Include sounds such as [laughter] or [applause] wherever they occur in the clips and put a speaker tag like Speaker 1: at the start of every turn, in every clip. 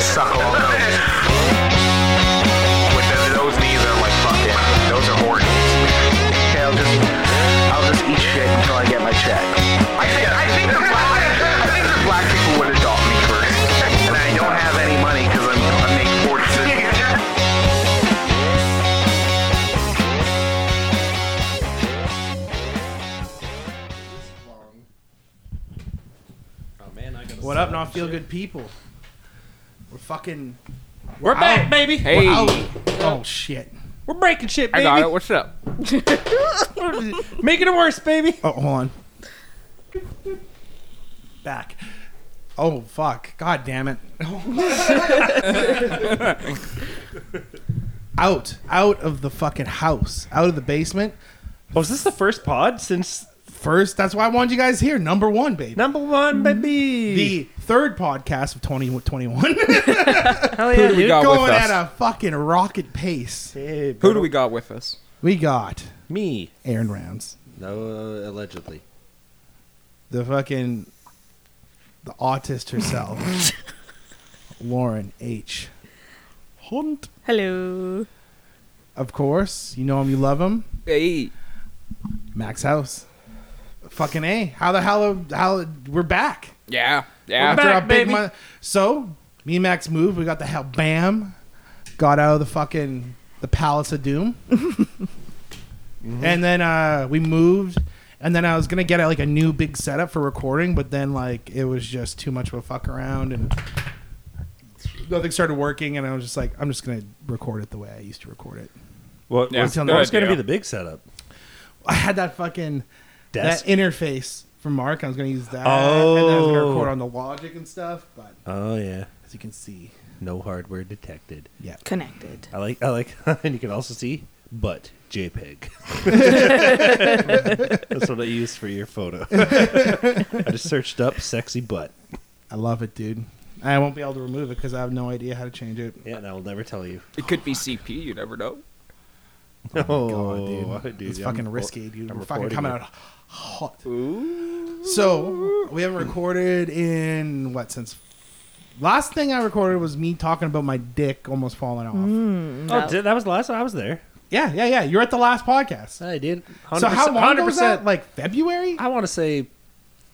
Speaker 1: suck all those. With the, those knees, I'm like, fuck it. Those are horny.
Speaker 2: Okay, I'll just, I'll just eat shit until I get my check.
Speaker 1: I think, I think the black, I think the black people would adopt me first. And I don't have any money because I'm, I make 40 cents.
Speaker 3: Oh man, I got
Speaker 4: What up, non feel good people? We're fucking.
Speaker 5: We're back, baby.
Speaker 6: Hey,
Speaker 4: Oh shit!
Speaker 5: We're breaking shit,
Speaker 6: I
Speaker 5: baby.
Speaker 6: got it. What's
Speaker 4: [laughs]
Speaker 6: up?
Speaker 5: Making it worse, baby.
Speaker 4: Oh, hold on. Back. Oh fuck! God damn it! [laughs] out, out of the fucking house, out of the basement.
Speaker 3: Oh,
Speaker 5: Was this the first pod since
Speaker 4: First, that's why I wanted you guys here. Number one, baby.
Speaker 5: number one, baby?
Speaker 4: the third podcast
Speaker 5: [laughs]
Speaker 4: of [laughs] 2021
Speaker 5: Hell
Speaker 6: Who
Speaker 5: yeah,
Speaker 6: do we
Speaker 5: dude.
Speaker 6: got with
Speaker 4: going at
Speaker 6: us?
Speaker 4: a fucking rocket pace
Speaker 5: Hey,
Speaker 6: Who do we got with us?
Speaker 4: we got
Speaker 3: Me.
Speaker 4: aaron rounds
Speaker 3: No, uh, allegedly.
Speaker 4: the fucking the autist herself lauren h hunt
Speaker 7: Hello.
Speaker 4: of course you know him you love him
Speaker 6: Hey,
Speaker 4: max house fucking a how the hell how we're back
Speaker 6: yeah, yeah.
Speaker 4: After
Speaker 5: back,
Speaker 4: a big
Speaker 5: baby.
Speaker 4: month. So me and Max moved. We got the hell bam. Got out of the fucking the Palace of Doom. And then uh, we moved. And then I was gonna get like a new big setup for recording, but then like it was just too much of a fuck around and nothing started working. And I was just like, I'm just gonna record it the way I used to record it.
Speaker 3: What,
Speaker 6: Yeah,
Speaker 3: what's,
Speaker 6: good
Speaker 3: what's going to
Speaker 6: idea.
Speaker 3: be the big setup?
Speaker 4: I had that fucking
Speaker 3: Desk?
Speaker 4: that interface from Mark. I was gonna use that. and then I was gonna
Speaker 3: Oh.
Speaker 4: record on the Logic and stuff. But
Speaker 3: oh yeah,
Speaker 4: as you can see,
Speaker 3: no hardware detected.
Speaker 4: yeah,
Speaker 7: Connected.
Speaker 3: I like, I like, [laughs] and you can also see, but JPEG.
Speaker 4: [laughs]
Speaker 3: That's what I used for your photo. I just searched up sexy butt.
Speaker 4: I love it, dude. I won't be able to remove it because I have no idea how to change it.
Speaker 3: Yeah, and I will never tell you.
Speaker 6: It could be CP. You never know.
Speaker 3: Oh,
Speaker 4: God, dude. it's fucking
Speaker 3: I'm-
Speaker 4: risky, dude.
Speaker 3: I'm
Speaker 4: We're fucking
Speaker 3: reporting
Speaker 4: coming
Speaker 3: it.
Speaker 4: out hot. So we haven't recorded in what since last thing I recorded was me talking about my dick almost falling off. Mm.
Speaker 3: Oh, did- that was the last time I was there.
Speaker 4: Yeah, yeah, yeah. You're at the last podcast.
Speaker 3: I did.
Speaker 4: So how long ago was that? Like February?
Speaker 3: I want to say,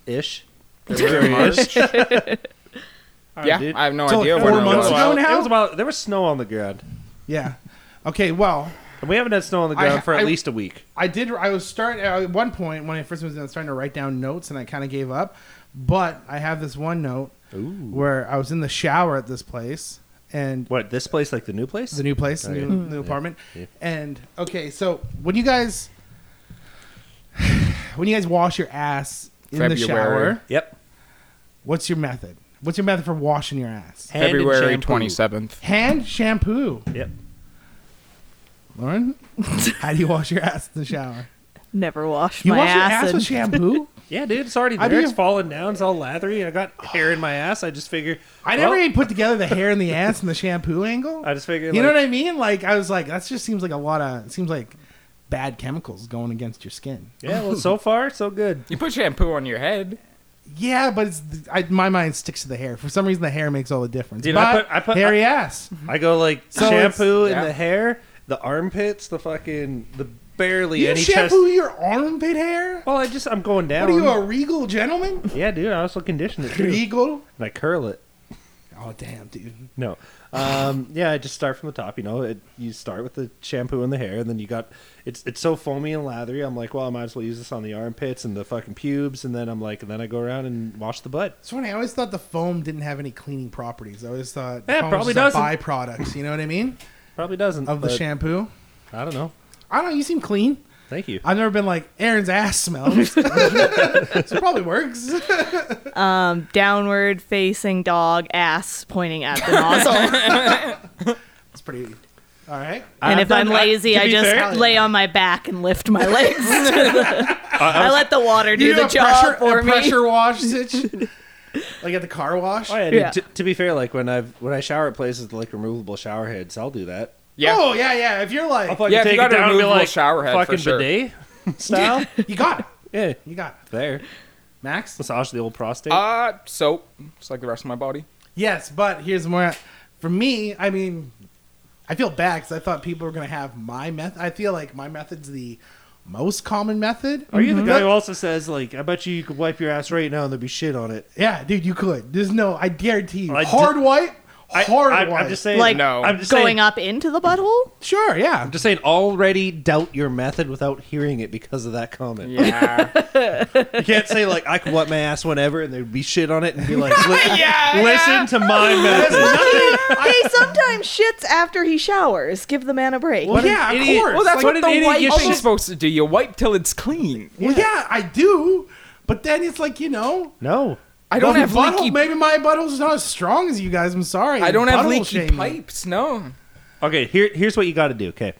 Speaker 3: ish.
Speaker 6: yeah,
Speaker 3: dude.
Speaker 6: I have no
Speaker 4: So,
Speaker 6: idea.
Speaker 4: like,
Speaker 6: when
Speaker 4: four
Speaker 6: it
Speaker 4: months
Speaker 6: was.
Speaker 4: ago?
Speaker 3: Well,
Speaker 4: now?
Speaker 3: It was about. There was snow on the ground.
Speaker 4: Yeah. Okay. Well,
Speaker 3: And we haven't had snow on the
Speaker 4: I-
Speaker 3: ground for at
Speaker 4: I-
Speaker 3: least a week.
Speaker 4: I did. I was starting at one point when I first was in, I was starting to write down notes, and I kind of gave up. But I have this one note where I was in the shower at this place, and
Speaker 3: What this place, like the new place?
Speaker 4: the new place, the
Speaker 3: Okay.
Speaker 4: new,
Speaker 3: Mm.
Speaker 4: new apartment.
Speaker 3: Yeah.
Speaker 4: And okay, so when you guys [sighs] when you guys wash your ass in the
Speaker 6: February.
Speaker 4: shower,
Speaker 3: yep.
Speaker 4: what's your method? What's your method for washing your ass?
Speaker 3: Hand and
Speaker 6: February
Speaker 3: shampoo.
Speaker 6: twenty seventh.
Speaker 4: Hand shampoo.
Speaker 3: Yep. [laughs]
Speaker 4: Lauren, how do you wash your ass in the shower?
Speaker 7: Never washed
Speaker 4: You
Speaker 7: my
Speaker 4: wash
Speaker 7: ass.
Speaker 4: your ass
Speaker 7: and-
Speaker 4: with
Speaker 7: [laughs]
Speaker 4: shampoo?
Speaker 3: Yeah, dude, it's already
Speaker 4: I
Speaker 3: there. It's
Speaker 4: do-
Speaker 3: falling down. It's all lathery. I got hair in my ass. I just figure.
Speaker 4: I never
Speaker 3: well,
Speaker 4: even put together the hair and the ass and the shampoo angle.
Speaker 3: I just
Speaker 4: you
Speaker 3: figured.
Speaker 4: know
Speaker 3: like,
Speaker 4: what I mean? Like I was like, that just seems like a lot of it seems like bad chemicals going against your skin.
Speaker 3: Yeah. Well, so far, so good.
Speaker 6: You put shampoo on your head.
Speaker 4: Yeah, but it's I, my mind sticks to the hair. For some reason, the hair makes all the difference.
Speaker 3: Dude,
Speaker 4: but
Speaker 3: I put- I put-
Speaker 4: hairy ass.
Speaker 3: I go like
Speaker 4: So it's-
Speaker 3: shampoo in
Speaker 6: yeah.
Speaker 3: the hair, the armpits, the fucking the barely
Speaker 4: You
Speaker 3: any
Speaker 4: shampoo
Speaker 3: chest.
Speaker 4: your armpit hair?
Speaker 3: Well, I just I'm going down.
Speaker 4: What are you, a regal gentleman?
Speaker 3: yeah, dude. I also condition it too.
Speaker 4: Regal?
Speaker 3: and I curl it.
Speaker 4: Oh damn, dude.
Speaker 3: No. Um, yeah, I just start from the top. You know, it, you start with the shampoo and the hair, and then you got it's it's so foamy and lathery. I'm like, well, I might as well use this on the armpits and the fucking pubes, and then I'm like, and then I go around and wash the butt.
Speaker 4: It's funny. I always thought the foam didn't have any cleaning properties. I always thought
Speaker 3: Yeah,
Speaker 4: foam
Speaker 3: probably
Speaker 4: was just a
Speaker 3: doesn't.
Speaker 4: byproduct. You know what I mean?
Speaker 3: Probably doesn't
Speaker 4: Of the
Speaker 3: but
Speaker 4: shampoo.
Speaker 3: I don't know.
Speaker 4: I don't. know. You seem clean.
Speaker 3: Thank you.
Speaker 4: I've never been like Aaron's
Speaker 3: [laughs]
Speaker 4: ass smells. [laughs] so it probably works.
Speaker 7: Downward facing dog, ass pointing at [laughs] the nozzle.
Speaker 4: It's pretty. All right.
Speaker 7: and if I'm lazy,
Speaker 3: to
Speaker 7: I
Speaker 3: be
Speaker 7: just
Speaker 3: fair-
Speaker 7: lay on my back and lift [laughs] my legs. to the- I let the water do
Speaker 4: You do
Speaker 7: the
Speaker 4: a
Speaker 7: job
Speaker 4: pressure,
Speaker 7: for
Speaker 4: a
Speaker 7: me.
Speaker 4: pressure wash stitch.
Speaker 3: [laughs]
Speaker 4: like at the car wash.
Speaker 3: Oh, yeah, dude,
Speaker 7: Yeah.
Speaker 3: to, to be fair, like when I've when I shower at places like removable shower heads, I'll do that.
Speaker 6: Yeah.
Speaker 4: Oh yeah, yeah. If you're like,
Speaker 3: I'll fucking
Speaker 6: Yeah, if you
Speaker 3: take
Speaker 6: got
Speaker 3: it
Speaker 6: a
Speaker 3: down and be
Speaker 6: removable
Speaker 3: like
Speaker 6: shower head, for
Speaker 3: fucking
Speaker 6: sure.
Speaker 3: bidet style. [laughs]
Speaker 4: you got it.
Speaker 3: yeah,
Speaker 4: You got it.
Speaker 3: there.
Speaker 4: Max?
Speaker 3: Massage the old prostate.
Speaker 6: Uh, soap. It's like the rest of my body.
Speaker 4: Yes, but here's more. for me, I mean, I feel bad because I thought people were gonna have my method. I feel like my method's the most common method. Mm-hmm.
Speaker 3: Are you the guy who also says like, "I bet you you could wipe your ass right now and there'd be shit on it"?
Speaker 4: Yeah, dude, you could. There's no, I guarantee you.
Speaker 3: I
Speaker 4: hard
Speaker 3: did-
Speaker 4: white, hard
Speaker 3: I,
Speaker 4: white.
Speaker 3: I'm just saying.
Speaker 7: Like,
Speaker 6: No.
Speaker 3: I'm just
Speaker 7: going
Speaker 3: saying,
Speaker 7: up into the butthole.
Speaker 4: sure, yeah.
Speaker 3: I'm just saying. Already doubt your method without hearing it because of that comment.
Speaker 6: [laughs] Yeah.
Speaker 3: You can't say like, "I could wipe my ass whenever" and there'd be shit on it, and be like, "Li- "Listen to my method."
Speaker 7: [laughs] hey, [laughs] sometimes shits after he showers. Give the man a break.
Speaker 4: Well, yeah, of
Speaker 3: idiot.
Speaker 4: course.
Speaker 6: Well, that's
Speaker 4: Like,
Speaker 6: what an
Speaker 3: the
Speaker 6: idiot
Speaker 3: white
Speaker 6: you're
Speaker 3: shit-
Speaker 6: supposed to do. You wipe till it's clean.
Speaker 4: well, yeah, I do. But then it's like you know,
Speaker 3: No,
Speaker 6: I don't
Speaker 4: my
Speaker 6: have
Speaker 4: butthole-
Speaker 6: leaky.
Speaker 4: Maybe my butthole's not as strong as you guys. I'm sorry.
Speaker 6: I don't have
Speaker 4: Butthole
Speaker 6: leaky
Speaker 4: shaming.
Speaker 6: pipes. No.
Speaker 3: Okay, here here's what you got to do. Okay,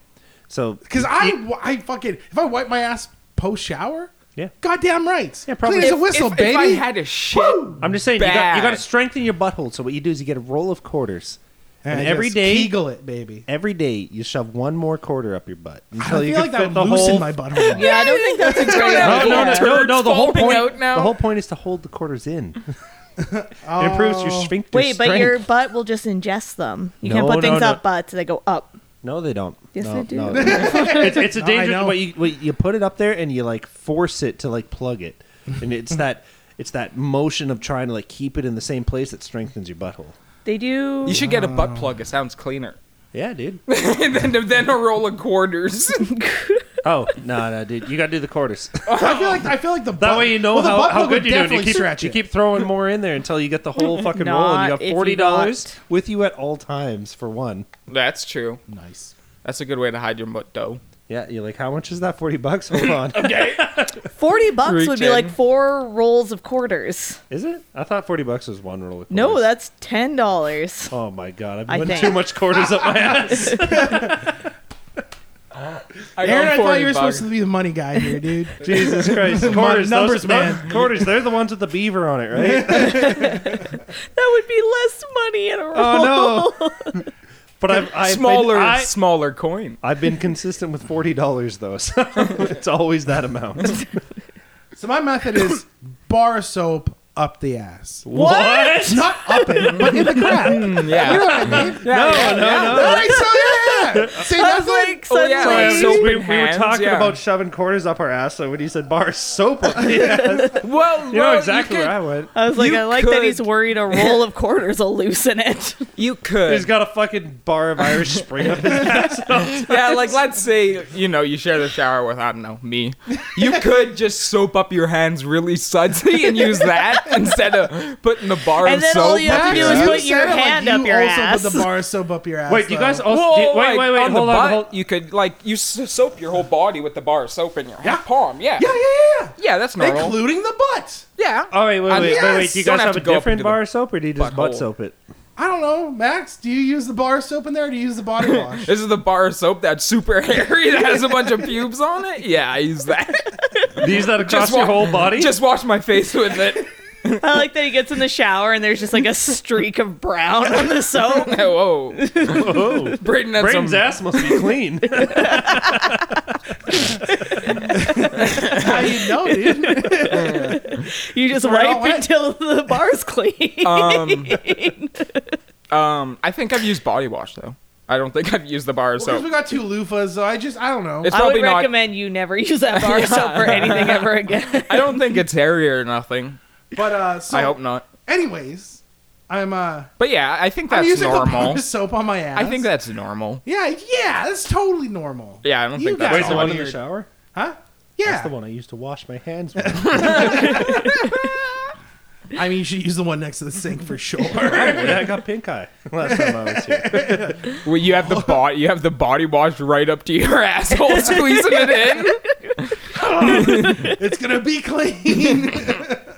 Speaker 3: so
Speaker 4: Because I, I fucking, if I wipe my ass post shower,
Speaker 3: Yeah.
Speaker 4: goddamn right.
Speaker 3: Yeah, probably.
Speaker 4: Clean as a
Speaker 3: If-
Speaker 4: whistle,
Speaker 6: if,
Speaker 4: baby.
Speaker 6: if I had a shit,
Speaker 4: Woo!
Speaker 3: I'm just saying you got, you
Speaker 6: Bad.
Speaker 3: got to strengthen your butthole. So what you do is you get a roll of quarters, and,
Speaker 4: I
Speaker 3: every
Speaker 4: just
Speaker 3: day
Speaker 4: Kegel it, baby.
Speaker 3: every day you shove one more quarter up your butt
Speaker 4: I
Speaker 3: until
Speaker 4: feel
Speaker 3: you
Speaker 4: like
Speaker 3: can
Speaker 4: that
Speaker 3: fit the
Speaker 4: would loosen
Speaker 3: whole.
Speaker 4: my
Speaker 6: [laughs]
Speaker 4: butthole.
Speaker 7: yeah, I don't think [laughs] that's a great
Speaker 3: no,
Speaker 7: idea.
Speaker 3: no, no, no, no, The whole
Speaker 6: Turds
Speaker 3: point.
Speaker 6: falling out now.
Speaker 3: The whole point is to hold the quarters [laughs] in.
Speaker 4: Oh.
Speaker 3: It improves your sphincter
Speaker 7: Wait, but
Speaker 3: strength.
Speaker 7: your butt will just ingest them. You can't
Speaker 3: No,
Speaker 7: put
Speaker 3: no,
Speaker 7: things
Speaker 3: no.
Speaker 7: up butts; they go up.
Speaker 3: No, they don't.
Speaker 7: Yes,
Speaker 3: no,
Speaker 7: they do.
Speaker 3: no.
Speaker 7: [laughs]
Speaker 3: it's, it's a
Speaker 4: I
Speaker 3: dangerous.
Speaker 4: know.
Speaker 3: But you but you put it up there and you like force it to like plug it, and
Speaker 4: [laughs]
Speaker 3: it's that it's that motion of trying to like keep it in the same place that strengthens your butthole.
Speaker 7: They do.
Speaker 6: you should get a butt plug. It sounds cleaner.
Speaker 3: Yeah, dude.
Speaker 6: and [laughs] then, then a roll of [laughs] quarters.
Speaker 3: [laughs] Oh no, no, dude! You got to do the quarters.
Speaker 4: I feel like I feel like
Speaker 3: [laughs]
Speaker 4: the
Speaker 3: That
Speaker 4: butt,
Speaker 3: way you know
Speaker 4: well, the
Speaker 3: how,
Speaker 4: butt
Speaker 3: how
Speaker 4: plug would
Speaker 3: good you're doing. You
Speaker 4: definitely
Speaker 3: keep,
Speaker 4: stretch
Speaker 3: you
Speaker 4: it.
Speaker 3: keep throwing more in there until you get the
Speaker 7: [laughs]
Speaker 3: whole fucking roll, and you
Speaker 7: Not
Speaker 3: got
Speaker 7: if you
Speaker 3: forty dollars
Speaker 7: got-
Speaker 3: with you at all times for one.
Speaker 6: that's true.
Speaker 4: nice.
Speaker 6: That's a good way to hide your butt dough.
Speaker 3: Yeah, you're like, how much is that? Forty bucks? Hold [laughs] on,
Speaker 7: Forty bucks would be
Speaker 6: Reaching.
Speaker 7: like four rolls of quarters.
Speaker 3: is it? I thought forty bucks was one roll. Of
Speaker 7: No,
Speaker 3: quarters.
Speaker 7: that's ten dollars.
Speaker 3: Oh my god, I've
Speaker 7: I
Speaker 3: been
Speaker 7: think.
Speaker 3: too much quarters up [laughs] my ass.
Speaker 4: Aaron, I thought you were supposed to
Speaker 6: to.
Speaker 4: be the money guy here,
Speaker 6: [laughs]
Speaker 4: dude.
Speaker 3: Jesus Christ, quarters,
Speaker 4: numbers,
Speaker 3: those,
Speaker 4: man.
Speaker 3: those quarters. They're the ones with the beaver on it, [laughs] right?
Speaker 7: [laughs] That would be less money in a roll.
Speaker 3: oh no! But I've, I've
Speaker 6: Smaller,
Speaker 3: Been, I,
Speaker 6: smaller coin.
Speaker 3: I've been consistent with forty dollars though, so [laughs] it's always that amount.
Speaker 4: So my method
Speaker 6: [coughs]
Speaker 4: is bar soap up the ass,
Speaker 3: What?
Speaker 4: not up it, but in
Speaker 7: [laughs]
Speaker 4: the crack. You know
Speaker 6: Yeah.
Speaker 4: what I mean?
Speaker 6: no,
Speaker 3: no,
Speaker 4: All right, so yeah. See,
Speaker 7: [laughs] I
Speaker 4: that's
Speaker 7: was
Speaker 4: like
Speaker 7: like,
Speaker 6: Oh, yeah,
Speaker 7: suddenly-
Speaker 6: like,
Speaker 3: So
Speaker 6: Soap
Speaker 3: we,
Speaker 6: in
Speaker 3: we were
Speaker 6: hands,
Speaker 3: talking
Speaker 6: yeah.
Speaker 3: about shoving quarters up our ass, so when he said bar [laughs] soap up the ass,
Speaker 6: Well,
Speaker 3: you know
Speaker 6: well,
Speaker 3: exactly
Speaker 6: you could,
Speaker 3: where I went.
Speaker 7: I was like,
Speaker 6: You
Speaker 7: I like that
Speaker 6: could-
Speaker 7: he's worried a roll of quarters will loosen it. [laughs]
Speaker 6: You could.
Speaker 3: He's got a fucking bar of Irish Spring up his ass.
Speaker 6: yeah, like let's say you know you share the shower with I don't know me. You could just soap up your hands really sudsy and use that instead of putting the bar
Speaker 7: And
Speaker 6: of
Speaker 7: then
Speaker 6: soap.
Speaker 7: all you have to do is
Speaker 4: You
Speaker 7: put your
Speaker 4: said it like
Speaker 7: hand
Speaker 4: you
Speaker 7: up your
Speaker 4: also
Speaker 7: ass.
Speaker 4: put the bar soap up your
Speaker 3: [laughs]
Speaker 4: ass.
Speaker 3: Wait, you
Speaker 4: though.
Speaker 3: guys also
Speaker 6: Whoa,
Speaker 3: did, wait,
Speaker 6: like,
Speaker 3: wait, wait,
Speaker 6: on
Speaker 3: hold
Speaker 6: the
Speaker 3: on,
Speaker 6: butt,
Speaker 3: hold.
Speaker 6: You could like you s- soap your whole body with the bar of soap in your
Speaker 4: Yeah.
Speaker 6: hand palm. Yeah.
Speaker 4: Yeah, yeah, yeah.
Speaker 6: Yeah, that's normal.
Speaker 4: Including the butt.
Speaker 6: yeah.
Speaker 3: All right, wait,
Speaker 6: I
Speaker 3: wait,
Speaker 6: mean,
Speaker 3: wait, wait. Do you
Speaker 6: don't
Speaker 3: guys have,
Speaker 6: to
Speaker 3: a
Speaker 6: go up
Speaker 3: different
Speaker 6: into the-
Speaker 3: bar soap, or do you just butt
Speaker 6: butthole.
Speaker 3: soap it? [laughs]
Speaker 4: I don't know, Max. Do you use the bar soap in there, or do you use the body
Speaker 6: [laughs]
Speaker 4: wash?
Speaker 6: This is the bar of soap that's super [laughs] hairy that has a bunch of pubes on it. Yeah, I use that.
Speaker 4: [laughs]
Speaker 3: Do you use that across your
Speaker 6: wa-
Speaker 3: whole body?
Speaker 6: Just wash my face with it. [laughs]
Speaker 7: I like that he gets in the shower and there's just like a streak of brown on the [laughs] soap.
Speaker 6: Whoa,
Speaker 3: oh,
Speaker 6: Brayden had
Speaker 3: Brayden's
Speaker 6: some.
Speaker 3: ass must be clean.
Speaker 4: That's how you know,
Speaker 6: [laughs]
Speaker 4: dude.
Speaker 7: You just
Speaker 4: We're all
Speaker 7: wipe
Speaker 4: wet.
Speaker 7: until the bar's clean. [laughs]
Speaker 6: Um, um, I think I've used body wash though. I don't think I've used the bar of
Speaker 4: Because
Speaker 6: soap.
Speaker 4: we got two loofahs, so I just I don't know.
Speaker 6: It's
Speaker 7: I
Speaker 6: probably
Speaker 7: would
Speaker 6: not.
Speaker 7: recommend you never use that bar soap for anything ever again.
Speaker 6: I don't think it's hairy or nothing.
Speaker 4: But uh, so
Speaker 6: I hope not.
Speaker 4: Anyways, I'm uh,
Speaker 6: But yeah, I think
Speaker 4: I'm
Speaker 6: that's
Speaker 4: using the
Speaker 6: normal.
Speaker 4: bar [laughs] soap on my ass.
Speaker 6: I think that's normal.
Speaker 4: Yeah, yeah, that's totally normal.
Speaker 6: Yeah, I don't
Speaker 4: You
Speaker 6: think that's
Speaker 4: guys
Speaker 3: Wait,
Speaker 4: are
Speaker 3: the one in
Speaker 6: normal.
Speaker 3: the shower?
Speaker 4: Huh? Yeah.
Speaker 3: That's the one I used to wash my hands with.
Speaker 4: I mean, you should use the one next to the sink for sure.
Speaker 3: Probably. I got pink eye [laughs] last time I was here.
Speaker 6: Well, you have the body, you have the body wash right up to
Speaker 4: [laughs]
Speaker 6: your [laughs] asshole, squeezing it in.
Speaker 4: it's gonna be clean.
Speaker 3: [laughs]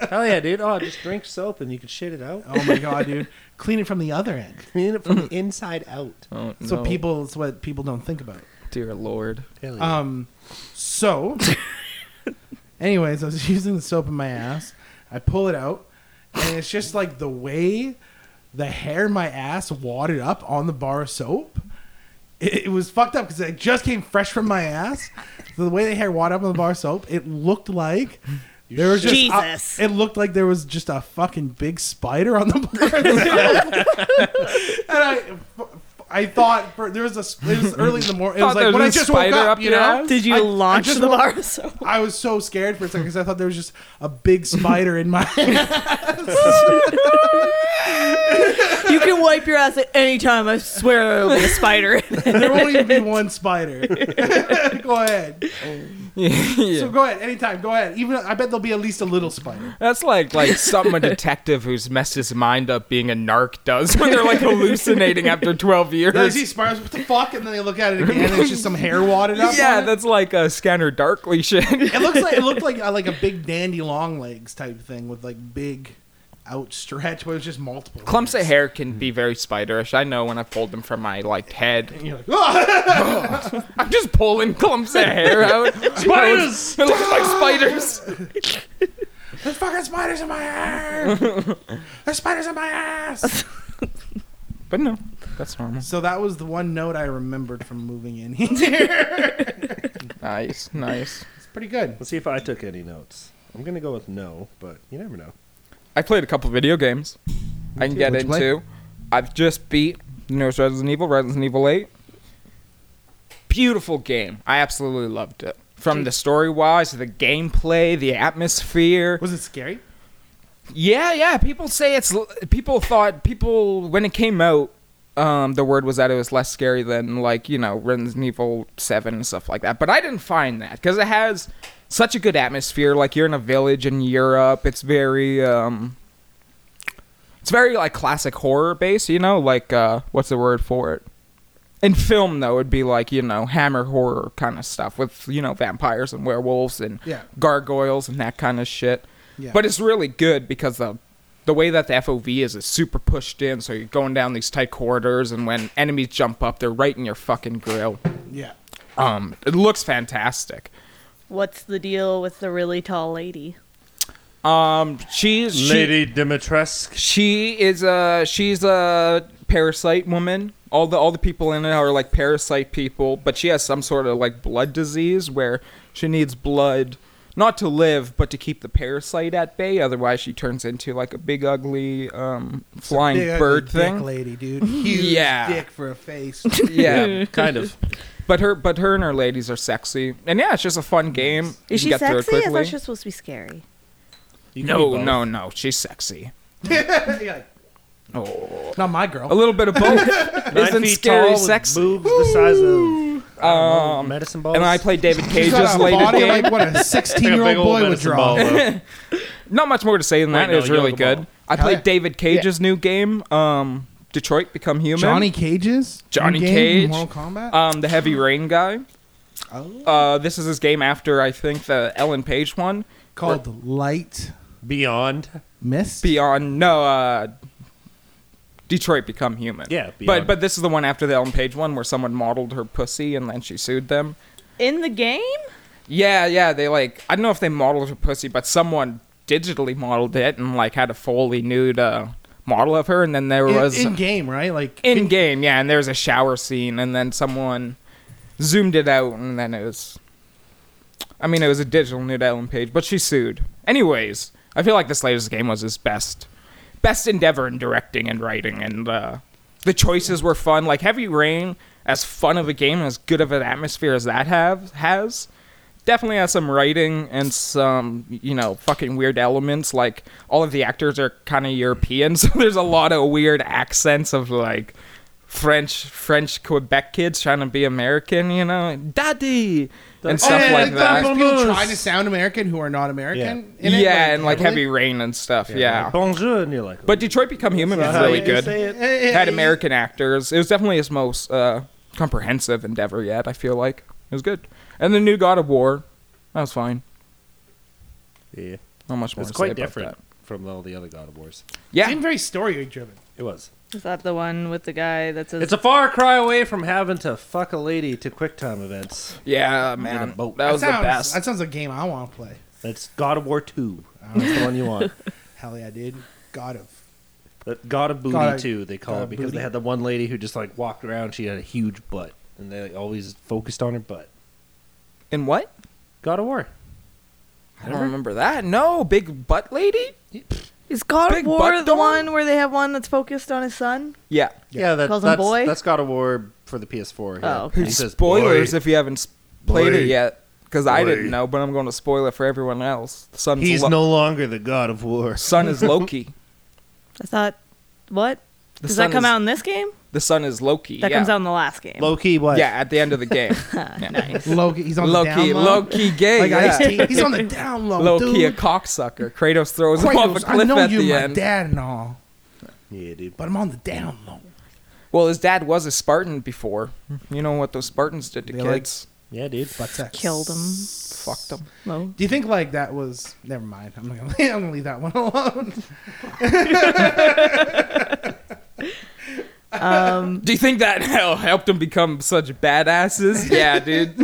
Speaker 3: Hell yeah, dude! Oh, just drink soap and you can shit it out.
Speaker 4: [laughs] oh my god, dude! Clean it from the other end.
Speaker 3: Clean it from the inside out.
Speaker 6: Oh,
Speaker 4: That's what people. That's what people don't think about.
Speaker 6: dear lord.
Speaker 3: Hell yeah.
Speaker 4: Um, so,
Speaker 6: [laughs]
Speaker 4: anyways, I was using the soap in my ass. I pull it out, and it's just like the way the hair in my ass wadded up on the bar of soap. It, it was fucked up because it just came fresh from my ass. So the way the hair wadded up on the bar of soap, it looked like There was just
Speaker 7: Jesus.
Speaker 4: I- it looked like there was just a fucking big spider on the bar. itself. and I, f- I thought for, there was a. sp- It was early in the morning. It was
Speaker 6: Thought there
Speaker 4: like when I
Speaker 6: was a
Speaker 4: just woke
Speaker 6: spider
Speaker 4: up.
Speaker 6: up
Speaker 4: You
Speaker 6: your
Speaker 4: know?
Speaker 6: ass?
Speaker 7: Did you
Speaker 4: I- I
Speaker 7: launch
Speaker 4: just
Speaker 7: the
Speaker 4: wa-
Speaker 7: bar? So
Speaker 4: I was so scared for a second because I thought there was just a big spider in my. [laughs]
Speaker 7: you can wipe your ass at any time. I swear there will be a spider. in it.
Speaker 4: there won't even be one spider. [laughs] go ahead.
Speaker 6: yeah.
Speaker 4: So go ahead. Anytime. Go ahead. Even I bet there'll be at least a little spider.
Speaker 6: That's like like something a detective who's messed his mind up being a narc does when they're like hallucinating after twelve
Speaker 4: I
Speaker 6: years.
Speaker 4: see spiders. What the fuck? And then they look at it again, and it's just some hair wadded up.
Speaker 6: Yeah,
Speaker 4: on it.
Speaker 6: that's like a Scanner Darkly shit.
Speaker 4: It looks like it looked like uh, like a big dandy long legs type thing with like big outstretched, but it was just multiple.
Speaker 6: Clumps of
Speaker 4: legs.
Speaker 6: hair can be very spiderish. I know when I pulled them from my like head.
Speaker 4: You're like, "Ah!"
Speaker 6: [laughs] I'm just pulling clumps of hair out. spiders! [laughs] It looks like spiders.
Speaker 4: There's fucking spiders in my
Speaker 6: [laughs]
Speaker 4: hair. There's spiders in my ass.
Speaker 6: But no, that's normal.
Speaker 4: So that was the one note I remembered from moving in here. [laughs]
Speaker 6: Nice, nice.
Speaker 4: it's pretty good.
Speaker 3: Let's see if I took any notes. I'm gonna go with no, but you never know.
Speaker 6: I played a couple video games. I can
Speaker 4: too.
Speaker 6: get
Speaker 4: What'd you play?
Speaker 6: into. I've just beat the newest Resident Evil, Resident Evil 8. Beautiful game. I absolutely loved it. From the story wise, the gameplay, the atmosphere.
Speaker 4: Was it scary?
Speaker 6: Yeah, yeah. People say it's. l- People thought people when it came out, um, the word was that it was less scary than like you know Resident Evil Seven and stuff like that. But I didn't find that because it has such a good atmosphere. Like you're in a village in Europe. It's very. Um, it's very like classic horror based. You know, like uh, what's the word for it? In film, though, it'd be like you know Hammer horror kind of stuff with you know vampires and werewolves and
Speaker 4: Yeah.
Speaker 6: gargoyles and that kind of shit.
Speaker 4: Yeah.
Speaker 6: But it's really good because the the way that the FOV is is super pushed in, so you're going down these tight corridors, and when enemies jump up, they're right in your fucking grill.
Speaker 4: Yeah.
Speaker 6: Um, it looks fantastic.
Speaker 7: What's the deal with the really tall lady?
Speaker 6: Um, she's she,
Speaker 3: Dimitrescu.
Speaker 6: She is a she's a parasite woman. All the all the people in it are like parasite people, but she has some sort of like blood disease where she needs blood not to live, but to keep the parasite at bay. Otherwise, she turns into like a big ugly um, flying
Speaker 4: Big ugly
Speaker 6: bird
Speaker 4: dick
Speaker 6: thing. Mm-hmm.
Speaker 4: lady, dude. Huge
Speaker 6: Yeah.
Speaker 4: dick for a
Speaker 6: [laughs]
Speaker 4: face. [laughs]
Speaker 6: Yeah,
Speaker 7: Mm.
Speaker 3: Kind of.
Speaker 6: but her but her and her ladies are sexy, and yeah, it's just a fun game. You
Speaker 7: Is she
Speaker 6: get through it
Speaker 7: sexy? I
Speaker 6: quickly.
Speaker 7: thought she was supposed to be scary.
Speaker 3: You can be
Speaker 6: no,
Speaker 3: both.
Speaker 6: no, no. She's sexy.
Speaker 4: You're like,
Speaker 6: Oh,
Speaker 4: Not my
Speaker 6: a
Speaker 4: girl.
Speaker 6: little bit of
Speaker 7: [laughs]
Speaker 6: both.
Speaker 3: Nine
Speaker 6: Isn't
Speaker 3: feet
Speaker 6: scary
Speaker 3: tall with
Speaker 6: sexy?
Speaker 3: Boobs the size of um,
Speaker 6: Um,
Speaker 3: medicine balls.
Speaker 6: and I played
Speaker 3: [laughs]
Speaker 6: David
Speaker 4: She's
Speaker 6: Cage's
Speaker 4: got a
Speaker 6: latest
Speaker 4: body
Speaker 6: game.
Speaker 4: like
Speaker 6: [laughs]
Speaker 4: what a sixteen-year-old boy would draw.
Speaker 6: Not much more to say than that.
Speaker 3: Wait, no,
Speaker 6: it was really
Speaker 3: Yoga
Speaker 6: good.
Speaker 3: Ball.
Speaker 6: I played
Speaker 4: yeah.
Speaker 6: David Cage's new game, um, Detroit Become Human.
Speaker 4: Johnny Cage's
Speaker 6: Johnny
Speaker 4: new game,
Speaker 6: Cage.
Speaker 4: Mortal Kombat.
Speaker 6: Um, the Heavy Rain guy.
Speaker 4: Oh.
Speaker 6: Uh, this is his game after I think the Ellen Page one.
Speaker 4: called Light
Speaker 3: [laughs] Beyond.
Speaker 4: Mist.
Speaker 6: Beyond no, uh, Detroit Become Human.
Speaker 3: Yeah,
Speaker 6: but
Speaker 3: Beyond.
Speaker 6: but this is the one after the Ellen Page one where someone modeled her pussy and then she sued them.
Speaker 7: In the game?
Speaker 6: Yeah, yeah, they like I don't know if they modeled her pussy, but someone digitally modeled it and like had a fully nude uh, model of her, and then there
Speaker 4: in,
Speaker 6: was
Speaker 4: in game, right? Like
Speaker 6: in game, yeah, and there was a shower scene, and then someone zoomed it out, and then it was. I mean, it was a digital nude Ellen Page, but she sued. Anyways, I feel like this latest game was his best, best endeavor in directing and writing, and uh, the choices were fun. Like Heavy Rain, as fun of a game and as good of an atmosphere as that have has, definitely has some writing and some you know fucking weird elements like all of the actors are kind of european [laughs] so there's a lot of weird accents of like french french quebec kids trying to be american you know daddy and
Speaker 3: Oh,
Speaker 6: stuff
Speaker 4: Oh, yeah,
Speaker 6: like that
Speaker 4: those People trying to sound American who are not American.
Speaker 6: yeah
Speaker 4: in it,
Speaker 6: and like
Speaker 4: heavily.
Speaker 6: heavy rain and stuff yeah,
Speaker 3: Bonjour, and you're like.
Speaker 6: but detroit become human was really good
Speaker 4: Eh, eh,
Speaker 6: had
Speaker 4: eh,
Speaker 6: american actors it was definitely his most uh, comprehensive endeavor yet i feel like it was good and the new god of war that was fine
Speaker 3: Yeah.
Speaker 6: not much more
Speaker 3: It's
Speaker 6: to say
Speaker 3: quite
Speaker 6: about
Speaker 3: different
Speaker 6: that.
Speaker 3: from all the other God of Wars.
Speaker 4: It
Speaker 6: Yeah.
Speaker 4: seemed very story driven.
Speaker 3: It was.
Speaker 7: Is that the one with the guy that says
Speaker 3: It's a far cry away from having to fuck a lady to QuickTime events.
Speaker 6: Yeah, man.
Speaker 3: boat.
Speaker 6: That was
Speaker 4: sounds,
Speaker 6: the best.
Speaker 4: That sounds like a game I want to play.
Speaker 3: That's God of War Two. That's the one you [laughs] want.
Speaker 4: Hell yeah, dude. God of.
Speaker 6: [laughs]
Speaker 3: That God of Booty
Speaker 4: God of-
Speaker 3: Two, they call
Speaker 4: God
Speaker 3: it
Speaker 4: of
Speaker 3: because
Speaker 4: Booty.
Speaker 3: they had the one lady who just like walked around. She had a huge butt, and they always focused on her butt.
Speaker 6: In what?
Speaker 3: God of War.
Speaker 6: I don't remember that. No, big butt lady.
Speaker 7: Is God
Speaker 6: Big
Speaker 7: of War
Speaker 6: butt
Speaker 7: the
Speaker 6: dog?
Speaker 7: one where they have one that's focused on his son?
Speaker 6: Yeah.
Speaker 3: Yeah, that,
Speaker 7: Calls him
Speaker 3: that's
Speaker 7: boy?
Speaker 3: that's God of War for the PS4. yeah.
Speaker 7: Oh, okay.
Speaker 3: He says,
Speaker 6: Spoilers
Speaker 3: "Boy."
Speaker 6: if you haven't s- played
Speaker 3: Boy.
Speaker 6: it yet, because I
Speaker 3: Boy.
Speaker 6: didn't know, but I'm going to spoil it for everyone else. The son's
Speaker 3: He's
Speaker 6: Lo-
Speaker 3: no longer the God of War.
Speaker 6: son
Speaker 3: [laughs]
Speaker 6: is Loki.
Speaker 7: I thought, what?
Speaker 6: The
Speaker 7: Does
Speaker 6: son
Speaker 7: that come
Speaker 6: is-
Speaker 7: out in this game?
Speaker 6: The son is Loki.
Speaker 7: That
Speaker 6: yeah.
Speaker 7: comes out in the last game.
Speaker 3: Loki, what?
Speaker 6: Yeah, at the
Speaker 4: [laughs]
Speaker 6: end of the game.
Speaker 4: Loki, he's on the
Speaker 6: Loki,
Speaker 4: down low.
Speaker 6: Loki, gay.
Speaker 4: like
Speaker 6: yeah. [laughs]
Speaker 4: Ice-T, he's on the down low,
Speaker 6: Low key a
Speaker 4: dude.
Speaker 6: cocksucker. Kratos throws him off a
Speaker 4: Kratos,
Speaker 6: cliff
Speaker 4: I know
Speaker 6: at
Speaker 4: you,
Speaker 6: the
Speaker 4: my
Speaker 6: end.
Speaker 4: dad and all,
Speaker 3: yeah, dude.
Speaker 4: but I'm on the down low.
Speaker 6: Well, his dad was a Spartan before. You know what those Spartans did to
Speaker 4: They
Speaker 6: kids?
Speaker 3: Yeah, dude.
Speaker 4: But that
Speaker 7: Killed him.
Speaker 6: Fucked them.
Speaker 7: No.
Speaker 4: Do you think like that was? Never mind. I'm gonna [laughs] leave, I'm gonna leave that one alone. [laughs]
Speaker 6: Do you think that [laughs] hell helped them become such
Speaker 4: [laughs]
Speaker 6: badasses? Yeah, dude.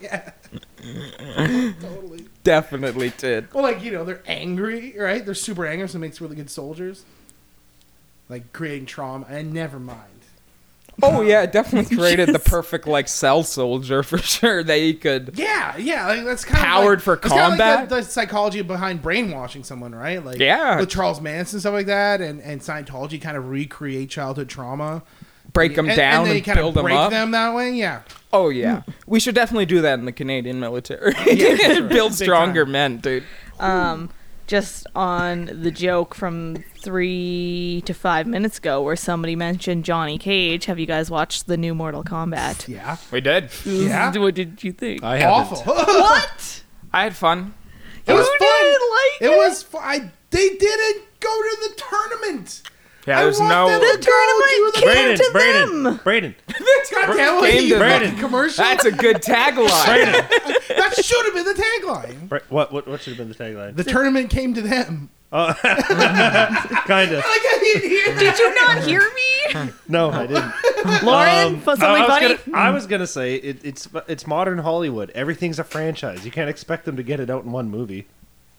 Speaker 6: yeah. Definitely did.
Speaker 4: Well, like you know, they're angry, right? They're super angry, so it makes really good soldiers. Like creating trauma, and never mind.
Speaker 6: Oh yeah,
Speaker 4: [laughs]
Speaker 6: it definitely created the perfect like cell soldier [laughs] for sure. They could.
Speaker 4: Yeah, yeah, like that's kind
Speaker 6: Powered
Speaker 4: of like,
Speaker 6: for
Speaker 4: that's kinda like
Speaker 6: combat?
Speaker 4: the, the psychology behind brainwashing someone, right? Like
Speaker 6: Yeah.
Speaker 4: with Charles Manson stuff like that, and and Scientology kind of recreate childhood trauma,
Speaker 6: Break them
Speaker 4: and,
Speaker 6: down
Speaker 4: and,
Speaker 6: and,
Speaker 4: they kind
Speaker 6: build
Speaker 4: of
Speaker 6: them
Speaker 4: break
Speaker 6: up.
Speaker 4: them that way. Yeah,
Speaker 6: Oh yeah, we should definitely do that in the Canadian military.
Speaker 3: Oh,
Speaker 6: [laughs] build
Speaker 4: Big
Speaker 6: stronger men, dude.
Speaker 7: Um, just on the joke from three to five minutes ago where somebody mentioned Johnny Cage. Have you guys watched the new Mortal Kombat?
Speaker 4: yeah,
Speaker 6: We did.
Speaker 4: yeah.
Speaker 7: What did you think?
Speaker 3: I haven't.
Speaker 4: [laughs] Awful.
Speaker 7: what?
Speaker 6: I had fun.
Speaker 4: It was
Speaker 7: Who
Speaker 4: fun.
Speaker 7: didn't like
Speaker 4: it was. Fu- I, they didn't go to the tournament.
Speaker 6: Yeah,
Speaker 4: I
Speaker 6: there's
Speaker 4: want
Speaker 6: no.
Speaker 4: them
Speaker 7: The tournament
Speaker 4: to
Speaker 7: came
Speaker 3: Braden,
Speaker 7: to
Speaker 3: Braden,
Speaker 7: them.
Speaker 3: Braden,
Speaker 4: God damn
Speaker 6: Game
Speaker 4: it! you
Speaker 6: development. [laughs]
Speaker 4: fucking Commercial.
Speaker 6: That's a good tagline.
Speaker 4: that should have been the tagline.
Speaker 3: Bra- what, what, what should have been the tagline?
Speaker 4: The tournament came to them. [laughs]
Speaker 3: kind of.
Speaker 4: Like I didn't hear that.
Speaker 7: Did you not hear [laughs] me?
Speaker 3: No, I didn't.
Speaker 7: [laughs] Lauren,
Speaker 3: Um,
Speaker 7: something
Speaker 3: I, I was
Speaker 7: funny?
Speaker 3: Gonna, I was gonna say it, it's it's modern Hollywood. Everything's a franchise. You can't expect them to get it out in one movie.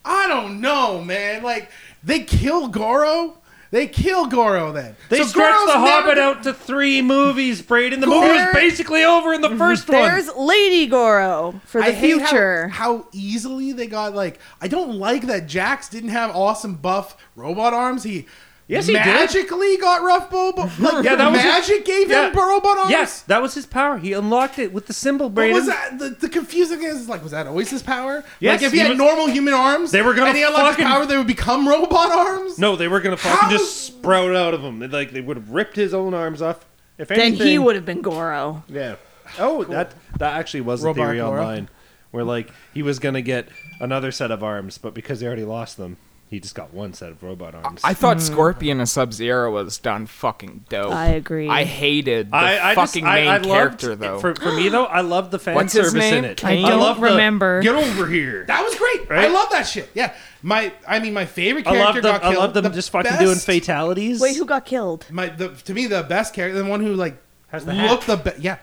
Speaker 4: I don't know, man. Like they kill Goro. They kill Goro then.
Speaker 3: They
Speaker 4: So
Speaker 3: stretched
Speaker 4: Goro's
Speaker 3: the
Speaker 4: never
Speaker 3: Hobbit
Speaker 4: been-
Speaker 3: out to three movies, Braden. The movie was
Speaker 4: There-
Speaker 3: basically over in the first one.
Speaker 7: There's Lady Goro for the
Speaker 4: I hate how-
Speaker 7: future.
Speaker 4: How, easily they got like I don't like that Jax didn't have awesome buff robot arms. He
Speaker 3: Yes, he did.
Speaker 4: magically got rough
Speaker 3: [laughs]
Speaker 4: bo bo- like
Speaker 3: Yeah, that was his-
Speaker 4: magic gave him
Speaker 3: Yeah.
Speaker 4: robot arms.
Speaker 3: Yes, that was his power. He unlocked it with the symbol,
Speaker 4: But
Speaker 3: Braden.
Speaker 4: was that the, the confusing thing is like was that always his power?
Speaker 3: Yes,
Speaker 4: like if he,
Speaker 3: he
Speaker 4: had
Speaker 3: was-
Speaker 4: normal human arms,
Speaker 3: They were gonna
Speaker 4: and he unlocked his
Speaker 3: fucking-
Speaker 4: power, they would become robot arms.
Speaker 3: No, they were gonna
Speaker 4: How
Speaker 3: fucking
Speaker 4: is-
Speaker 3: just sprout out of him. They- Like they would have ripped his own arms off. If
Speaker 7: then
Speaker 3: anything,
Speaker 7: he would have been Goro.
Speaker 3: Yeah. Oh, that that actually was a
Speaker 4: Robot
Speaker 3: theory
Speaker 4: Laura.
Speaker 3: online, where like he was gonna get another set of arms, but because they already lost them, he just got one set of robot arms.
Speaker 6: I thought Scorpion and Sub Zero was done fucking dope.
Speaker 7: I agree.
Speaker 6: I hated the
Speaker 3: I, I just-
Speaker 6: fucking
Speaker 3: I-
Speaker 6: main
Speaker 3: I loved-
Speaker 6: character though.
Speaker 3: For, for me though, I love the fan
Speaker 6: What's his
Speaker 3: service
Speaker 6: name?
Speaker 3: in it.
Speaker 7: I don't
Speaker 3: love the,
Speaker 7: remember.
Speaker 3: Get over here.
Speaker 4: That was great. I
Speaker 3: Right?
Speaker 4: love that shit. Yeah, my I mean my favorite
Speaker 3: I love
Speaker 4: character
Speaker 3: them.
Speaker 4: got
Speaker 3: I
Speaker 4: killed.
Speaker 3: love them
Speaker 4: The
Speaker 3: just fucking
Speaker 4: best-
Speaker 3: doing fatalities.
Speaker 7: Wait, who got killed?
Speaker 4: My the, to me the best character, the one who like
Speaker 3: Has the
Speaker 4: looked the best. Yeah,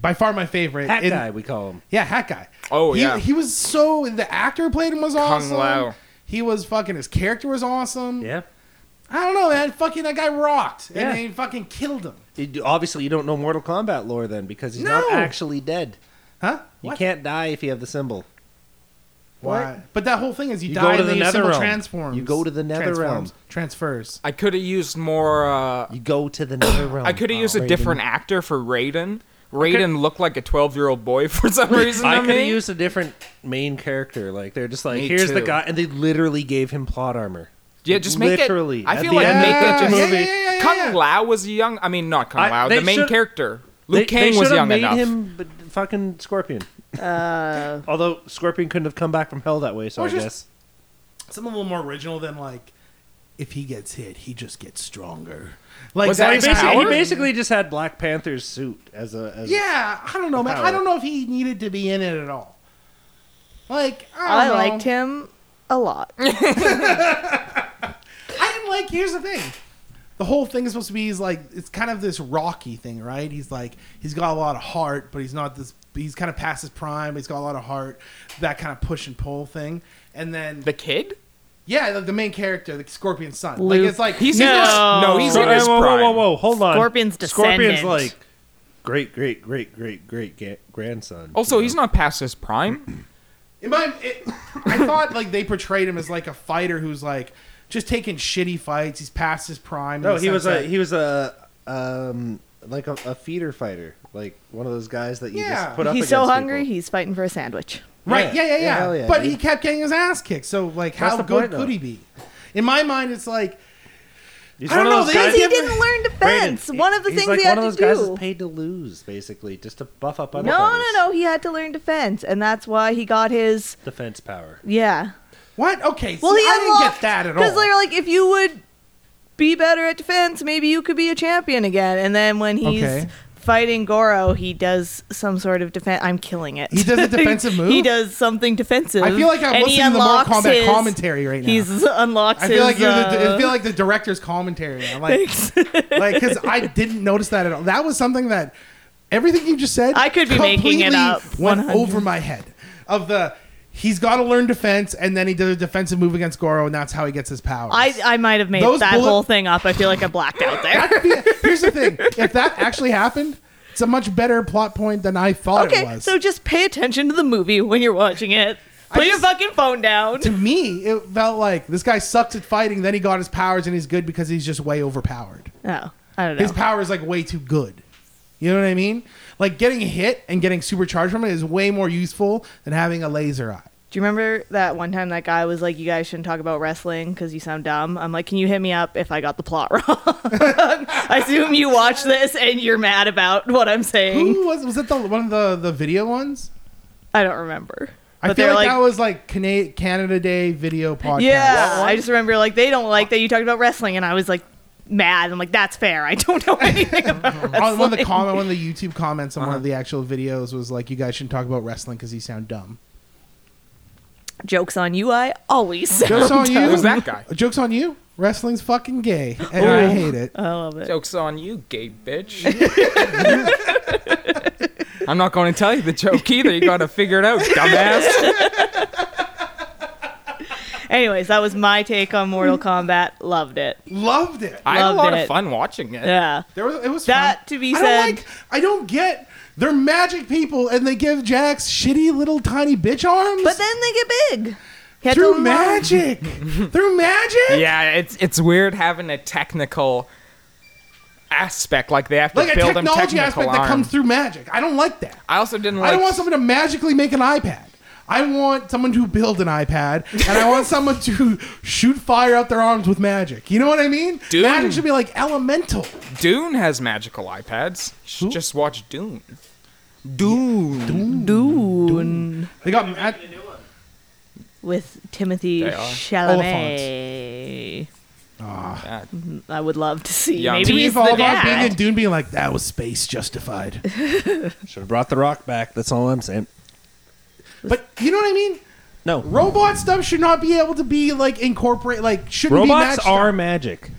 Speaker 4: by far my favorite.
Speaker 3: Hat
Speaker 4: In-
Speaker 3: guy, we call him.
Speaker 4: Yeah, hat guy.
Speaker 6: Oh,
Speaker 4: he,
Speaker 6: yeah.
Speaker 4: he was so the actor who played him was awesome.
Speaker 6: Lao.
Speaker 4: He was fucking his character was awesome.
Speaker 3: Yeah.
Speaker 4: I don't know, man. Fucking that guy rocked,
Speaker 3: Yeah.
Speaker 4: and they fucking killed him.
Speaker 3: You- obviously, you don't know Mortal Kombat lore then because he's not
Speaker 4: No.
Speaker 3: actually dead.
Speaker 4: Huh?
Speaker 3: You
Speaker 4: What?
Speaker 3: can't die if you have the symbol.
Speaker 4: Why? But that whole thing is you,
Speaker 3: You
Speaker 4: die
Speaker 3: go to
Speaker 4: and
Speaker 3: the
Speaker 4: then your symbol
Speaker 3: Netherrealm.
Speaker 4: transforms.
Speaker 3: You go to the Netherrealm.
Speaker 4: Transforms. Transfers.
Speaker 6: I could have used more. Uh,
Speaker 3: You go to the nether realm.
Speaker 6: I could have used a
Speaker 3: Oh, Raiden.
Speaker 6: different actor for Raiden. Raiden looked like a twelve-year-old boy [laughs] for some reason.
Speaker 3: I
Speaker 6: to
Speaker 3: could have
Speaker 6: me.
Speaker 3: used a different main character. Like they're just like,
Speaker 6: Me
Speaker 3: here's the
Speaker 6: too.
Speaker 3: guy, and they literally gave him plot armor.
Speaker 6: Yeah, just make
Speaker 3: literally,
Speaker 6: it. I
Speaker 3: at
Speaker 6: feel
Speaker 3: the
Speaker 6: like
Speaker 3: end
Speaker 6: make
Speaker 3: of
Speaker 6: it
Speaker 3: the
Speaker 6: just.
Speaker 3: movie.
Speaker 4: yeah, yeah,
Speaker 6: Kung
Speaker 4: yeah.
Speaker 6: Lao was young. I mean, not Kung
Speaker 3: I-
Speaker 6: Lao.
Speaker 3: they
Speaker 6: the main
Speaker 3: should-
Speaker 6: character.
Speaker 3: They-
Speaker 6: Luke Kang
Speaker 3: they
Speaker 6: was
Speaker 3: should've
Speaker 6: young
Speaker 3: made
Speaker 6: enough.
Speaker 3: him b- fucking Scorpion.
Speaker 7: Uh,
Speaker 3: Although Scorpion couldn't have come back from hell that way, so
Speaker 4: Or
Speaker 3: I
Speaker 4: just-
Speaker 3: guess.
Speaker 4: Something a little more original than like, if he gets hit, he just gets stronger. Like
Speaker 6: Was that
Speaker 4: is
Speaker 6: his
Speaker 4: how-
Speaker 3: Basically, he
Speaker 6: Howard?
Speaker 3: basically just had Black Panther's suit as a. As
Speaker 4: Yeah, I don't know, man. I
Speaker 3: Power.
Speaker 4: don't know if he needed to be in it at all. Like, I, don't
Speaker 7: I
Speaker 4: know.
Speaker 7: liked him a lot.
Speaker 4: I didn't like. Here's the thing. The whole thing is supposed to be he's like it's kind of this rocky thing, right? He's like he's got a lot of heart, but he's not this. He's kind of past his prime. But he's got a lot of heart. That kind of push and pull thing. And then
Speaker 6: The kid?
Speaker 4: yeah, the, the main character, the Scorpion Son.
Speaker 7: Luke.
Speaker 4: Like it's like
Speaker 6: He's in
Speaker 7: No.
Speaker 6: his,
Speaker 3: [laughs]
Speaker 6: no, he's
Speaker 3: Oh. Whoa,
Speaker 6: in his
Speaker 3: whoa, whoa,
Speaker 6: prime.
Speaker 3: whoa, whoa, hold on.
Speaker 7: Scorpion's
Speaker 3: Scorpion's
Speaker 7: descendant.
Speaker 3: like great, great, great, great, great, great grandson.
Speaker 6: Also, he's not past his prime.
Speaker 4: In my, it, I thought like they portrayed him as like a fighter who's like just taking shitty fights. He's past his prime. in
Speaker 3: No,
Speaker 4: the
Speaker 3: he was
Speaker 4: sense
Speaker 3: a
Speaker 4: that-
Speaker 3: he was a um like a, a feeder fighter, like one of those guys that you
Speaker 4: Yeah.
Speaker 3: just put up.
Speaker 7: he's so
Speaker 3: against
Speaker 7: hungry,
Speaker 3: people.
Speaker 7: he's fighting for a sandwich.
Speaker 4: Right.
Speaker 3: Yeah.
Speaker 4: Yeah, yeah,
Speaker 3: Yeah,
Speaker 4: yeah.
Speaker 3: hell yeah,
Speaker 4: but
Speaker 3: dude.
Speaker 4: he kept getting his ass kicked. So like,
Speaker 3: That's
Speaker 4: how
Speaker 3: the
Speaker 4: good
Speaker 3: point,
Speaker 4: could
Speaker 3: though.
Speaker 4: he be? In my mind, it's like
Speaker 3: He's
Speaker 4: I don't
Speaker 3: one of
Speaker 4: know,
Speaker 3: those
Speaker 4: they-
Speaker 3: guys-
Speaker 7: Because he
Speaker 4: never-
Speaker 7: didn't learn defense.
Speaker 3: Brandon,
Speaker 7: one of the
Speaker 3: he's
Speaker 7: things
Speaker 3: like
Speaker 7: he
Speaker 3: one
Speaker 7: had
Speaker 3: of
Speaker 7: to
Speaker 3: those guys
Speaker 7: do.
Speaker 3: that's paid to lose, basically, just to buff up other
Speaker 7: No, no,
Speaker 3: fighters.
Speaker 7: no. He had to learn defense, and that's why he got his
Speaker 3: defense power.
Speaker 7: yeah.
Speaker 4: what? Okay.
Speaker 7: Well,
Speaker 4: see,
Speaker 7: he
Speaker 4: I didn't get that at all.
Speaker 7: Because they're like, if you would be better at defense, maybe you could be a champion again. And then when he's
Speaker 4: Okay.
Speaker 7: fighting Goro, he does some sort of defense. I'm killing it.
Speaker 4: He
Speaker 7: [laughs]
Speaker 4: does a defensive move?
Speaker 7: he does something defensive.
Speaker 4: I feel like I'm
Speaker 7: and he
Speaker 4: listening to the Mortal
Speaker 7: unlocks
Speaker 4: Kombat
Speaker 7: his-
Speaker 4: commentary right now.
Speaker 7: He's [laughs] unlocks.
Speaker 4: I feel like
Speaker 7: his,
Speaker 4: you're the,
Speaker 7: uh,
Speaker 4: I feel like the director's commentary. I'm like, [laughs]
Speaker 7: Thanks.
Speaker 4: like because I didn't notice that at all. That was something that everything you just said.
Speaker 7: I could be making it
Speaker 4: completely
Speaker 7: up,
Speaker 4: Went
Speaker 7: 100.
Speaker 4: over my head. Of the he's got to learn defense, and then he did a defensive move against Goro, and that's how he gets his powers.
Speaker 7: I, I might have made
Speaker 4: Those
Speaker 7: that
Speaker 4: bullet-
Speaker 7: whole thing up. I feel like I blacked out there.
Speaker 4: [laughs] Here's the thing: if that actually happened, it's a much better plot point than I thought it
Speaker 7: okay,
Speaker 4: was.
Speaker 7: so just pay attention to the movie when you're watching it. Put your
Speaker 4: just-
Speaker 7: fucking
Speaker 4: [laughs]
Speaker 7: phone down.
Speaker 4: to me, it felt like this guy sucks at fighting. Then he got his powers, and he's good because he's just way overpowered.
Speaker 7: Oh, I don't know.
Speaker 4: His power is like way too good. You know what I mean? Like getting hit and getting supercharged from it is way more useful than having a laser eye.
Speaker 7: Do you remember that one time that guy was like, "You guys shouldn't talk about wrestling because you sound dumb." I'm like, "Can you hit me up if I got the plot [laughs] wrong?" I assume you watch this and you're mad about what I'm saying.
Speaker 4: Who was was it the one of the the video ones?
Speaker 7: I don't remember.
Speaker 4: I
Speaker 7: But
Speaker 4: feel
Speaker 7: they're
Speaker 4: like,
Speaker 7: like,
Speaker 4: that was like Cana- Canada Day video podcast.
Speaker 7: yeah, I just remember like they don't like that you talked about wrestling, and I was like mad. I'm like, "That's fair. I don't know [laughs] anything about
Speaker 4: on
Speaker 7: wrestling."
Speaker 4: one of the comment, one of the YouTube comments on one
Speaker 7: Uh-huh.
Speaker 4: of the actual videos was like, "You guys shouldn't talk about wrestling because you sound dumb."
Speaker 7: Jokes on you, I always. sound
Speaker 4: Jokes on
Speaker 6: Who's
Speaker 4: Oh, you.
Speaker 6: that guy?
Speaker 4: Jokes on you. Wrestling's fucking gay, and I hate it.
Speaker 7: I love it.
Speaker 6: Joke's on you, gay
Speaker 4: [laughs]
Speaker 6: bitch. I'm not going to tell you the joke either. You got to figure it out, dumbass.
Speaker 7: Anyways, that was my take on Mortal Kombat. Loved it.
Speaker 4: Loved it.
Speaker 6: I had a
Speaker 7: Loved
Speaker 6: lot
Speaker 7: it.
Speaker 6: of fun watching it.
Speaker 7: Yeah.
Speaker 4: There was it was
Speaker 7: That
Speaker 4: fun.
Speaker 7: to be
Speaker 4: I
Speaker 7: said-
Speaker 4: Don't like, I don't get. They're magic people, and they give Jax shitty little tiny bitch arms.
Speaker 7: But then they get big. He had to
Speaker 4: through
Speaker 6: [laughs]
Speaker 7: learn.
Speaker 4: magic, through magic.
Speaker 6: Yeah, it's it's weird having a technical aspect like they have to
Speaker 4: Like a
Speaker 6: build them
Speaker 4: technology
Speaker 6: technical
Speaker 4: aspect that
Speaker 6: arms.
Speaker 4: comes through magic. I don't like that.
Speaker 6: I also didn't like.
Speaker 4: I don't want someone to magically make an iPad. I want someone to build an iPad, and I
Speaker 6: [laughs]
Speaker 4: want someone to shoot fire out their arms with magic. You know what I mean?
Speaker 6: Dude.
Speaker 4: Magic should be like elemental.
Speaker 6: Dune has magical iPads. You should Just watch Dune. Dune.
Speaker 4: They got ma-
Speaker 7: with Timothy
Speaker 6: They are.
Speaker 7: Chalamet.
Speaker 6: Yeah.
Speaker 7: I would love to see.
Speaker 6: Yeah.
Speaker 7: Maybe
Speaker 4: Timmy
Speaker 7: he's
Speaker 4: Fall
Speaker 7: the
Speaker 4: Rock being in
Speaker 7: dad.
Speaker 4: Dune, being like that was space justified.
Speaker 7: [laughs]
Speaker 3: Should have brought the rock back. That's all I'm saying.
Speaker 4: But you know what I mean?
Speaker 3: No,
Speaker 4: Robot stuff should not be able to be like incorporate like shouldn't be
Speaker 3: robots
Speaker 4: matched up.
Speaker 3: are magic.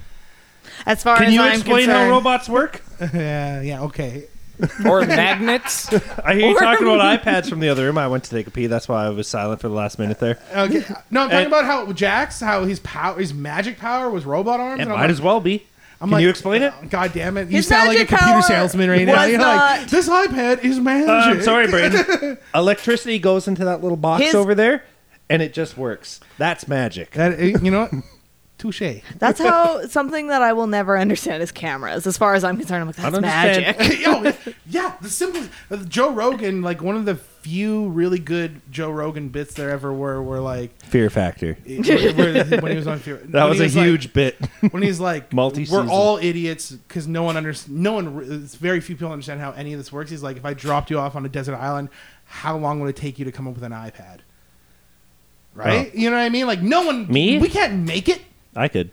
Speaker 7: As far
Speaker 3: Can
Speaker 7: as
Speaker 3: you
Speaker 7: I'm
Speaker 3: explain
Speaker 7: concerned,
Speaker 3: how robots work?
Speaker 4: yeah yeah okay
Speaker 3: [laughs]
Speaker 6: Or magnets.
Speaker 3: I hear you talking about iPads from the other room. I went to take a pee. That's why I was silent for the last minute there.
Speaker 4: okay no I'm talking
Speaker 3: And-
Speaker 4: about how Jax how his power his magic power was robot arms
Speaker 3: It
Speaker 4: and
Speaker 3: might
Speaker 4: I'm like,
Speaker 3: as well be. Can you explain
Speaker 4: [laughs]
Speaker 3: it?
Speaker 4: "Oh, God damn it! You
Speaker 7: His
Speaker 4: sound like a
Speaker 7: magic
Speaker 4: computer
Speaker 7: power
Speaker 4: salesman right now.
Speaker 7: was
Speaker 4: You're
Speaker 7: not-
Speaker 4: like, this iPad is magic.
Speaker 3: Uh, I'm sorry, Brayden. Electricity goes into that little box
Speaker 7: His-
Speaker 3: over there, and it just works. That's magic.
Speaker 4: That eh, you know, what? [laughs] touche.
Speaker 7: that's how something that I will never understand is cameras. As far as I'm concerned, I'm like that's
Speaker 3: don't understand.
Speaker 7: magic.
Speaker 4: Yo, yeah, the simplest. uh, Joe Rogan, like one of the few really good Joe Rogan bits there ever were, were like
Speaker 3: Fear factor.
Speaker 4: where- where- when he was on Fear.
Speaker 3: [laughs] That
Speaker 4: when
Speaker 3: was
Speaker 4: he
Speaker 3: a
Speaker 4: like-
Speaker 3: huge bit.
Speaker 4: when he's like,
Speaker 3: Multi-season.
Speaker 4: "We're all idiots because no one under no one. re- It's very few people understand how any of this works." He's like, "If I dropped you off on a desert island, how long would it take you to come up with an iPad?" Right? You know what I mean? Like, no one.
Speaker 3: Oh. Me?
Speaker 4: We can't make it.
Speaker 3: [laughs] I could.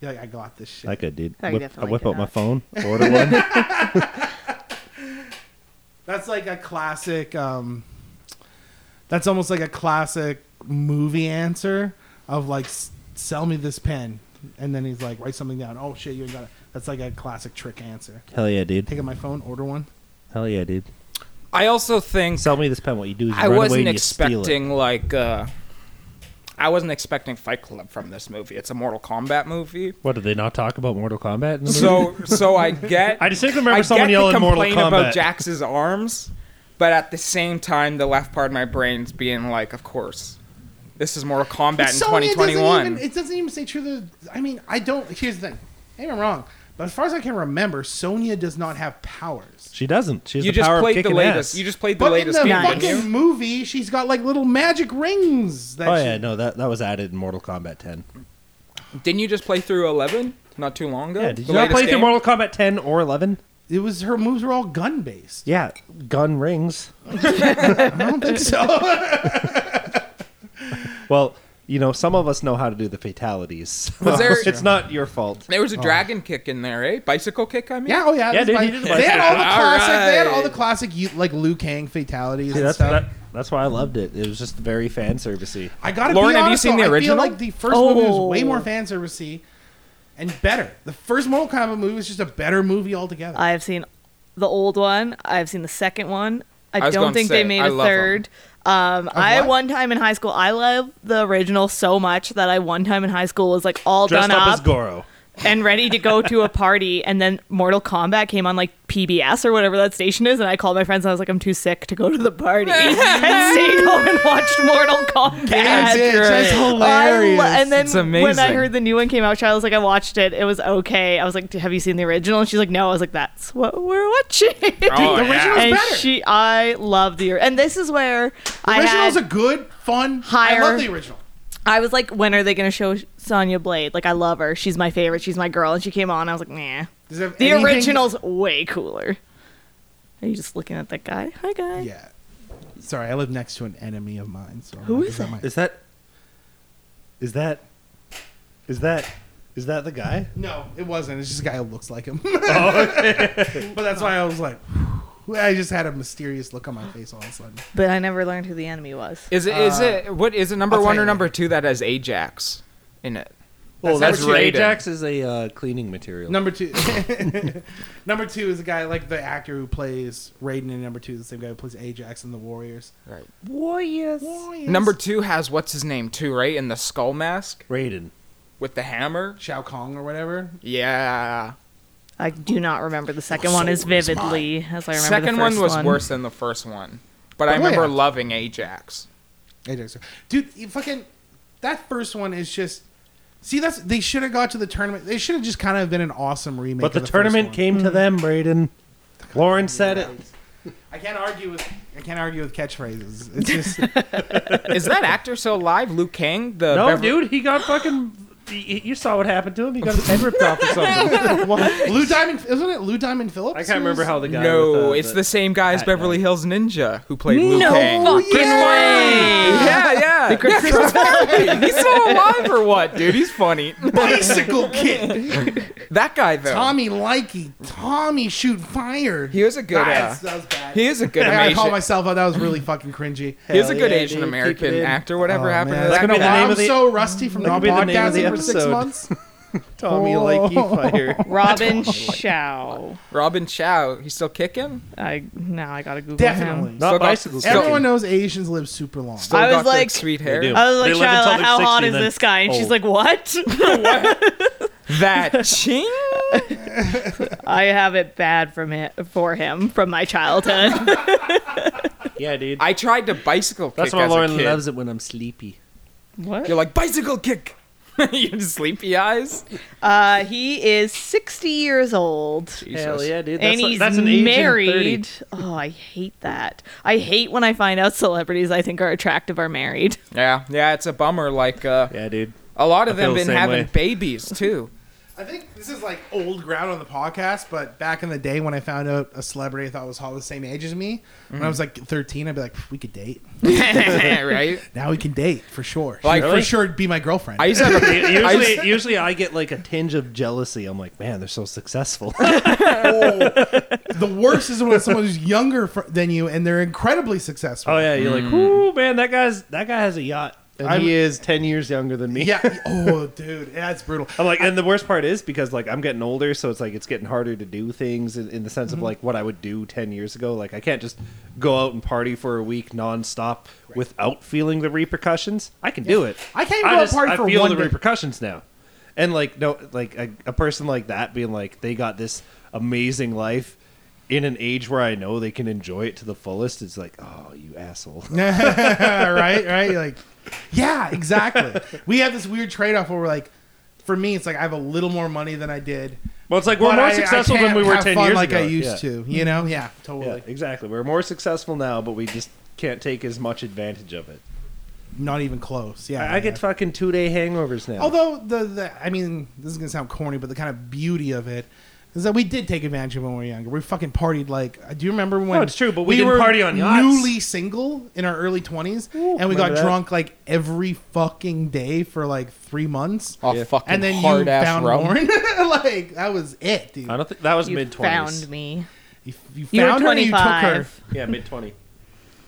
Speaker 4: You're like, I got this shit.
Speaker 3: I could, dude.
Speaker 7: I
Speaker 3: whip, I
Speaker 7: definitely
Speaker 3: whip
Speaker 7: could
Speaker 3: out my
Speaker 7: not.
Speaker 3: phone, order one. [laughs]
Speaker 4: that's like a classic. Um, that's almost like a classic movie answer of like, "S- "Sell me this pen," and then he's like, "Write something down." Oh shit, you ain't got it. That's like a classic trick answer.
Speaker 3: Hell yeah, dude.
Speaker 4: Take out my phone, order one.
Speaker 3: Hell yeah, dude.
Speaker 6: I also think
Speaker 3: Sell me this pen. What you do is you
Speaker 6: I
Speaker 3: run away
Speaker 6: wasn't
Speaker 3: and you steal it.
Speaker 6: expecting like uh I wasn't expecting Fight Club from this movie. It's a Mortal Kombat movie.
Speaker 3: What did they not talk about Mortal Kombat? [laughs] in the movie?
Speaker 6: So so I get
Speaker 3: I distinctly remember
Speaker 6: I
Speaker 3: someone
Speaker 6: get
Speaker 3: yelling
Speaker 6: the
Speaker 3: Mortal
Speaker 6: complaint about
Speaker 3: Kombat.
Speaker 6: Jax's arms. But at the same time, the left part of my brain's being like, of course, this is Mortal Kombat in
Speaker 4: Sony doesn't
Speaker 6: 2021.
Speaker 4: even- it doesn't even say true to. I mean, I don't. Here's the thing. Maybe I'm wrong, but as far as I can remember, Sonya does not have powers.
Speaker 3: She doesn't. She has
Speaker 6: you
Speaker 3: the
Speaker 6: just
Speaker 3: power of
Speaker 6: played the
Speaker 3: kicking
Speaker 6: latest.
Speaker 3: ass.
Speaker 6: You just played the
Speaker 4: But in the
Speaker 6: latest game, didn't you?
Speaker 4: fucking movie, she's got like little magic rings. That
Speaker 3: oh
Speaker 4: she-
Speaker 3: yeah, no, that that was added in Mortal Kombat 10.
Speaker 6: Didn't you just play through 11 not too long ago?
Speaker 3: Yeah, did
Speaker 6: The
Speaker 3: you not
Speaker 6: latest
Speaker 3: play through
Speaker 6: game?
Speaker 3: Mortal Kombat 10 or 11?
Speaker 4: It was her moves were all gun based.
Speaker 3: Yeah, gun rings.
Speaker 6: [laughs]
Speaker 4: I don't think so. [laughs]
Speaker 3: Well, you know, some of us know how to do the fatalities. [laughs]
Speaker 6: Was there-
Speaker 3: it's not your fault.
Speaker 6: There was a dragon kick in there, eh? Bicycle kick, I mean?
Speaker 4: yeah, oh
Speaker 3: Yeah,
Speaker 4: yeah. that's
Speaker 3: dude,
Speaker 4: my-
Speaker 3: he did
Speaker 4: they had all the
Speaker 6: All
Speaker 4: classic. They had all the
Speaker 6: right.
Speaker 4: classic you- like Liu Kang fatalities
Speaker 3: Yeah,
Speaker 4: and
Speaker 3: that's
Speaker 4: stuff.
Speaker 3: that, that's why I loved it. It was just very fan servicey.
Speaker 4: I gotta
Speaker 6: Lauren,
Speaker 4: be
Speaker 6: have you
Speaker 4: honest,
Speaker 6: seen
Speaker 4: though,
Speaker 6: the original?
Speaker 4: I feel like the first movie was
Speaker 3: Oh.
Speaker 4: way more fan servicey and better. The first Mortal Kombat movie was just a better movie altogether.
Speaker 7: I have seen the old one. I've seen the second one. I,
Speaker 6: I was
Speaker 7: don't
Speaker 6: gonna
Speaker 7: think
Speaker 6: say,
Speaker 7: they made
Speaker 6: I
Speaker 7: a
Speaker 6: love 'em.
Speaker 7: third. Um, I
Speaker 4: what?
Speaker 7: one time in high school, I loved the original so much that I one time in high school was like all
Speaker 3: Dressed
Speaker 7: done
Speaker 3: up
Speaker 7: up,
Speaker 3: as Goro.
Speaker 7: and ready to go to a party, and then Mortal Kombat came on like PBS or whatever that station is, and I called my friends and I was like, I'm too sick to go to the
Speaker 6: [laughs]
Speaker 7: party, and stayed home and watched Mortal Kombat.
Speaker 4: That's it. That's hilarious.
Speaker 7: I lo- and then
Speaker 6: It's
Speaker 7: when I
Speaker 6: amazing.
Speaker 7: heard the new one came out, Charlie was like, I watched it. It was okay. I was like, Have you seen the original? And she's like, No. I was like, That's what we're watching.
Speaker 6: [laughs] Oh,
Speaker 4: the original
Speaker 6: yeah.
Speaker 7: and
Speaker 4: better.
Speaker 7: she, I love the and this is where I
Speaker 4: original's
Speaker 7: had,
Speaker 4: a good, fun. I
Speaker 7: higher-
Speaker 4: love the original.
Speaker 7: I was like, When are they going to show Sonya Blade? Like, I love her. She's my favorite. She's my girl. And she came on. I was like, Nah.
Speaker 4: Does it have
Speaker 7: The
Speaker 4: anything-
Speaker 7: original's way cooler. Are you just looking at that guy? Hi, guy.
Speaker 4: Yeah. Sorry, I live next to an enemy of mine. So
Speaker 7: Who is
Speaker 4: that?
Speaker 3: Is that Is that Is that is that the guy?
Speaker 4: No, it wasn't. It's just a guy who looks like him.
Speaker 7: Oh,
Speaker 4: [laughs] but that's why I was like, I just had a mysterious look on my face all of a sudden.
Speaker 7: But I never learned who the enemy was.
Speaker 6: Is it, is it, what, is it number
Speaker 4: I'll tell
Speaker 6: one
Speaker 4: you
Speaker 6: or number
Speaker 4: later.
Speaker 6: two that has Ajax in it?
Speaker 3: Well,
Speaker 4: That's
Speaker 3: Oh, that's
Speaker 4: number
Speaker 6: two.
Speaker 3: Ajax is a uh, cleaning material.
Speaker 4: Number two, [laughs] number two is a guy like the actor who plays Raiden in number two, is the same guy who plays Ajax in the Warriors.
Speaker 6: Right.
Speaker 7: Warriors.
Speaker 6: Number two has what's his name too, right? In the skull mask
Speaker 3: Raiden.
Speaker 6: with the hammer.
Speaker 4: Shao Kong or whatever.
Speaker 6: Yeah.
Speaker 7: I do not remember the second one as vividly as I remember
Speaker 6: Second
Speaker 7: the first
Speaker 6: one was worse than the first one, but I
Speaker 4: Oh,
Speaker 6: remember
Speaker 4: yeah.
Speaker 6: loving Ajax.
Speaker 4: Ajax, dude, you fucking that first one is just. See, that's they should have got to the tournament. They should have just kind of been an awesome remake.
Speaker 3: But the,
Speaker 4: of first
Speaker 3: tournament
Speaker 4: one.
Speaker 3: came
Speaker 7: Hmm.
Speaker 3: to them, Raiden. Lauren said it.
Speaker 4: I can't argue with. I can't argue with catchphrases. It's just [laughs]
Speaker 6: Is that actor still alive? Luke Kang? The
Speaker 3: No,
Speaker 6: Bever-
Speaker 3: dude, he got fucking. y- You saw what happened to him. He got his head ripped off or
Speaker 6: [laughs]
Speaker 3: something. what?
Speaker 4: Lou Diamond. Isn't it Lou Diamond
Speaker 3: [laughs]
Speaker 4: Phillips?
Speaker 3: I can't remember how the guy.
Speaker 6: No,
Speaker 3: with, uh,
Speaker 6: it's the same guy as
Speaker 3: hat
Speaker 6: Beverly
Speaker 3: guy.
Speaker 6: Hills Ninja who played Luke Kang. Yeah, yeah. [laughs] He's still alive or what, dude? He's funny.
Speaker 4: Bicycle Kid.
Speaker 6: That guy though.
Speaker 4: Tommy Likey. Tommy shoot fire.
Speaker 6: He was a good. Uh,
Speaker 4: That's- that was bad.
Speaker 6: he is a
Speaker 4: [laughs]
Speaker 6: good.
Speaker 4: I gotta call
Speaker 6: Asian-
Speaker 4: myself out. That was really fucking cringy.
Speaker 6: He is a good
Speaker 3: yeah, dude,
Speaker 6: Asian
Speaker 3: keep it
Speaker 6: American
Speaker 3: in.
Speaker 6: actor. Whatever
Speaker 4: Oh,
Speaker 6: happened
Speaker 4: man,
Speaker 6: to
Speaker 4: That's
Speaker 6: that?
Speaker 4: gonna
Speaker 3: be
Speaker 4: be
Speaker 3: the name
Speaker 4: I'm
Speaker 3: of the-
Speaker 4: so rusty from
Speaker 3: that
Speaker 4: not
Speaker 3: could be the name of the
Speaker 4: podcasting for six
Speaker 3: episode.
Speaker 4: months.
Speaker 3: [laughs] Tommy
Speaker 4: Oh.
Speaker 3: Likey
Speaker 6: [laughs]
Speaker 3: fire.
Speaker 7: Robin Shaw.
Speaker 6: Robin Chow. He's still kicking.
Speaker 7: I now I gotta Google
Speaker 4: Definitely.
Speaker 7: him.
Speaker 3: Not
Speaker 6: Still got-
Speaker 3: bicycle
Speaker 6: still-
Speaker 4: Everyone knows Asians live super long.
Speaker 6: Still
Speaker 7: I was
Speaker 6: got that
Speaker 7: like-
Speaker 6: sweet
Speaker 3: They
Speaker 6: hair.
Speaker 3: do.
Speaker 7: I was like,
Speaker 3: They live until
Speaker 7: Shyla,
Speaker 3: they're
Speaker 7: how
Speaker 3: 60
Speaker 7: hot is
Speaker 3: then
Speaker 7: this guy? And she's
Speaker 3: old.
Speaker 7: like, what? [laughs]
Speaker 6: That ching.
Speaker 7: I have it bad from it for him from
Speaker 4: [laughs]
Speaker 7: my childhood.
Speaker 3: Yeah, dude.
Speaker 6: I tried to bicycle kick.
Speaker 3: That's why
Speaker 6: as a
Speaker 3: Lauren
Speaker 6: kid.
Speaker 3: loves it when I'm sleepy.
Speaker 7: what?
Speaker 6: You're like bicycle kick. [laughs] you had sleepy eyes.
Speaker 7: Uh, he is sixty years old.
Speaker 6: Jesus.
Speaker 3: dude.
Speaker 7: and he's married. Oh, I hate that. I hate when I find out celebrities I think are attractive are married.
Speaker 6: Yeah, yeah, it's a bummer. Like uh,
Speaker 3: Yeah, dude.
Speaker 6: a lot of
Speaker 3: I feel
Speaker 6: them
Speaker 3: the
Speaker 6: been
Speaker 3: same
Speaker 6: having
Speaker 3: way.
Speaker 6: babies too.
Speaker 3: [laughs]
Speaker 6: [laughs]
Speaker 4: I think this is like old ground on the podcast, but back in the day when I found out a celebrity I thought was all the same age as me, when I was like 13, I'd be like, we could date.
Speaker 6: right?
Speaker 4: Now we can date for sure. She
Speaker 6: Like-
Speaker 4: would
Speaker 6: Really?
Speaker 4: for sure be my girlfriend.
Speaker 6: I used to have a, [laughs] I used-
Speaker 3: [laughs] Usually, usually I get like a tinge of jealousy. I'm like, man, they're so
Speaker 6: [laughs]
Speaker 3: successful.
Speaker 4: [laughs]
Speaker 3: Oh,
Speaker 4: the worst is when someone who's younger fr- than you and they're incredibly successful.
Speaker 3: oh yeah, you're
Speaker 6: Mm.
Speaker 3: like, ooh, man, that guy's that guy has a yacht, and
Speaker 4: I'm-
Speaker 3: he is ten years younger than me.
Speaker 4: yeah. Oh, dude, that's brutal. [laughs]
Speaker 3: I'm like, and the worst part is because like I'm getting older, so it's like it's getting harder to do things in, in the sense
Speaker 4: Mm-hmm.
Speaker 3: of like what I would do ten years ago. Like I can't just go out and party for a week nonstop without feeling the repercussions. I can do it.
Speaker 4: I can't even go out
Speaker 3: just-
Speaker 4: party
Speaker 3: I
Speaker 4: for
Speaker 3: feel
Speaker 4: one
Speaker 3: the
Speaker 4: day.
Speaker 3: repercussions now, and like no, like a, a person like that being like they got this amazing life. in an age where I know they can enjoy it to the fullest, it's like, oh, you
Speaker 4: [laughs]
Speaker 3: asshole.
Speaker 4: right, right. Like, yeah, exactly. we have this weird trade off where we're like, for me, it's like I have a little more money than I did.
Speaker 5: Well, it's like we're
Speaker 4: but
Speaker 5: more
Speaker 4: I- I
Speaker 5: successful than
Speaker 4: can't
Speaker 5: we were
Speaker 4: have
Speaker 5: 10
Speaker 4: fun
Speaker 5: years
Speaker 4: like
Speaker 5: ago.
Speaker 4: I used to. You know? Yeah,
Speaker 3: Yeah,
Speaker 4: totally.
Speaker 3: exactly. We're more successful now, but we just can't take as much advantage of it.
Speaker 4: Not even close. Yeah,
Speaker 3: I, I
Speaker 4: yeah.
Speaker 3: get fucking two day hangovers now.
Speaker 4: Although the, the I mean, this is gonna sound corny, but the kind of beauty of it is that we did take advantage of when we were younger. We fucking partied like. uh, Do you remember when?
Speaker 3: No, it's true, but we didn't party on yachts.
Speaker 4: newly single in our early twenties, and we got
Speaker 3: remember that?
Speaker 4: drunk like every fucking day for like three months.
Speaker 6: Off Oh, fucking
Speaker 4: and then you
Speaker 6: hard ass
Speaker 4: found
Speaker 6: rum.
Speaker 4: Lauren. [laughs] like that was it, dude.
Speaker 3: I don't think that was
Speaker 7: You
Speaker 3: mid
Speaker 7: found
Speaker 3: twenties.
Speaker 7: me.
Speaker 4: You, you
Speaker 7: You were
Speaker 4: found her and you took her.
Speaker 7: 25.
Speaker 3: Yeah, mid twenty.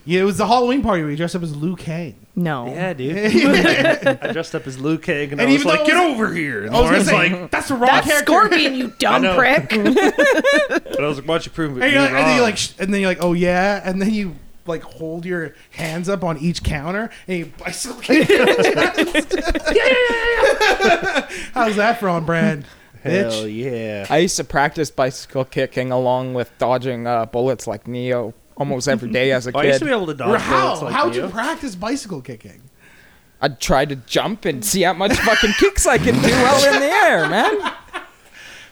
Speaker 4: Yeah, it was the Halloween party where you dressed up as Liu Kang.
Speaker 7: No.
Speaker 3: Yeah, dude. [laughs] I dressed up as Liu Kang, and,
Speaker 4: And
Speaker 3: I was
Speaker 4: even though
Speaker 3: like,
Speaker 4: it
Speaker 3: "Get
Speaker 4: was-
Speaker 3: over here!" And
Speaker 4: I was gonna
Speaker 3: Lauren's
Speaker 4: say
Speaker 3: like,
Speaker 4: that's the wrong
Speaker 7: That's
Speaker 4: character.
Speaker 6: [laughs]
Speaker 7: Scorpion, you dumb
Speaker 3: know.
Speaker 7: prick.
Speaker 3: and I was like, "Why don't you prove it?"
Speaker 4: And,
Speaker 3: me
Speaker 4: you're like, and then
Speaker 3: wrong?"
Speaker 4: you like, sh- and then you're like, oh yeah, and then you like hold your hands up on each counter and you bicycle.
Speaker 6: [laughs]
Speaker 4: kick [laughs] it. How's that for on brand?
Speaker 3: "Hell
Speaker 4: bitch?
Speaker 3: yeah!"
Speaker 6: I used to practice bicycle kicking along with dodging uh, bullets like Neo almost every day as a
Speaker 3: [laughs] Oh, I used
Speaker 6: kid.
Speaker 3: to be able to dodge
Speaker 4: Or
Speaker 3: bullets
Speaker 4: how?
Speaker 3: like
Speaker 4: How'd you
Speaker 3: you.
Speaker 4: practice bicycle kicking?
Speaker 6: I'd try to jump and see how much fucking kicks I can do while in the
Speaker 3: [laughs]
Speaker 6: air, man.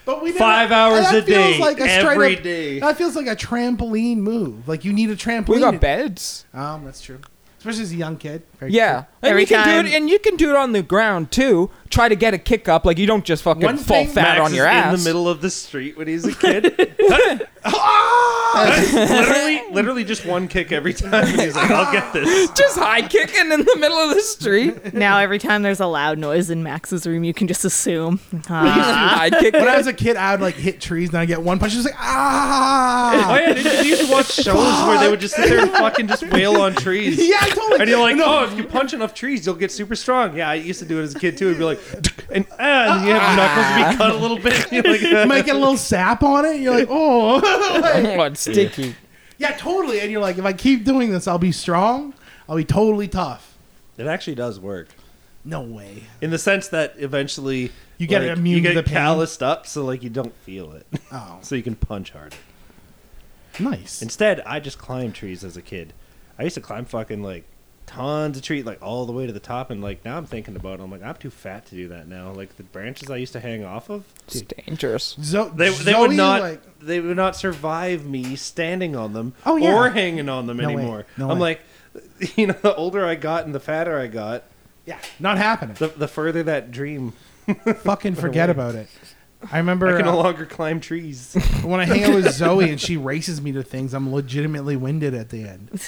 Speaker 4: But we
Speaker 3: Five hours a day, every
Speaker 4: up,
Speaker 3: day.
Speaker 4: That feels like a trampoline move. Like you need a trampoline.
Speaker 6: We got beds.
Speaker 4: Um, that's true. Especially as a young kid. Very
Speaker 6: Yeah, and
Speaker 7: Every
Speaker 6: you can
Speaker 7: time-
Speaker 6: do it, and you can do it on the ground too. Try to get a kick up, like you don't just fucking
Speaker 4: One
Speaker 6: fall
Speaker 4: thing
Speaker 6: fat
Speaker 3: Max
Speaker 6: on your
Speaker 3: is
Speaker 6: ass.
Speaker 3: in the middle of the street when he's a kid.
Speaker 4: Ah!
Speaker 6: [laughs]
Speaker 3: literally, literally just one kick every time. And he's like, "I'll get this."
Speaker 6: Just high kicking in the middle of the
Speaker 3: [laughs]
Speaker 6: street.
Speaker 7: now every time there's a loud noise in Max's room, you can just assume.
Speaker 6: [laughs] Just
Speaker 7: Ah.
Speaker 6: high kick.
Speaker 4: When I was a kid, I would like hit trees and I would get one punch. Just like ah.
Speaker 3: Oh yeah, did you used to watch
Speaker 4: [laughs]
Speaker 3: shows where they would just sit there and fucking just wail on trees?
Speaker 4: Yeah, totally.
Speaker 3: And you're like,
Speaker 4: No.
Speaker 3: oh, if you punch enough trees, you'll get super strong. Yeah, I used to do it as a kid too. It'd be like, [laughs] and, ah, and you have knuckles to be cut a little bit. [laughs] You're like,
Speaker 4: you [laughs] might get a little sap on it. You're like, oh, [laughs]
Speaker 6: Oh, it's sticky.
Speaker 4: yeah, totally. And you're like, if I keep doing this, I'll be strong. I'll be totally tough.
Speaker 3: it actually does work
Speaker 4: No way.
Speaker 3: in the sense that eventually
Speaker 4: You get
Speaker 3: like,
Speaker 4: immune
Speaker 3: you get
Speaker 4: to the pain.
Speaker 3: calloused up, so like you don't feel it, [laughs]
Speaker 4: Oh,
Speaker 3: so you can punch harder.
Speaker 4: nice.
Speaker 3: Instead, I just climbed trees as a kid. I used to climb fucking like tons of trees, like all the way to the top, and like now I'm thinking about it. I'm like, I'm too fat to do that now. Like the branches I used to hang off of,
Speaker 6: It's dangerous.
Speaker 4: Zo-
Speaker 3: they, they
Speaker 4: Zoe,
Speaker 3: would not
Speaker 4: Like,
Speaker 3: they would not survive me standing on them
Speaker 4: Oh, yeah.
Speaker 3: or hanging on them
Speaker 4: No way.
Speaker 3: anymore.
Speaker 4: No
Speaker 3: I'm
Speaker 4: way.
Speaker 3: like, [laughs] you know, the older I got and the fatter I got,
Speaker 4: yeah, not happening.
Speaker 3: the, the further that dream.
Speaker 4: [laughs] Fucking forget about it. I
Speaker 3: I
Speaker 4: remember
Speaker 3: can no
Speaker 4: uh,
Speaker 3: longer climb trees.
Speaker 4: when I hang out with Zoe and she races me to things. I'm legitimately winded at the end.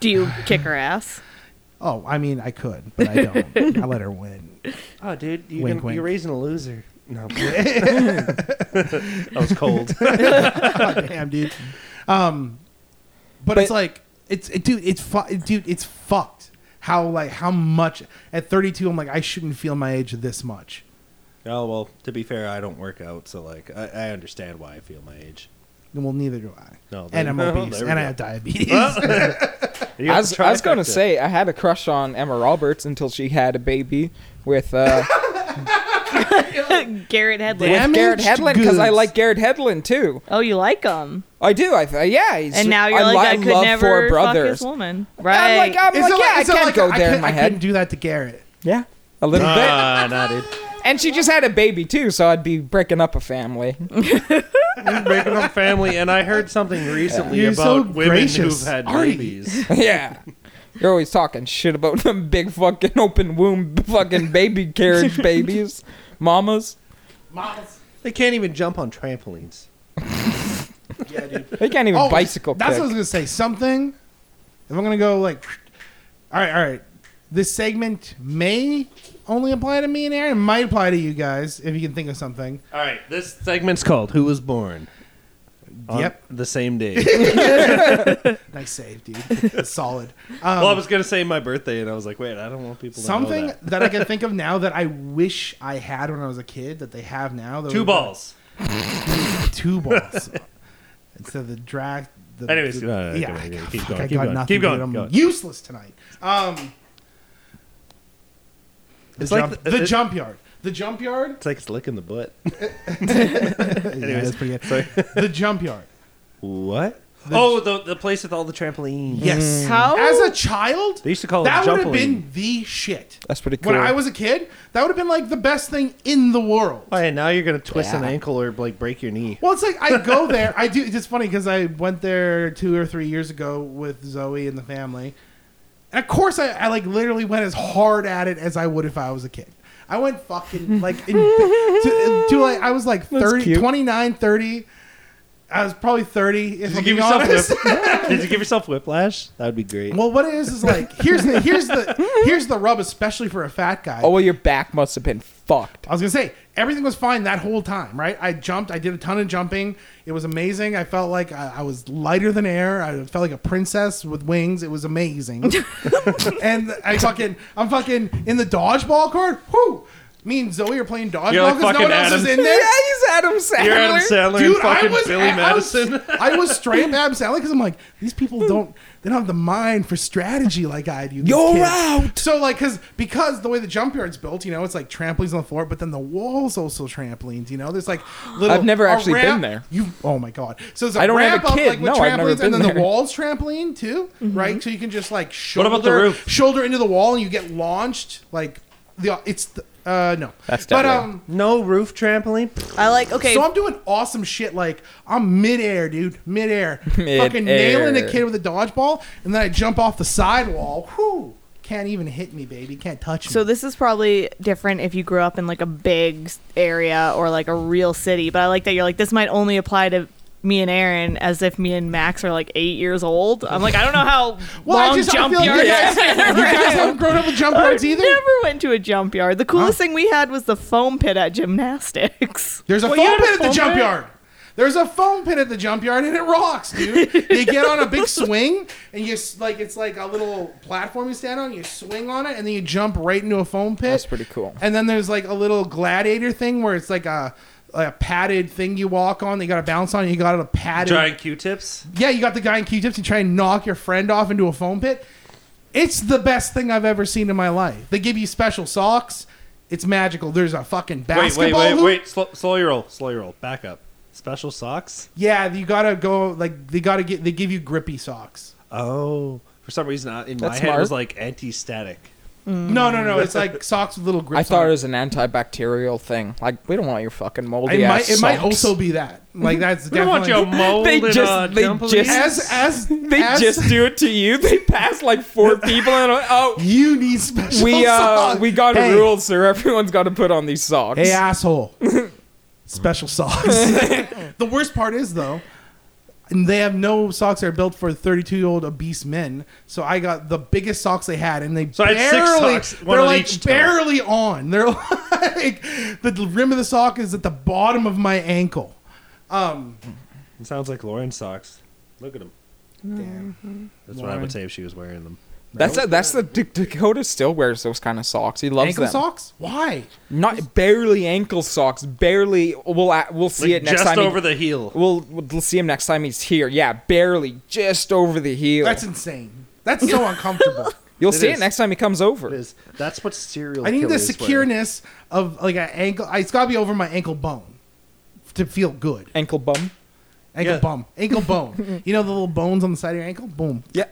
Speaker 7: Do you kick her ass? [laughs]
Speaker 4: Oh, I mean, I could, but I don't. I let her win.
Speaker 3: [laughs] oh, dude, you're,
Speaker 4: Wink,
Speaker 3: gonna,
Speaker 4: wink.
Speaker 3: you're raising a loser. No,
Speaker 4: [laughs]
Speaker 3: I'm kidding. [laughs] that was cold.
Speaker 4: God damn, dude. Um, but, it's like it's it, dude. It's fu- dude. It's fucked. How like how much at 32? I'm like I shouldn't feel my age this much.
Speaker 3: Oh well, to be fair, I don't work out, so like I, I understand why I feel my age.
Speaker 4: Well, neither do I.
Speaker 3: No,
Speaker 4: and I'm
Speaker 3: there-
Speaker 4: obese,
Speaker 3: there we
Speaker 4: and I
Speaker 3: go.
Speaker 4: have diabetes.
Speaker 3: You got
Speaker 6: I was,
Speaker 3: the
Speaker 6: I was going to
Speaker 3: trifecta.
Speaker 6: say I had a crush on Emma Roberts until she had a baby with
Speaker 4: [laughs]
Speaker 6: uh,
Speaker 7: Garrett Headley.
Speaker 4: [laughs] Damn.
Speaker 6: with Garrett
Speaker 4: Damaged
Speaker 6: Hedlund because I
Speaker 4: goods.
Speaker 6: like Garrett Hedlund too.
Speaker 7: Oh, you like him?
Speaker 6: I do. I th- yeah. He's,
Speaker 7: And now you're
Speaker 6: I,
Speaker 7: like,
Speaker 6: li-
Speaker 7: I, could
Speaker 6: love
Speaker 7: never
Speaker 6: Four
Speaker 7: fuck
Speaker 6: Brothers.
Speaker 7: this woman,
Speaker 6: I'm
Speaker 7: right?
Speaker 6: like, I'm
Speaker 4: It's
Speaker 6: like,
Speaker 4: not-
Speaker 6: yeah, I
Speaker 4: it's not
Speaker 6: can't
Speaker 4: like
Speaker 6: go
Speaker 4: I
Speaker 6: there in
Speaker 4: couldn't-
Speaker 6: my
Speaker 4: I couldn't
Speaker 6: head.
Speaker 4: do Uh. that to Garrett.
Speaker 6: Yeah, a little bit.
Speaker 3: Ah, [laughs] nah, dude.
Speaker 6: And she just had a baby too, so I'd be breaking up
Speaker 4: [laughs]
Speaker 6: a family.
Speaker 3: breaking up family, and I heard something recently
Speaker 4: You're
Speaker 3: about
Speaker 4: so
Speaker 3: women
Speaker 4: gracious,
Speaker 3: who've had
Speaker 4: Artie.
Speaker 3: babies.
Speaker 6: yeah. You're always talking shit about them big fucking open womb fucking
Speaker 4: [laughs]
Speaker 6: baby carriage babies, mamas.
Speaker 3: They can't even jump on trampolines.
Speaker 6: They can't even bicycle
Speaker 4: Oh, That's
Speaker 6: kick.
Speaker 4: what I was gonna say. Something. If I'm gonna go like, all right, all right. This segment may only apply to me and Aaron. It might apply to you guys if you can think of something.
Speaker 3: All right, this segment's called "Who Was Born." On
Speaker 4: Yep.
Speaker 3: the same [laughs] day.
Speaker 4: Nice
Speaker 3: [laughs]
Speaker 4: save, dude. Solid. Um,
Speaker 3: well, I was gonna say my birthday, and I was like, "Wait, I don't want people to
Speaker 4: something
Speaker 3: know
Speaker 4: that.
Speaker 3: that."
Speaker 4: I
Speaker 3: [laughs]
Speaker 4: can think of now that I wish I had when I was a kid that they have now. that
Speaker 3: Two
Speaker 4: would-
Speaker 3: balls.
Speaker 4: [laughs] Two balls. Instead of the drag. The,
Speaker 3: Anyways,
Speaker 4: the-
Speaker 3: no, no, no,
Speaker 4: yeah,
Speaker 3: go, go, go. Keep
Speaker 4: fuck,
Speaker 3: going,
Speaker 4: I
Speaker 3: keep
Speaker 4: got
Speaker 3: going,
Speaker 4: nothing,
Speaker 3: keep going,
Speaker 4: dude. I'm
Speaker 3: go.
Speaker 4: useless tonight. Um, the
Speaker 3: It's
Speaker 4: jump,
Speaker 3: like
Speaker 4: the,
Speaker 3: the- it-
Speaker 4: jump yard. The jump yard.
Speaker 3: It's like it's licking the butt.
Speaker 4: Yeah, that's pretty good. [laughs]
Speaker 3: Sorry.
Speaker 4: the jump yard.
Speaker 3: [laughs] What? oh, the the place with all the trampolines.
Speaker 4: Yes.
Speaker 7: How?
Speaker 4: As a child,
Speaker 3: Mm. They used to call it
Speaker 4: that would have
Speaker 3: jumpling.
Speaker 4: been the shit.
Speaker 2: That's pretty
Speaker 4: When
Speaker 2: cool.
Speaker 4: I was a kid, that would have been like the best thing in the world.
Speaker 3: Oh, and now you're gonna twist an ankle or like break your knee.
Speaker 4: Well, it's like I go there. I do. It's just funny because I went there two or three years ago with Zoe and the family. And of course, I, I like literally went as hard at it as I would if I was a kid. I went fucking like in, to, to like I was like 30,
Speaker 6: cute.
Speaker 4: 29, 30. I was probably 30 if I'm
Speaker 3: Did you give
Speaker 4: being
Speaker 3: yourself
Speaker 4: honest.
Speaker 3: [laughs] whip- Did you give yourself whiplash? That would be great.
Speaker 4: Well, what it is is like here's the here's the here's the rub, especially for a fat guy.
Speaker 6: Oh well, your back must have been fucked.
Speaker 4: I was gonna say everything was fine that whole time, right? I jumped, I did a ton of jumping. It was amazing. I felt like I, I was lighter than air. I felt like a princess with wings. It was amazing. and I fucking, I'm fucking in the dodgeball court. Whoo! Me and Zoe are playing dodgeball
Speaker 3: You're like
Speaker 4: because no
Speaker 3: fucking
Speaker 4: one else is
Speaker 3: Adam-
Speaker 6: [laughs]
Speaker 4: in there.
Speaker 6: he's Adam Sandler.
Speaker 3: you're Adam Sandler and
Speaker 4: Dude, I
Speaker 3: fucking
Speaker 4: was
Speaker 3: Billy
Speaker 4: I was-
Speaker 3: Madison.
Speaker 4: [laughs]
Speaker 3: Hmm.
Speaker 4: I was straight up Adam Sandler because I'm like, these people don't they don't have the mind for strategy like I do. these
Speaker 6: You're
Speaker 4: kids.
Speaker 6: out.
Speaker 4: So like, cause because the way the jump yard's built, you know, it's like trampolines on the floor, but then the walls also trampolines. You know,
Speaker 3: [gasps]
Speaker 4: there's like little.
Speaker 6: I've never
Speaker 4: a
Speaker 6: actually been
Speaker 4: ramp-
Speaker 6: there.
Speaker 4: You oh my god. So it's a
Speaker 6: I don't have
Speaker 4: ramp
Speaker 6: a
Speaker 4: up,
Speaker 6: kid.
Speaker 4: like, with
Speaker 6: No,
Speaker 4: trampolines,
Speaker 6: I've never
Speaker 4: and
Speaker 6: been
Speaker 4: then the
Speaker 6: there.
Speaker 4: walls trampoline too, right? So you can just like shoulder
Speaker 3: Mm-hmm. about the roof?
Speaker 4: shoulder into the wall and you get launched like the it's the, uh no
Speaker 2: That's
Speaker 4: but
Speaker 2: deadly.
Speaker 4: um
Speaker 3: no roof trampoline.
Speaker 7: I like okay.
Speaker 4: so I'm doing awesome shit. Like I'm midair, dude,
Speaker 7: [laughs]
Speaker 4: midair, fucking nailing a
Speaker 6: Midair.
Speaker 4: kid with a dodgeball, and then I jump off the sidewall. Whoo! Can't even hit me, baby. Can't touch me.
Speaker 7: So this is probably different if you grew up in like a big s- area or like a real city. But I like that you're like this might only apply to me and Aaron as if me and Max are like eight years old. I'm like I don't know how
Speaker 4: [laughs] Well, I
Speaker 7: long
Speaker 4: just- I
Speaker 7: jump
Speaker 4: feel like you
Speaker 7: yards.
Speaker 4: guys- you
Speaker 7: [laughs]
Speaker 4: guys haven't grown up with jump yards
Speaker 7: I
Speaker 4: either.
Speaker 7: never went to a jump yard. The coolest thing we had was the foam pit at gymnastics. [laughs]
Speaker 4: There's a
Speaker 3: you
Speaker 4: foam
Speaker 3: had a
Speaker 4: pit at the
Speaker 3: foam
Speaker 4: jump
Speaker 3: pit?
Speaker 4: yard. There's a foam pit at the jump yard, and it rocks, dude. they get on a big swing, and you s- like it's like a little platform you stand on. You swing on it, and then you jump right into a foam pit.
Speaker 6: That's pretty cool.
Speaker 4: And then there's like a little gladiator thing where it's like a like a padded thing you walk on. That you got to bounce on. And you got a padded
Speaker 3: Giant Q-tips.
Speaker 4: Yeah, you got the guy in Q-tips. You try and knock your friend off into a foam pit. It's the best thing I've ever seen in my life. They give you special socks. It's magical. There's a fucking
Speaker 3: Wait,
Speaker 4: basketball
Speaker 3: wait, wait,
Speaker 4: hoop.
Speaker 3: wait. Slow, slow your roll. Slow your roll. Back up. Special socks.
Speaker 4: Yeah, you gotta go. Like they gotta get. They give you grippy socks.
Speaker 3: Oh, for some reason I- in my
Speaker 6: That's
Speaker 3: head it was
Speaker 6: smart.
Speaker 3: like anti-static.
Speaker 4: No, no, no.
Speaker 3: [laughs]
Speaker 4: It's like socks with little grips.
Speaker 6: I thought
Speaker 4: on
Speaker 6: it was an antibacterial thing. Like we don't want your fucking moldy
Speaker 4: It might.
Speaker 6: ass
Speaker 4: It might
Speaker 6: socks.
Speaker 4: also be that. Like that's
Speaker 3: [laughs] We don't want
Speaker 4: definitely.
Speaker 3: you mold
Speaker 6: They
Speaker 3: in a
Speaker 6: just- they
Speaker 3: trampoline.
Speaker 6: just-
Speaker 4: as [laughs] as
Speaker 6: [laughs] [laughs] They
Speaker 4: as-
Speaker 6: just do it to you. They pass
Speaker 4: [laughs]
Speaker 6: like four people and oh,
Speaker 4: You need special.
Speaker 6: we uh
Speaker 4: socks.
Speaker 6: we got a
Speaker 4: Hey,
Speaker 6: rule, sir. Everyone's got to put on these
Speaker 3: [laughs]
Speaker 6: socks.
Speaker 4: Hey, asshole. Special socks. [laughs] the worst part is, though, they have no socks that are built for 32 year old obese men. So I got the biggest socks they had, and they
Speaker 3: So I
Speaker 4: barely,
Speaker 3: had six socks, one
Speaker 4: they're
Speaker 3: on
Speaker 4: like
Speaker 3: each toe.
Speaker 4: barely on. They're [laughs] like, the rim of the sock is at the bottom of my ankle. Um,
Speaker 3: It sounds like Lauren socks. Look at them.
Speaker 4: damn.
Speaker 3: That's what I would say if she was wearing them.
Speaker 6: that's a, that's the D- Dakota still wears those kind of socks. He loves
Speaker 4: Ankle
Speaker 6: them.
Speaker 4: socks? Why?
Speaker 6: Not barely ankle socks. Barely. We'll a- we'll see
Speaker 3: Like,
Speaker 6: it next
Speaker 3: just
Speaker 6: time. he-
Speaker 3: over the heel.
Speaker 6: We'll we'll see him next time he's here. Yeah, barely, just over the heel.
Speaker 4: That's insane. That's so uncomfortable.
Speaker 6: You'll
Speaker 3: It
Speaker 6: see
Speaker 3: is.
Speaker 6: it next time he comes over.
Speaker 3: Is that's what serial.
Speaker 4: I need the
Speaker 3: killers wear.
Speaker 4: secureness of like an ankle. It's got to be over my ankle bone to feel good.
Speaker 6: Ankle bum.
Speaker 4: Ankle
Speaker 3: Yeah.
Speaker 4: bum.
Speaker 3: [laughs]
Speaker 4: Ankle bone. you know the little bones on the side of your ankle? Boom.
Speaker 6: Yeah.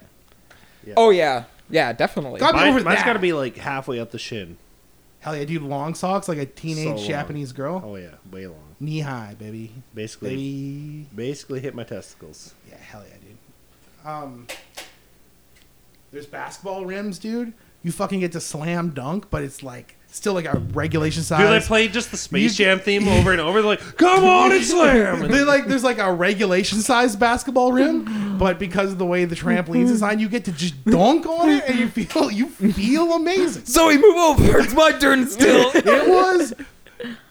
Speaker 6: Oh yeah, yeah, definitely.
Speaker 4: God-
Speaker 3: Mine,
Speaker 4: over
Speaker 3: has
Speaker 4: that.
Speaker 3: got to be like halfway up the shin.
Speaker 4: Hell yeah, dude. Long socks like a teenage
Speaker 3: long.
Speaker 4: Japanese girl.
Speaker 3: Oh yeah, way long.
Speaker 4: Knee high, baby.
Speaker 3: Basically,
Speaker 4: Baby.
Speaker 3: basically hit my testicles.
Speaker 4: Yeah, hell yeah, dude. Um, there's basketball rims, dude. You fucking get to slam dunk, but it's like still like a regulation size.
Speaker 3: Do they play just the Space
Speaker 4: You-
Speaker 3: Jam theme over and over? They're like, "Come on and slam!" And
Speaker 4: They like there's like a regulation size
Speaker 3: [gasps]
Speaker 4: basketball rim, but because of the way the trampoline's designed, you get to just dunk on it, and you feel you feel amazing.
Speaker 6: [laughs] Zoe, move over. It's my turn still.
Speaker 4: It was.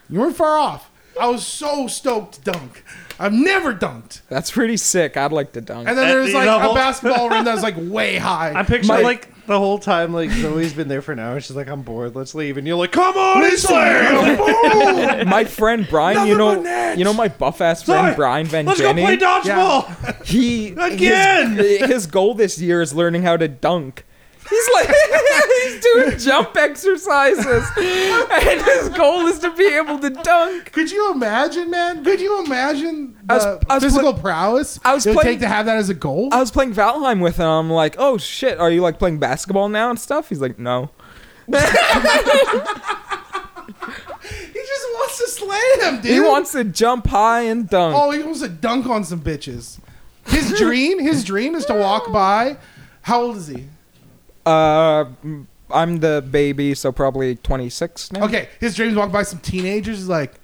Speaker 4: You weren't far off. I was so stoked to dunk. I've never dunked.
Speaker 6: That's pretty sick. I'd like to
Speaker 4: [laughs]
Speaker 6: dunk.
Speaker 4: And then
Speaker 3: At
Speaker 4: there's
Speaker 3: the
Speaker 4: like
Speaker 3: level.
Speaker 4: a basketball rim that was like way high.
Speaker 3: I picture
Speaker 6: My-
Speaker 3: like the whole time, like Zoe's been there for an hour. She's like, "I'm bored. Let's leave." And you're like, "Come on and slam!"
Speaker 6: my friend Brian, you
Speaker 3: Nothing but
Speaker 6: know,
Speaker 3: nets.
Speaker 6: you know my buff ass friend
Speaker 3: Zoe,
Speaker 6: Brian Van
Speaker 3: Let's
Speaker 6: Jenny.
Speaker 3: go play dodgeball.
Speaker 6: He
Speaker 3: Again!
Speaker 6: [laughs] His, his goal this year is learning how to dunk. He's like, [laughs] he's doing jump exercises, [laughs] and his goal is to be able to dunk.
Speaker 4: Could you imagine, man? Could you imagine the
Speaker 6: I was- I was
Speaker 4: physical
Speaker 6: play-
Speaker 4: prowess
Speaker 6: I was
Speaker 4: it would
Speaker 6: playing-
Speaker 4: take to have that as a goal?
Speaker 6: I was playing Valheim with him. I'm like, oh shit, are you like playing basketball now and stuff? He's like, no. [laughs]
Speaker 4: he just wants to slay him, dude.
Speaker 6: He wants to jump high and dunk.
Speaker 4: Oh, he wants to dunk on some bitches. His dream, his dream is to walk by. How old is he? Oh.
Speaker 6: Uh, I'm the baby, so probably 26 now.
Speaker 4: Okay, his dream is to walk by some teenagers. He's like,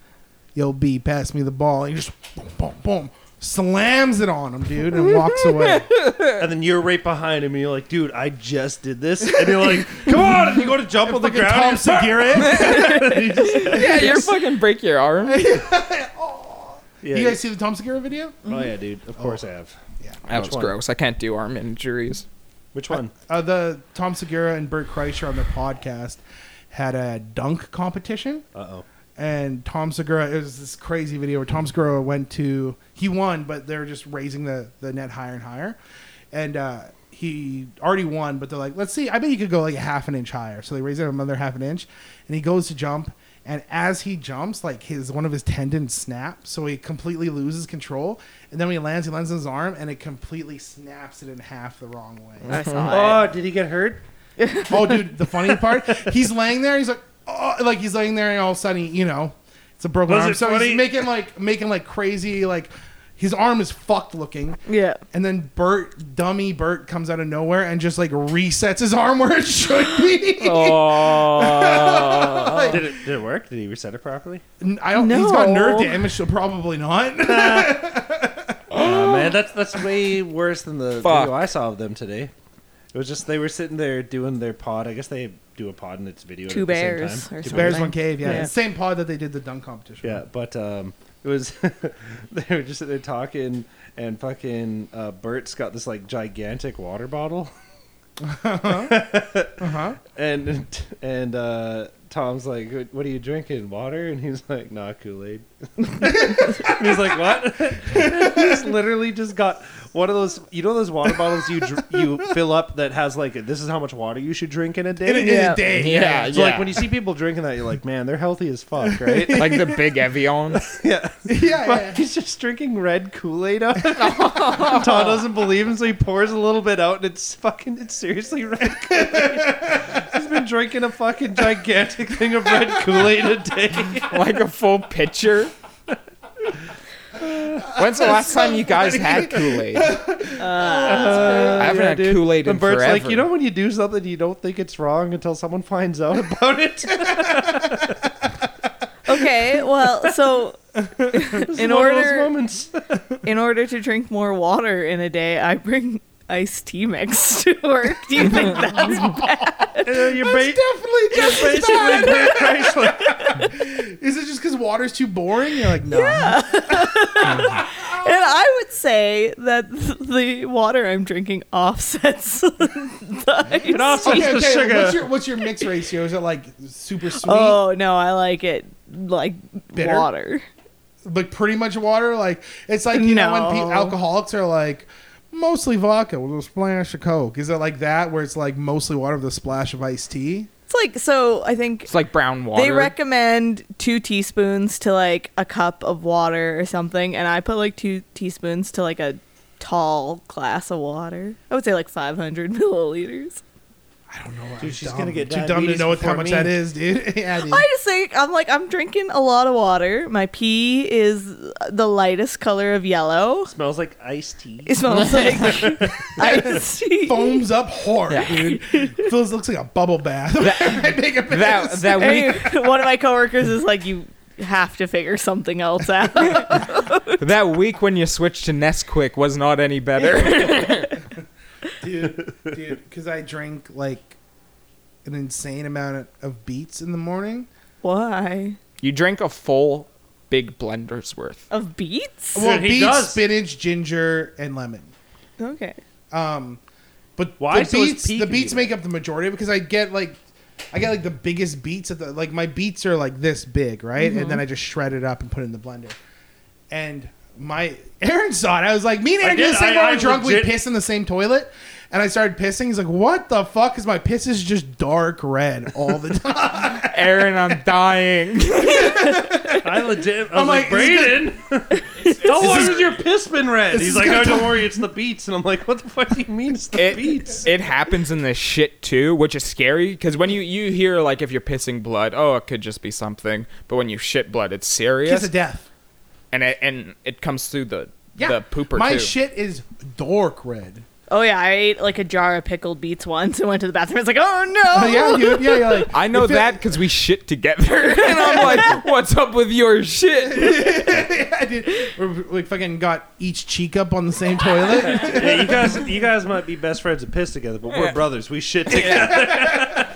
Speaker 4: "Yo, B, pass me the ball." And he just boom, boom, boom, slams it on him, dude, and walks away.
Speaker 3: [laughs] and then you're right behind him, and you're like, "Dude, I just did this," and you're like, "Come on!" And you go to jump on the ground, and
Speaker 4: Tom
Speaker 3: you're- [laughs] and you just-
Speaker 6: [laughs] Yeah, you're fucking break your arm.
Speaker 3: yeah,
Speaker 4: You guys see the Tom Segura video?
Speaker 3: oh yeah, dude. Of course I have.
Speaker 6: That was
Speaker 3: one?
Speaker 6: gross. I can't do arm injuries.
Speaker 3: Which one?
Speaker 4: Uh, the Tom Segura and Bert Kreischer on their podcast had a dunk competition.
Speaker 3: Uh oh.
Speaker 4: and Tom Segura. It was this crazy video where Tom Segura went to he won, but they're just raising the the net higher and higher, and uh, he already won. But they're like, let's see. I bet you could go like a half an inch higher. So they raise it another half an inch, and he goes to jump. And as he jumps, like his one of his tendons snaps, so he completely loses control. And then when he lands, he lands on his arm, and it completely snaps it in half the wrong way.
Speaker 7: I saw
Speaker 3: Oh, did he get hurt?
Speaker 4: oh, dude, the funny part, he's laying there. He's like, oh, like he's laying there, and all of a sudden, he, you know, it's a broken
Speaker 3: Was
Speaker 4: arm.
Speaker 3: it
Speaker 4: So
Speaker 3: funny?
Speaker 4: he's making like making like crazy like. His arm is fucked looking.
Speaker 7: Yeah.
Speaker 4: And then Bert, dummy Bert, comes out of nowhere and just like resets his arm where it should be.
Speaker 3: Uh,
Speaker 4: [laughs]
Speaker 6: Oh.
Speaker 4: Like,
Speaker 3: Did it? Did it work? Did he reset it properly?
Speaker 4: n- I don't. He's got
Speaker 7: No.
Speaker 4: nerve damage, so probably not.
Speaker 3: Oh man, that's that's way worse than the
Speaker 6: Fuck.
Speaker 3: video I saw of them today. It was just they were sitting there doing their pod. I guess they do a pod and it's video.
Speaker 7: Two
Speaker 3: at the
Speaker 7: bears
Speaker 3: Same time.
Speaker 7: or
Speaker 3: Two
Speaker 7: something.
Speaker 4: Bears one cave, yeah.
Speaker 7: Yeah.
Speaker 4: Same pod that they did the dunk competition.
Speaker 3: Yeah, but um, it was [laughs] they were just sitting there talking, and fucking uh, Bert's got this like gigantic water bottle, [laughs]
Speaker 4: Uh-huh.
Speaker 3: and and uh, Tom's like, "What- "What are you drinking? Water?" And he's like, "Nah, Kool Aid." [laughs] he's like, "What?" [laughs] he's literally just got one of those, you know, those water bottles you dr- you fill up that has like, this is how much water you should drink in a day.
Speaker 4: In, a- in
Speaker 7: Yeah.
Speaker 4: a day.
Speaker 6: Yeah,
Speaker 3: so like when you see people drinking that, you're like, "Man, they're healthy as fuck, right?"
Speaker 6: like the big Evians.
Speaker 3: yeah.
Speaker 4: [laughs] [laughs] Yeah,
Speaker 3: But
Speaker 4: yeah.
Speaker 3: he's just drinking red Kool Aid out. of it. [laughs] Todd doesn't believe him, so he pours a little bit out, and it's fucking, it's seriously red Kool Aid. [laughs] he's been drinking a fucking gigantic thing of red Kool Aid a day.
Speaker 6: [laughs] like a full pitcher. When's the last time you guys had Kool Aid? I haven't had Kool Aid in
Speaker 3: And Bert's
Speaker 6: forever.
Speaker 3: like, you know, when you do something, you don't think it's wrong until someone finds out about it. [laughs]
Speaker 7: it. Okay, well, so in
Speaker 3: One of those
Speaker 7: order
Speaker 3: [laughs] moments.
Speaker 7: in order to drink more water in a day, I bring iced tea mix [laughs] to work. Do you [laughs] think that's
Speaker 3: Uh, you're ba-
Speaker 4: Definitely just
Speaker 3: basically Bert [laughs] Kreischer.
Speaker 4: Is it just because water's too boring? You're like, no.
Speaker 7: And I would say that [laughs] th- the water I'm drinking offsets [laughs] the ice.
Speaker 3: It [laughs] also
Speaker 4: Okay,
Speaker 3: has the
Speaker 4: okay. What's
Speaker 3: sugar.
Speaker 4: your what's your mix ratio? Is it like super sweet,
Speaker 3: Uh,
Speaker 7: Oh no, I like it like
Speaker 4: Bitter?
Speaker 7: water.
Speaker 4: like pretty much water? Like it's like you know when pe-
Speaker 7: No.
Speaker 4: alcoholics are like mostly vodka with a splash of coke. Is it like that where it's like mostly water with a splash of iced tea?
Speaker 7: It's like so. I think
Speaker 6: it's like brown water.
Speaker 4: [laughs]
Speaker 7: they recommend two teaspoons to like a cup of water or something, and I put like two teaspoons to like a tall glass of water. I would say like 500 [laughs] milliliters.
Speaker 4: I don't know. I'm
Speaker 3: Dude, she's
Speaker 4: dumb.
Speaker 3: gonna get
Speaker 4: too dumb to
Speaker 3: diabetes
Speaker 4: know what, how
Speaker 3: before
Speaker 4: much
Speaker 3: me.
Speaker 4: that is, dude. [laughs] yeah, dude.
Speaker 7: I just think I'm like I'm drinking a lot of water. My pee is the lightest color of yellow.
Speaker 3: Smells like iced tea.
Speaker 7: It smells like iced tea.
Speaker 4: Foams up hard,
Speaker 6: Yeah.
Speaker 3: [laughs]
Speaker 4: dude. Feels looks like a bubble bath. [laughs] I take a
Speaker 6: that
Speaker 4: piss.
Speaker 6: that
Speaker 7: Hey,
Speaker 6: week
Speaker 7: [laughs] one of my coworkers is like, you have to figure something else out.
Speaker 6: that week when you switched to Nesquik was not
Speaker 4: [laughs]
Speaker 6: any better.
Speaker 4: dude, dude, because I drink like an insane amount of beets in the morning.
Speaker 7: Why?
Speaker 6: you drank a full big blender's worth.
Speaker 7: Of beets?
Speaker 4: Well,
Speaker 3: He
Speaker 4: beets,
Speaker 3: does.
Speaker 4: spinach, ginger, and lemon.
Speaker 7: Okay.
Speaker 4: Um, but
Speaker 3: Why?
Speaker 4: the
Speaker 3: So it's
Speaker 4: beets, the
Speaker 3: peaking
Speaker 4: beets
Speaker 3: you.
Speaker 4: make up the majority because I get like, I get like the biggest beets at
Speaker 3: Mm-hmm.
Speaker 4: the like my beets are like this big, right? And then I just shred it up and put it in the blender. And my [laughs] Aaron saw it. I was like, me and Aaron
Speaker 3: did.
Speaker 4: did the same
Speaker 3: I-
Speaker 4: when
Speaker 3: I
Speaker 4: we're drunk.
Speaker 3: legit-
Speaker 4: We piss in the same toilet. And I started pissing. He's like, "What the fuck?" Because my piss is just dark red all the [laughs] time.
Speaker 6: Aaron, I'm dying.
Speaker 3: I legit. I was
Speaker 4: I'm
Speaker 3: like,
Speaker 4: like, is
Speaker 3: Braden, how long has Oh, your piss been red?
Speaker 4: this
Speaker 3: He's
Speaker 4: is
Speaker 3: like,
Speaker 4: gonna
Speaker 3: oh, don't
Speaker 4: die."
Speaker 3: worry, it's the beats. And I'm like, what the fuck do you mean it's the beats?
Speaker 6: [laughs] it, it happens in this shit too, which is scary because when you you hear like if you're pissing blood, oh, it could just be something. But when you shit blood, it's
Speaker 4: Kiss
Speaker 6: serious,
Speaker 4: of death.
Speaker 6: and it and it comes through the the pooper
Speaker 4: My
Speaker 6: too.
Speaker 4: shit is
Speaker 3: [laughs]
Speaker 4: dark red.
Speaker 7: Oh yeah, I ate like a jar of pickled beets once and went to the bathroom. It's like, oh no.
Speaker 4: Oh, yeah, dude. Yeah, yeah. Like,
Speaker 6: I know
Speaker 4: if it- [laughs]
Speaker 6: that because we shit together, [laughs] and I'm like, "What's up with your shit?"
Speaker 4: yeah, dude. We- We fucking got each cheek up on the
Speaker 3: [laughs]
Speaker 4: same toilet.
Speaker 3: Yeah, you guys, you guys might be best friends and piss together, but we're brothers. We [laughs] shit together.
Speaker 6: We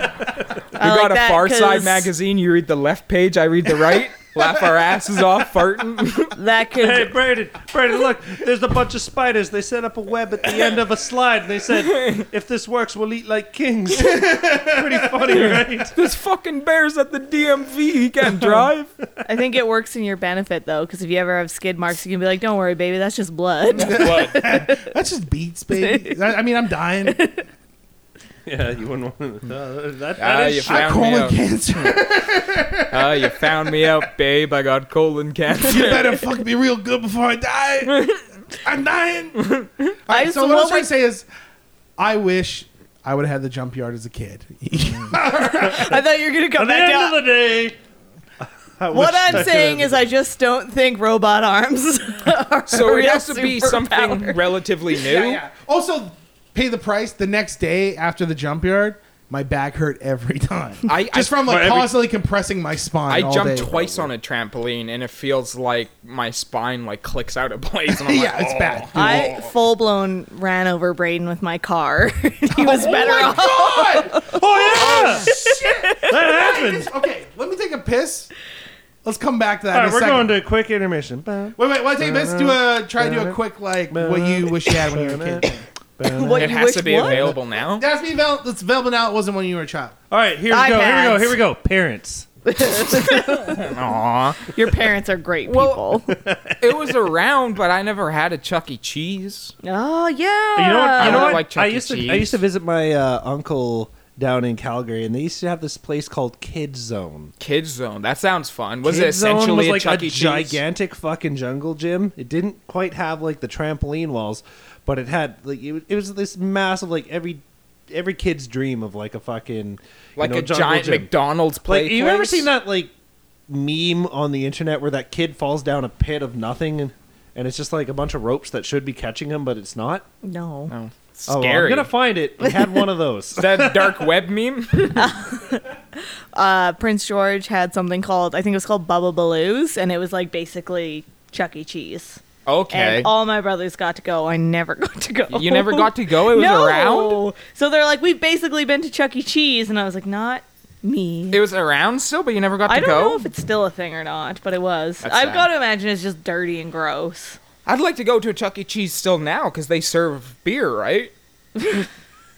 Speaker 7: like
Speaker 6: got a
Speaker 7: that
Speaker 6: Far Side
Speaker 7: 'cause-
Speaker 6: magazine. You read the left page, I read the right. laugh our asses off, farting. [laughs]
Speaker 7: That could
Speaker 3: hey, Braden, Braden, look, there's a bunch of spiders. They set up a web at the end of a slide. And they said, if this works, we'll eat like [laughs] kings. Pretty funny, right?
Speaker 6: There's fucking bears at the DMV.
Speaker 4: [laughs]
Speaker 6: He can't drive.
Speaker 7: I think it works in your benefit though, because if you ever have skid marks, you can be like, "Don't worry, baby, that's just
Speaker 4: [laughs]
Speaker 7: blood."
Speaker 4: That's just beats, baby. I I mean, I'm dying.
Speaker 3: Yeah, you wouldn't want to. that,
Speaker 6: Ah, you
Speaker 4: I
Speaker 6: found me
Speaker 4: colon
Speaker 6: out.
Speaker 4: cancer.
Speaker 6: Ah, you found me out, babe. I got colon
Speaker 4: you
Speaker 6: cancer.
Speaker 4: better fuck me real good before I die. I'm dying.
Speaker 7: I
Speaker 4: so what I was
Speaker 7: love
Speaker 4: trying to say is, I wish I would have had the jump yard as a kid.
Speaker 7: I thought you were gonna come
Speaker 3: At the
Speaker 7: back
Speaker 3: end
Speaker 7: down.
Speaker 3: of the day, I
Speaker 7: What
Speaker 3: wish I
Speaker 7: I'm
Speaker 3: could
Speaker 7: saying
Speaker 3: have-
Speaker 7: is, I just don't think robot arms. Are
Speaker 6: so
Speaker 7: a
Speaker 6: it
Speaker 7: real
Speaker 6: has to be
Speaker 7: superpower.
Speaker 6: something relatively new.
Speaker 4: [laughs] Also, pay the price the next day after the jump yard. My back hurt every time.
Speaker 6: I-
Speaker 4: just
Speaker 6: I-
Speaker 4: from like
Speaker 3: But every-
Speaker 4: constantly compressing my spine.
Speaker 6: I
Speaker 4: all day.
Speaker 6: jumped twice on a trampoline, and it feels like my spine like clicks out of
Speaker 3: [laughs]
Speaker 6: place. And
Speaker 4: [laughs]
Speaker 6: I'm
Speaker 4: yeah,
Speaker 6: like,
Speaker 4: it's
Speaker 6: "Oh."
Speaker 4: bad.
Speaker 7: I full blown ran over Braden with my car. [laughs] he was better off.
Speaker 3: Oh, yeah! that happens.
Speaker 4: Dude. okay, let me take a piss. Let's come back to that.
Speaker 3: All
Speaker 4: in
Speaker 3: right,
Speaker 4: a
Speaker 3: we're
Speaker 4: second.
Speaker 3: going to a quick intermission. Ba-
Speaker 4: Wait, wait. While I take a piss, do a try to do a quick like what you wish you had when you were a kid.
Speaker 7: [laughs] What
Speaker 6: It
Speaker 7: you
Speaker 6: has
Speaker 7: wish
Speaker 6: to be
Speaker 7: what?
Speaker 6: available now.
Speaker 4: That's me. Vel- that's Velvet now. It wasn't when you were a child.
Speaker 3: All right, here we go. Here we go.
Speaker 7: iPads.
Speaker 3: Here we go. Parents.
Speaker 6: Aw.
Speaker 7: Your parents are great
Speaker 6: Well-
Speaker 7: people.
Speaker 3: [laughs]
Speaker 6: It was around, but I never had a Chuck E. Cheese.
Speaker 7: oh yeah.
Speaker 3: You know what? You
Speaker 6: I
Speaker 3: know
Speaker 6: don't
Speaker 3: what?
Speaker 6: like Chuck
Speaker 3: I
Speaker 6: E.
Speaker 3: used to I
Speaker 6: Cheese.
Speaker 3: used to visit my uh, uncle down in Calgary, and they used to have this place called Kid Zone.
Speaker 6: Kids Zone. That sounds fun. Was
Speaker 3: Kid
Speaker 6: it
Speaker 3: Zone
Speaker 6: essentially
Speaker 3: was
Speaker 6: a
Speaker 3: like
Speaker 6: Chuck
Speaker 3: a
Speaker 6: E. Cheese?
Speaker 3: gigantic fucking jungle gym. It didn't quite have like the trampoline walls, but it had like it, was- it was this massive like every every kid's dream of like a fucking
Speaker 6: like
Speaker 3: you know,
Speaker 6: a
Speaker 3: jungle
Speaker 6: giant
Speaker 3: gym.
Speaker 6: McDonald's play.
Speaker 3: Like you ever
Speaker 6: place?
Speaker 3: seen that like meme on the internet where that kid falls down a pit of nothing and, and it's just like a bunch of ropes that should be catching him but it's not?
Speaker 7: No.
Speaker 6: No.
Speaker 3: Oh, well,
Speaker 6: Scary.
Speaker 3: I'm gonna find it. We had one of those.
Speaker 6: Is that a dark web meme?
Speaker 7: Uh, Prince George had something called I think it was called Bubba Baloo's, and it was like basically Chuck E. Cheese.
Speaker 6: Okay.
Speaker 7: And all my brothers got to go. I never [laughs] got to go.
Speaker 6: You never
Speaker 7: [laughs]
Speaker 6: got to go? It was
Speaker 7: no.
Speaker 6: around?
Speaker 7: So they're like, we've basically been to Chuck E. Cheese, and I was like, not me.
Speaker 6: It was around still, but you never got to
Speaker 7: I don't
Speaker 6: go.
Speaker 7: know if it's still a thing or not, but it was.
Speaker 6: That's
Speaker 7: I've
Speaker 6: sad.
Speaker 7: got to imagine it's just dirty and gross.
Speaker 6: I'd like to go to a Chuck E. Cheese still now because they serve beer,
Speaker 7: [laughs]
Speaker 6: right? so you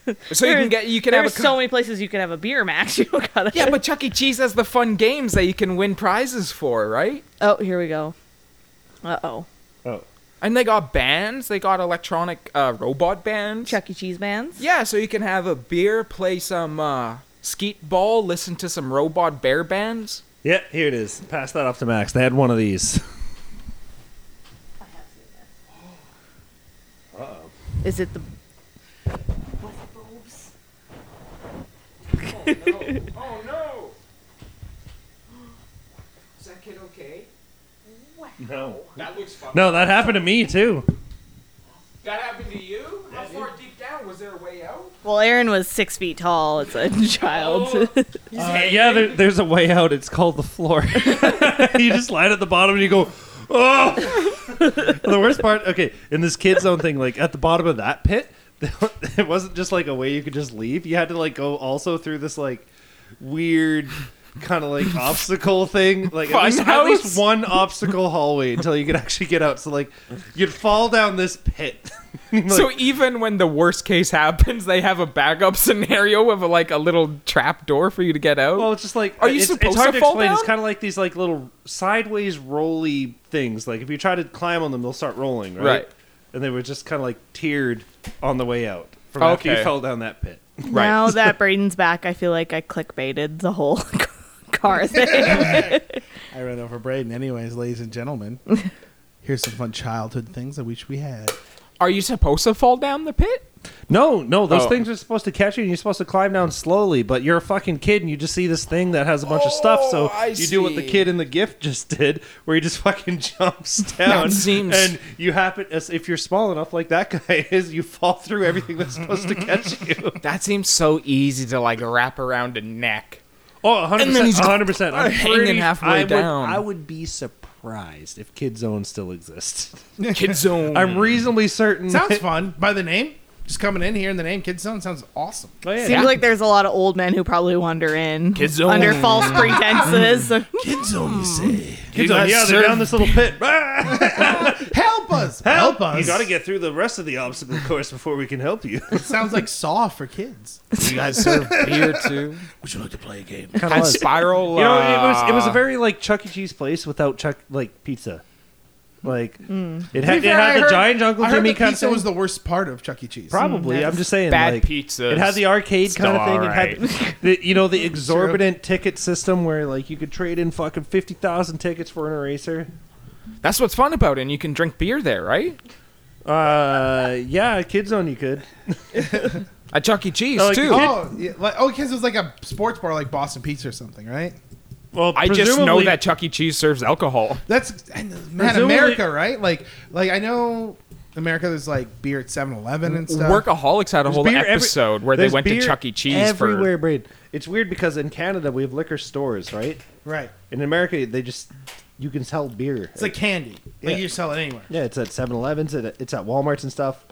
Speaker 6: can
Speaker 7: There's-
Speaker 6: get you can have a
Speaker 7: There's
Speaker 6: co-
Speaker 7: so many places you can have a beer, [laughs] Max. You don't gotta.
Speaker 6: yeah, but Chuck E. Cheese has the fun games that you can win prizes for, right?
Speaker 7: oh, here we go. Uh oh,
Speaker 6: And they got bands. They got electronic uh, robot bands.
Speaker 7: Chuck E. Cheese bands.
Speaker 6: Yeah, so you can have a beer, play some uh, skeet ball, listen to some robot bear bands.
Speaker 3: [laughs] yeah, here it is. Pass that off to Max. They had one of these.
Speaker 7: Is it the?
Speaker 6: Oh no! Is that kid okay?
Speaker 3: No.
Speaker 6: That looks fun.
Speaker 3: No, that happened to me too.
Speaker 6: That happened to you? How far deep down was there a way out?
Speaker 7: Well, Aaron was six feet tall. It's a [laughs] child. [laughs]
Speaker 3: Uh, yeah, there, there's a way out. It's called the floor. [laughs] you just lie at the bottom and you go, oh. [laughs] the worst part, okay, in this kid zone thing, like at the bottom of that pit, [laughs] it wasn't just like a way you could just leave. You had to like go also through this like weird kind of [laughs] like obstacle thing, like at
Speaker 6: Fun
Speaker 3: least, at
Speaker 6: house?
Speaker 3: least one obstacle hallway until you could actually get out. So like you'd fall down this pit. [laughs]
Speaker 6: so even when the worst case happens, they have a backup [laughs] scenario with a, like a little trap door for you to get out.
Speaker 3: Well, it's just like
Speaker 6: Are you
Speaker 3: it's,
Speaker 6: supposed
Speaker 3: it's hard
Speaker 6: to
Speaker 3: to,
Speaker 6: fall
Speaker 3: explain.
Speaker 6: down?
Speaker 3: It's kind of like these like little sideways rolly things. Like if you try to climb on them, they'll start rolling, right?
Speaker 6: Right.
Speaker 3: And they were just kind of like tiered on the way out from after
Speaker 6: Okay.
Speaker 3: you fell down that pit.
Speaker 6: Right.
Speaker 7: Now that Braden's back, I feel like I clickbaited the whole [laughs] car thing.
Speaker 4: I ran over Braden, anyways, ladies and [laughs] gentlemen. Here's some fun childhood things that wish we had.
Speaker 6: Are you supposed to fall down the pit?
Speaker 3: No, no, those
Speaker 6: Oh.
Speaker 3: things are supposed to catch you, and you're supposed to climb down slowly. But you're a fucking kid, and you just see this thing that has a bunch of stuff. So
Speaker 6: Oh, I
Speaker 3: you do what the
Speaker 6: see.
Speaker 3: kid in the gift just did, where he just [laughs] fucking jumps down.
Speaker 6: That [laughs] seems-
Speaker 3: And you happen, as if you're small enough, like that guy [laughs] is, you fall through everything that's supposed to catch you.
Speaker 6: That seems so easy to like wrap around a neck.
Speaker 3: Oh, 100
Speaker 6: And then he's
Speaker 3: percent, hundred percent. I'm
Speaker 6: hanging
Speaker 3: pretty-
Speaker 6: halfway
Speaker 3: I would-
Speaker 6: down.
Speaker 3: I would be surprised if Kid Zone still exists.
Speaker 6: Kid
Speaker 3: [laughs]
Speaker 6: zone.
Speaker 3: I'm reasonably certain.
Speaker 4: [laughs] Sounds fun. By the name, just coming in here in the name Kid Zone sounds awesome.
Speaker 3: Oh, yeah.
Speaker 7: [laughs] Seems like there's a lot of old men who probably wander in
Speaker 6: Kids
Speaker 7: [laughs] under
Speaker 6: zone.
Speaker 7: false [laughs] pretenses. Oh,
Speaker 4: Kid Zone, you say?
Speaker 3: [laughs] Kid Zone,
Speaker 6: guys
Speaker 3: yeah, they're
Speaker 6: serve-
Speaker 3: down this little pit.
Speaker 4: Help us! Help, us!
Speaker 3: Ah! You got to get through the rest of the obstacle course before we can help you.
Speaker 4: It sounds like Saw for kids.
Speaker 6: you guys serve beer too.
Speaker 3: [laughs]
Speaker 4: Would you like to play a game?
Speaker 6: Kind of spiral.
Speaker 3: You know, it was it was a
Speaker 6: uh,
Speaker 3: very like Chuck E. Cheese place without Chuck like pizza. Like
Speaker 4: Mm.
Speaker 3: it had, it
Speaker 4: Yeah, I
Speaker 3: had the
Speaker 4: heard-
Speaker 3: giant Uncle
Speaker 4: I heard
Speaker 3: Jimmy
Speaker 4: the
Speaker 3: kind of
Speaker 4: pizza
Speaker 3: thing.
Speaker 4: was the worst part of Chuck E. Cheese.
Speaker 3: Probably, I'm just saying.
Speaker 6: bad
Speaker 3: like,
Speaker 6: pizza.
Speaker 3: It had the arcade
Speaker 6: Still
Speaker 3: kind of thing. It had, [laughs] the, you know, the exorbitant ticket system where like you could trade in fucking fifty thousand tickets for an eraser.
Speaker 6: That's what's fun about it. And you can drink beer there, right?
Speaker 3: Uh, [laughs] yeah, Kids Zone you could.
Speaker 6: At Chuck E. Cheese
Speaker 3: Oh, like-
Speaker 6: too.
Speaker 4: Oh, yeah, like, oh, because it was like a sports bar, like Boston Pizza or something, right?
Speaker 3: Well,
Speaker 6: I just know that Chuck E. Cheese serves alcohol.
Speaker 4: That's and, man,
Speaker 3: Presumably-
Speaker 4: America, right? Like, like I know America. There's like beer at 7-Eleven and stuff.
Speaker 6: Workaholics had a whole
Speaker 3: beer every-
Speaker 6: episode where they
Speaker 3: there's
Speaker 6: went to
Speaker 3: beer
Speaker 6: Chuck E. Cheese for
Speaker 3: everywhere, Braid. It's weird because in Canada we have liquor stores, right?
Speaker 4: right?
Speaker 3: In America, they just you can sell beer.
Speaker 4: It's like candy. Like
Speaker 3: Yeah.
Speaker 4: you sell it anywhere.
Speaker 3: yeah, it's at 7-Elevens, it- it's at Walmart's and stuff.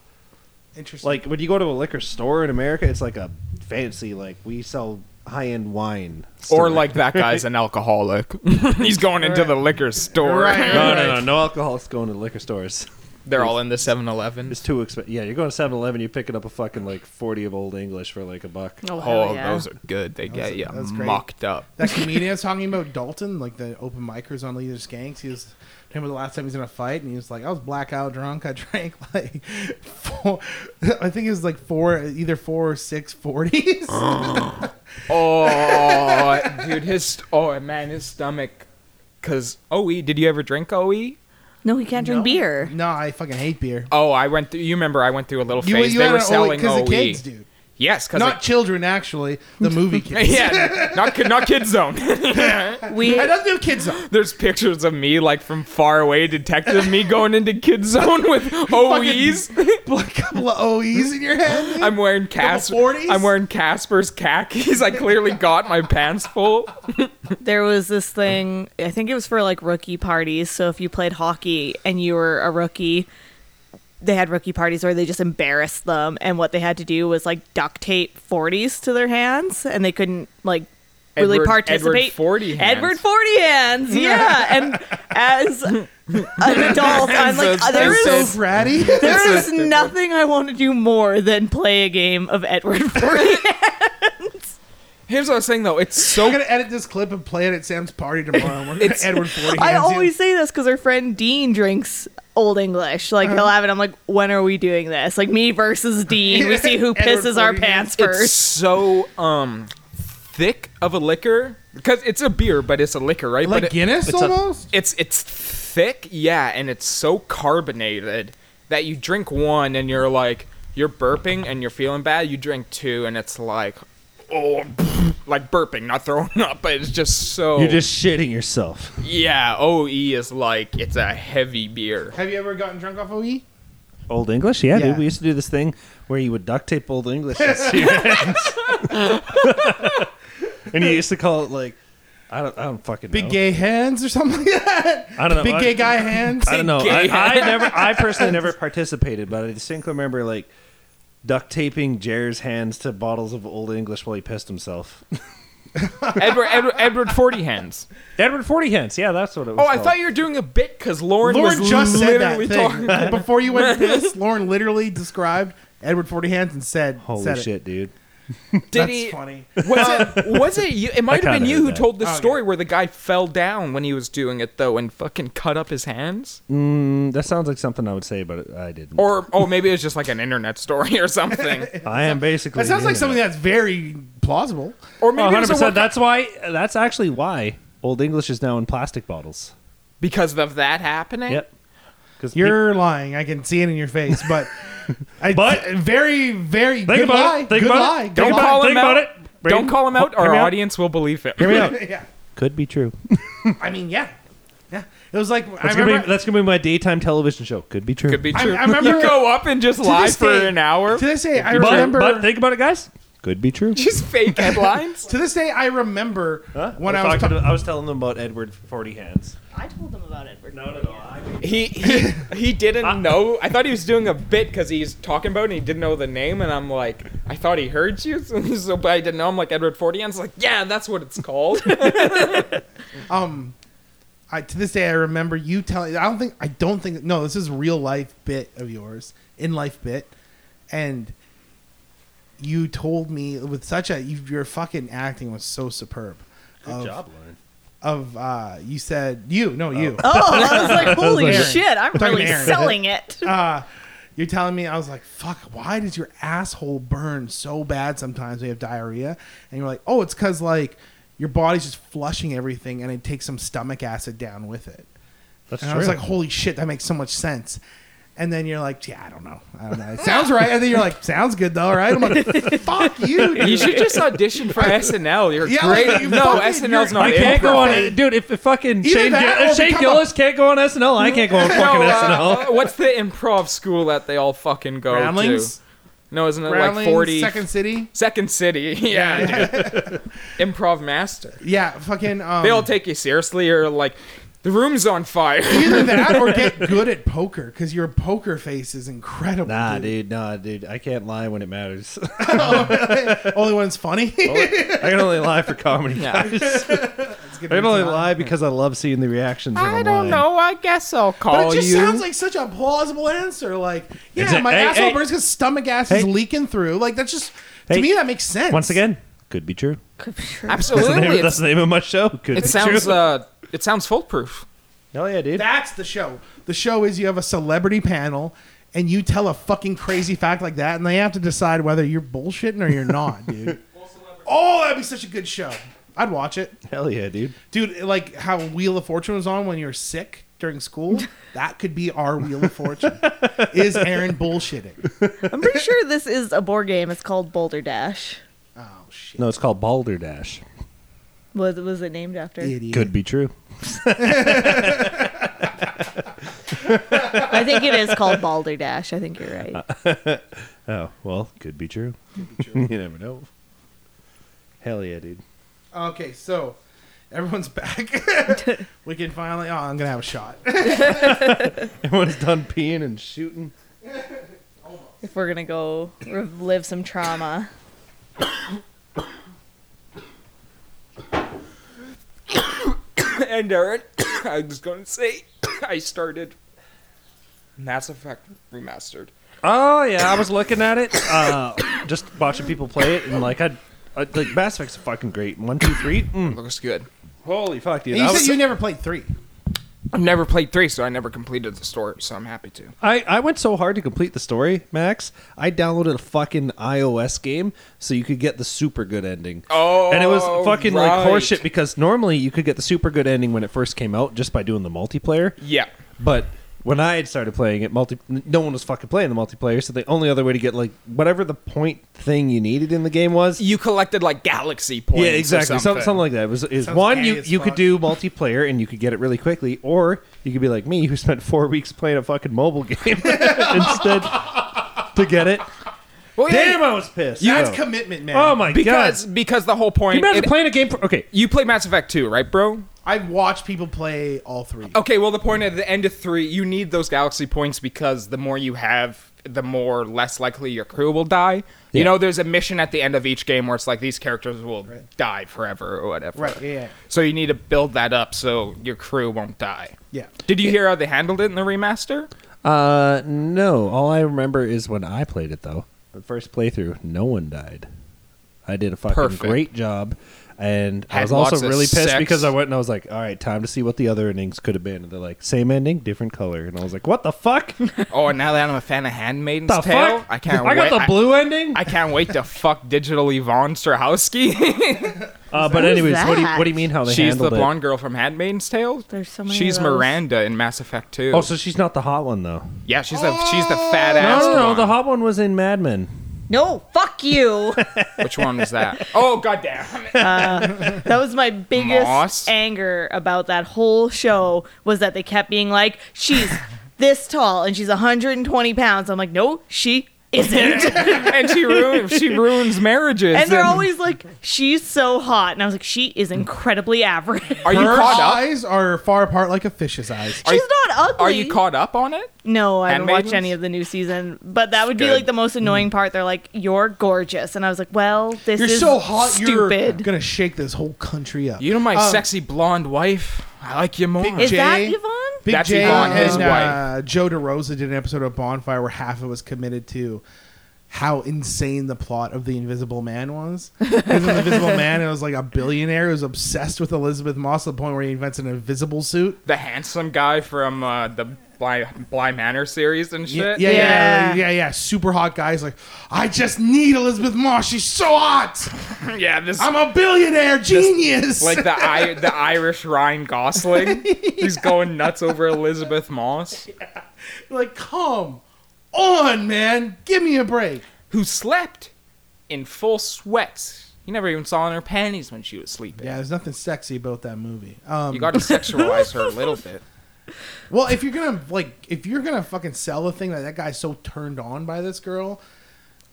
Speaker 4: Interesting.
Speaker 3: Like when you go to a liquor store in America, it's like a fancy like we sell high end wine. store.
Speaker 6: or like that
Speaker 4: [laughs]
Speaker 6: guy's an alcoholic. [laughs] He's going into the liquor store.
Speaker 4: Right.
Speaker 3: no, no, no, no alcoholics going to liquor stores. [laughs]
Speaker 6: They're all in the 7-Eleven.
Speaker 3: It's too expensive. Yeah, you're going to 7-Eleven, you're picking up a fucking like 40 of old English for like a buck.
Speaker 7: oh,
Speaker 6: Oh,
Speaker 7: hell yeah.
Speaker 6: those are good. They get you
Speaker 4: that's great.
Speaker 6: mocked up. [laughs]
Speaker 4: that comedian I was talking about Dalton, like the open micers on Leaders Gangs. He was talking about the last time he was in a fight, and he was like, "I was blackout drunk. I [laughs] drank like four. I think it was like four, either four or six
Speaker 6: [gasps]
Speaker 4: forties. [laughs]
Speaker 6: Oh, [laughs] dude, his oh man, his stomach. Cause OE, did you ever drink OE?
Speaker 7: no, he can't drink beer.
Speaker 4: No, I fucking hate beer.
Speaker 6: Oh, I went through. You remember I went through a little
Speaker 4: You,
Speaker 6: phase.
Speaker 4: you
Speaker 6: they
Speaker 4: had
Speaker 6: were
Speaker 4: an
Speaker 6: selling E.
Speaker 4: because
Speaker 6: OE.
Speaker 4: the kids, dude.
Speaker 6: Yes, because
Speaker 4: Not children, actually. The
Speaker 6: [laughs]
Speaker 4: movie kids.
Speaker 6: yeah, not kid- not Kid Zone. [laughs]
Speaker 7: We
Speaker 4: I don't do kids. Fucking
Speaker 6: There's pictures of me like from far away, detective me going into Kid
Speaker 4: [laughs]
Speaker 6: Zone with OEs.
Speaker 4: couple of OEs in your head. dude.
Speaker 6: I'm wearing Casper.
Speaker 4: 40s?
Speaker 6: I'm wearing Casper's [laughs] khakis.
Speaker 4: [laughs]
Speaker 6: I clearly got my pants full.
Speaker 7: there was this thing i think it was for like rookie parties so if you played hockey and you were a rookie they had rookie parties where they just embarrassed them and what they had to do was like duct tape 40s to their hands and they couldn't like really
Speaker 6: Edward- Edward
Speaker 7: participate
Speaker 6: 40 hands.
Speaker 7: edward 40
Speaker 6: [laughs]
Speaker 7: hands yeah and as an adult i'm like
Speaker 6: That's
Speaker 7: there
Speaker 4: so
Speaker 7: is
Speaker 3: [laughs]
Speaker 4: bratty.
Speaker 7: there is nothing I want to do more than play a game of Edward 40.
Speaker 6: Here's what I was saying though. It's so
Speaker 4: I'm gonna edit this clip and play it at Sam's party tomorrow. We're gonna [laughs]
Speaker 6: It's-
Speaker 4: Edward Forty.
Speaker 7: I
Speaker 4: hands you.
Speaker 7: always say this because our friend Dean drinks Old English. Like
Speaker 4: Uh-huh.
Speaker 7: he'll have it. I'm like, when are we doing this? Like me
Speaker 4: [laughs]
Speaker 7: versus Dean. We see who
Speaker 4: Edward
Speaker 7: pisses our
Speaker 4: Forty
Speaker 7: pants
Speaker 6: it's
Speaker 7: first.
Speaker 6: so um thick of a liquor because it's a beer, but it's a liquor, right?
Speaker 4: like
Speaker 6: but it-
Speaker 4: Guinness
Speaker 6: a-
Speaker 4: almost.
Speaker 6: It's it's thick, yeah, and it's so carbonated that you drink one and you're like you're burping and you're feeling bad. You drink two and it's like oh, [laughs] like burping, not throwing [laughs] up, but it's just so
Speaker 3: You're just shitting yourself.
Speaker 6: yeah. OE is like it's a heavy beer.
Speaker 4: Have you ever gotten drunk off E? OE?
Speaker 3: Old English? Yeah,
Speaker 4: Yeah.
Speaker 3: dude. We used to do this thing where you would duct tape Old [laughs] English as your hands. [laughs] and you used to call it like I don't I don't fucking
Speaker 4: Big
Speaker 3: know.
Speaker 4: gay hands or something like that.
Speaker 3: I don't know.
Speaker 4: Big
Speaker 3: I-
Speaker 4: gay guy hands.
Speaker 3: I don't know.
Speaker 6: Gay
Speaker 3: I, I never. I personally [laughs] never participated, but I distinctly remember like duct taping Jer's hands to bottles of Old English while he pissed himself.
Speaker 6: Edward Edward Edward Forty Hands.
Speaker 3: [laughs] Edward Forty Hands. Yeah, that's what it was.
Speaker 6: Oh, I
Speaker 3: called.
Speaker 6: thought you were doing a bit because Lauren,
Speaker 4: Lauren
Speaker 6: was
Speaker 4: just said that
Speaker 6: literally
Speaker 3: [laughs]
Speaker 4: thing
Speaker 6: talking.
Speaker 4: before you [laughs] went to this. Lauren literally described Edward Forty Hands and said,
Speaker 3: Holy
Speaker 4: said it.
Speaker 3: shit, dude!
Speaker 6: Did
Speaker 4: That's
Speaker 6: he?
Speaker 4: funny."
Speaker 6: Was it? Was it you? It might have been
Speaker 3: kinda
Speaker 6: you
Speaker 3: heard
Speaker 6: who
Speaker 3: that.
Speaker 6: told the
Speaker 4: Oh,
Speaker 6: story where the guy fell down when he was doing it though and fucking cut up his hands.
Speaker 3: Mm, that sounds like something I would say, but I didn't.
Speaker 6: Or oh, maybe it was just like an internet story
Speaker 3: [laughs]
Speaker 6: or something.
Speaker 3: I am basically.
Speaker 4: That sounds
Speaker 3: the
Speaker 4: like something
Speaker 3: internet.
Speaker 4: that's very plausible.
Speaker 6: Or maybe
Speaker 3: Oh,
Speaker 6: it was
Speaker 3: 100%.
Speaker 6: a work-
Speaker 3: that's why. That's actually why Old English is now in plastic bottles.
Speaker 6: because of that happening.
Speaker 3: Yep. Because
Speaker 4: You're lying. I can see it in your face,
Speaker 3: [laughs]
Speaker 4: but I,
Speaker 3: But-
Speaker 4: very, very
Speaker 3: Think
Speaker 4: good
Speaker 3: about
Speaker 4: lie.
Speaker 3: it. Think
Speaker 4: good
Speaker 3: about
Speaker 4: lie.
Speaker 3: it.
Speaker 4: Good
Speaker 6: Don't
Speaker 4: lie.
Speaker 6: call
Speaker 3: Think
Speaker 6: him
Speaker 3: about
Speaker 6: out.
Speaker 3: it, Braden.
Speaker 6: Don't call him out.
Speaker 3: Hear
Speaker 6: Our
Speaker 3: me out.
Speaker 6: audience will believe it.
Speaker 3: hear [laughs] me out.
Speaker 4: [laughs] yeah,
Speaker 3: Could be true.
Speaker 4: I mean, yeah, yeah. It was like I
Speaker 3: That's gonna, be,
Speaker 4: remember.
Speaker 3: that's gonna be my daytime television show. Could be true.
Speaker 6: Could be
Speaker 4: I-
Speaker 6: true.
Speaker 4: I remember-
Speaker 6: you go up and just
Speaker 4: To
Speaker 6: lie
Speaker 4: this
Speaker 6: for
Speaker 4: day-
Speaker 6: an hour.
Speaker 4: To this day, I
Speaker 3: But,
Speaker 4: remember.
Speaker 3: but think about it, guys. Could be
Speaker 6: [laughs]
Speaker 3: true.
Speaker 6: just
Speaker 3: [laughs]
Speaker 6: fake headlines.
Speaker 4: to this day, I remember when I
Speaker 3: talking
Speaker 4: was, talking.
Speaker 3: to- I was telling them about Edward Forty Hands.
Speaker 7: I told them about Edward.
Speaker 3: no, no. I
Speaker 6: he [laughs] he, he didn't know. I thought he was doing a bit because he's talking about it and he didn't know the name. And I'm like, I thought he heard you, [laughs] so, so but I didn't know. I'm like Edward Forty, and it's like, yeah, that's what it's called.
Speaker 4: um, I, to this day, I remember you telling. I don't think. I don't think. No, this is real life bit of yours, in life bit, and you told me with such a you, your fucking acting was so superb. Good
Speaker 3: job, Lauren.
Speaker 4: Of uh, you said you no you.
Speaker 7: Oh, I
Speaker 4: [laughs]
Speaker 7: was like, holy
Speaker 4: Aaron.
Speaker 7: shit! I'm
Speaker 4: talking to
Speaker 7: really
Speaker 4: Aaron.
Speaker 7: selling it.
Speaker 4: [laughs] uh, you're telling me I was like, fuck, why does your asshole burn so bad sometimes when you have diarrhea? And you're like, oh, it's because like your body's just flushing everything and it takes some stomach acid down with it.
Speaker 3: That's
Speaker 4: and
Speaker 3: true.
Speaker 4: I was like, holy shit, that makes so much sense. And then you're like, yeah, I don't know. I don't know. It sounds right. And then you're like, sounds good though, right? I'm like,
Speaker 6: [laughs]
Speaker 4: fuck you. Dude.
Speaker 6: [laughs] you should just audition [laughs] for SNL. You're
Speaker 4: Yeah,
Speaker 6: great.
Speaker 4: like, you
Speaker 6: no,
Speaker 4: fucking-
Speaker 6: SNL's
Speaker 4: you're-
Speaker 6: not.
Speaker 3: I can't go on
Speaker 6: improv.
Speaker 3: it, dude. If, if fucking
Speaker 4: Either
Speaker 3: Shane,
Speaker 4: that
Speaker 3: Gill-
Speaker 4: or
Speaker 3: if Shane
Speaker 4: become
Speaker 3: Gillis can't go on SNL, I can't go
Speaker 4: [laughs]
Speaker 3: on fucking
Speaker 6: No,
Speaker 3: SNL.
Speaker 6: uh, what's the improv school that they all fucking go
Speaker 4: Ramblings?
Speaker 6: to? No, isn't it
Speaker 4: Growlings,
Speaker 6: like forty?
Speaker 4: Second City.
Speaker 6: Second City. [laughs] Yeah, dude. Improv master.
Speaker 4: Yeah, fucking. Um,
Speaker 6: They all take you seriously, or like the room's on fire.
Speaker 4: either that or get good at poker because your poker face is incredible.
Speaker 3: Nah, dude, nah, dude. I can't lie when it matters. [laughs]
Speaker 4: [laughs] Only one's funny. [laughs]
Speaker 3: I can only lie for comedy.
Speaker 6: Yeah.
Speaker 3: guys. [laughs] I can only lie because I love seeing the reactions. When
Speaker 6: I
Speaker 3: I'm
Speaker 6: don't
Speaker 3: lying.
Speaker 6: know. I guess I'll
Speaker 4: But
Speaker 6: call
Speaker 4: it just
Speaker 6: you. [laughs]
Speaker 4: sounds like such a plausible answer. Like, yeah,
Speaker 3: Exa-
Speaker 4: my
Speaker 3: hey,
Speaker 4: asshole
Speaker 3: hey.
Speaker 4: burns because stomach gas is
Speaker 3: Hey.
Speaker 4: leaking through. Like, that's just to
Speaker 3: Hey.
Speaker 4: me that makes sense.
Speaker 3: Once again, could be true. That's the,
Speaker 6: Absolutely.
Speaker 3: name,
Speaker 6: it's-
Speaker 3: that's the name of my show. Could
Speaker 6: it
Speaker 3: be
Speaker 6: sounds
Speaker 3: true.
Speaker 6: uh, it sounds foolproof.
Speaker 3: Hell yeah, dude.
Speaker 4: that's the show. The show is you have a celebrity panel and you tell a fucking crazy fact like that, and they have to decide whether you're bullshitting or you're not, dude. oh, that'd be such a good show. I'd watch it,
Speaker 3: Hell yeah, dude.
Speaker 4: dude. Like how Wheel of Fortune was on when you were sick during [laughs] school. That could be our Wheel of Fortune. is Aaron bullshitting?
Speaker 7: I'm pretty sure this is a board game. It's called Boulder Dash.
Speaker 4: Oh shit,
Speaker 3: No, it's called Balderdash.
Speaker 7: Was was it named after?
Speaker 4: idiot.
Speaker 3: Could be true.
Speaker 7: I think it is called Boulder Dash. I think you're right.
Speaker 3: Oh well, could be true. [laughs] you never know. Hell yeah, [laughs] dude.
Speaker 4: Okay, so everyone's back. [laughs] we can finally. Oh, I'm gonna have a shot.
Speaker 3: Everyone's done peeing and shooting.
Speaker 7: If we're gonna go relive some trauma,
Speaker 6: [laughs] and Aaron, [coughs] I was going to say, [coughs] I started Mass Effect Remastered.
Speaker 3: Oh yeah, I was looking at it, uh, just watching people play it, and like I, I like Mass Effect's fucking great. One, two, three. Mm.
Speaker 6: Looks good.
Speaker 3: Holy fuck, dude!
Speaker 4: And you
Speaker 3: I,
Speaker 4: said
Speaker 3: was,
Speaker 4: you never played three.
Speaker 6: I've never played three, so I never completed the story. So I'm happy to.
Speaker 3: I I went so hard to complete the story, Max. I downloaded a fucking iOS game so you could get the super good ending.
Speaker 6: Oh,
Speaker 3: and it was fucking
Speaker 6: right.
Speaker 3: like horseshit because normally you could get the super good ending when it first came out just by doing the multiplayer.
Speaker 6: Yeah.
Speaker 3: But when I had started playing it, multi no one was fucking playing the multiplayer, so the only other way to get like whatever the point thing you needed in the game was.
Speaker 6: You collected like galaxy points.
Speaker 3: yeah,
Speaker 6: or
Speaker 3: exactly. Something.
Speaker 6: Something.
Speaker 3: something like that. It was is
Speaker 4: Sounds
Speaker 3: one
Speaker 4: gay
Speaker 3: you
Speaker 4: as
Speaker 3: you
Speaker 4: fuck.
Speaker 3: could do multiplayer and you could get it really quickly, or you could be like me who spent four weeks playing a fucking mobile game [laughs] instead to get it.
Speaker 6: Well, yeah,
Speaker 3: Damn, I was pissed.
Speaker 4: That's
Speaker 3: though.
Speaker 4: commitment, man.
Speaker 3: oh my god!
Speaker 6: because because the whole
Speaker 3: Can
Speaker 6: point.
Speaker 3: you imagine
Speaker 6: it-
Speaker 3: playing a game? For, okay,
Speaker 6: you played Mass Effect 2, right, bro?
Speaker 4: I've watched people play all three.
Speaker 6: Okay, well, the point at the end of three, you need those galaxy points because the more you have, the more less likely your crew will die. You
Speaker 3: Yeah.
Speaker 6: know, there's a mission at the end of each game where it's like these characters will die forever or whatever.
Speaker 4: Right, yeah, yeah.
Speaker 6: So you need to build that up so your crew won't die.
Speaker 4: Yeah.
Speaker 6: Did you hear how they handled it in
Speaker 4: [laughs]
Speaker 6: the remaster?
Speaker 3: Uh, no. All I remember is when I played it, though. The first playthrough, no one died. I did a fucking
Speaker 6: Perfect.
Speaker 3: great job, and I
Speaker 6: Had
Speaker 3: was
Speaker 6: lots
Speaker 3: also
Speaker 6: of
Speaker 3: really pissed
Speaker 6: sex.
Speaker 3: because I went and I was like, "All right, time to see what the other endings could have been." And they're like, "Same ending, different color," and I was like, "What the
Speaker 6: [laughs]
Speaker 3: fuck? the
Speaker 6: Oh, and now that I'm a fan of Handmaiden's Tale,
Speaker 3: fuck?
Speaker 6: I
Speaker 3: [laughs]
Speaker 6: can't
Speaker 3: I
Speaker 6: wait.
Speaker 3: got the blue ending."
Speaker 6: I, can't wait
Speaker 3: [laughs]
Speaker 6: to fuck Digital Yvonne Strahovski.
Speaker 3: uh, but
Speaker 7: Who's
Speaker 3: anyways, what do you
Speaker 7: that?
Speaker 3: what do you mean how they
Speaker 6: [laughs] she's the
Speaker 3: handled it?
Speaker 6: blonde girl from Handmaiden's Tale.
Speaker 7: There's so many.
Speaker 6: She's
Speaker 7: of those.
Speaker 6: Miranda in Mass Effect 2.
Speaker 3: Oh, so she's not the hot one though.
Speaker 6: Yeah, she's the she's the fat ass.
Speaker 3: no, no, no.
Speaker 6: one.
Speaker 3: The hot one was in Mad Men.
Speaker 7: No, fuck you.
Speaker 6: Which one was
Speaker 3: [laughs]
Speaker 6: that? Oh goddamn! [laughs]
Speaker 7: That was my biggest
Speaker 6: Moss.
Speaker 7: anger about that whole show was that they kept being like,
Speaker 6: [laughs]
Speaker 7: she's this tall and she's 120 pounds. I'm like, no, she
Speaker 6: [laughs]
Speaker 7: isn't. [laughs]
Speaker 6: and she ruins she ruins marriages.
Speaker 7: and they're always like, she's so hot. And I was like, she is incredibly average.
Speaker 6: Mm. are you
Speaker 4: Her
Speaker 6: caught up?
Speaker 4: eyes are far apart like a fish's eyes.
Speaker 6: Are
Speaker 7: [laughs] she's
Speaker 6: you-
Speaker 7: not ugly.
Speaker 6: Are you caught up on it?
Speaker 7: No, I haven't watched
Speaker 6: Handmaidens?
Speaker 7: any of the new season, but that would be
Speaker 6: Good. Mm.
Speaker 7: like the most annoying part. They're like, "You're gorgeous," and I was like, "Well, this
Speaker 4: You're
Speaker 7: is
Speaker 4: so hot,
Speaker 7: stupid."
Speaker 4: you're gonna shake this whole country up.
Speaker 6: You know my
Speaker 4: Um,
Speaker 6: sexy blonde wife. I like you more.
Speaker 7: is
Speaker 4: Jay-
Speaker 7: that Yvonne?
Speaker 4: Big
Speaker 6: That's
Speaker 4: J
Speaker 6: Yvonne, his
Speaker 4: and
Speaker 6: wife.
Speaker 4: uh, Joe DeRosa did an episode of Bonfire where half of it was committed to how insane the plot of The Invisible Man was. Because in The Invisible Man, it was like a billionaire who's obsessed with Elizabeth Moss to the point where he invents an invisible suit.
Speaker 6: the handsome guy from uh, the Bly, Bly Manor series and
Speaker 4: Yeah,
Speaker 6: shit.
Speaker 4: yeah, yeah,
Speaker 7: Yeah.
Speaker 4: yeah, yeah. Super hot guy. He's like, I just need Elizabeth Moss. She's so hot.
Speaker 6: yeah. this
Speaker 4: I'm a billionaire genius.
Speaker 6: [laughs] like the I, the Irish Ryan Gosling. He's going nuts over Elizabeth Moss,
Speaker 4: [laughs] like, come on, man. Give me a break.
Speaker 6: who slept in full sweats. You never even saw in her panties when she was sleeping.
Speaker 4: Yeah, there's nothing sexy about that movie. Um,
Speaker 6: You got to sexualize her a little bit.
Speaker 4: Well, if you're gonna like, if you're gonna fucking sell a thing that that guy's so turned on by this girl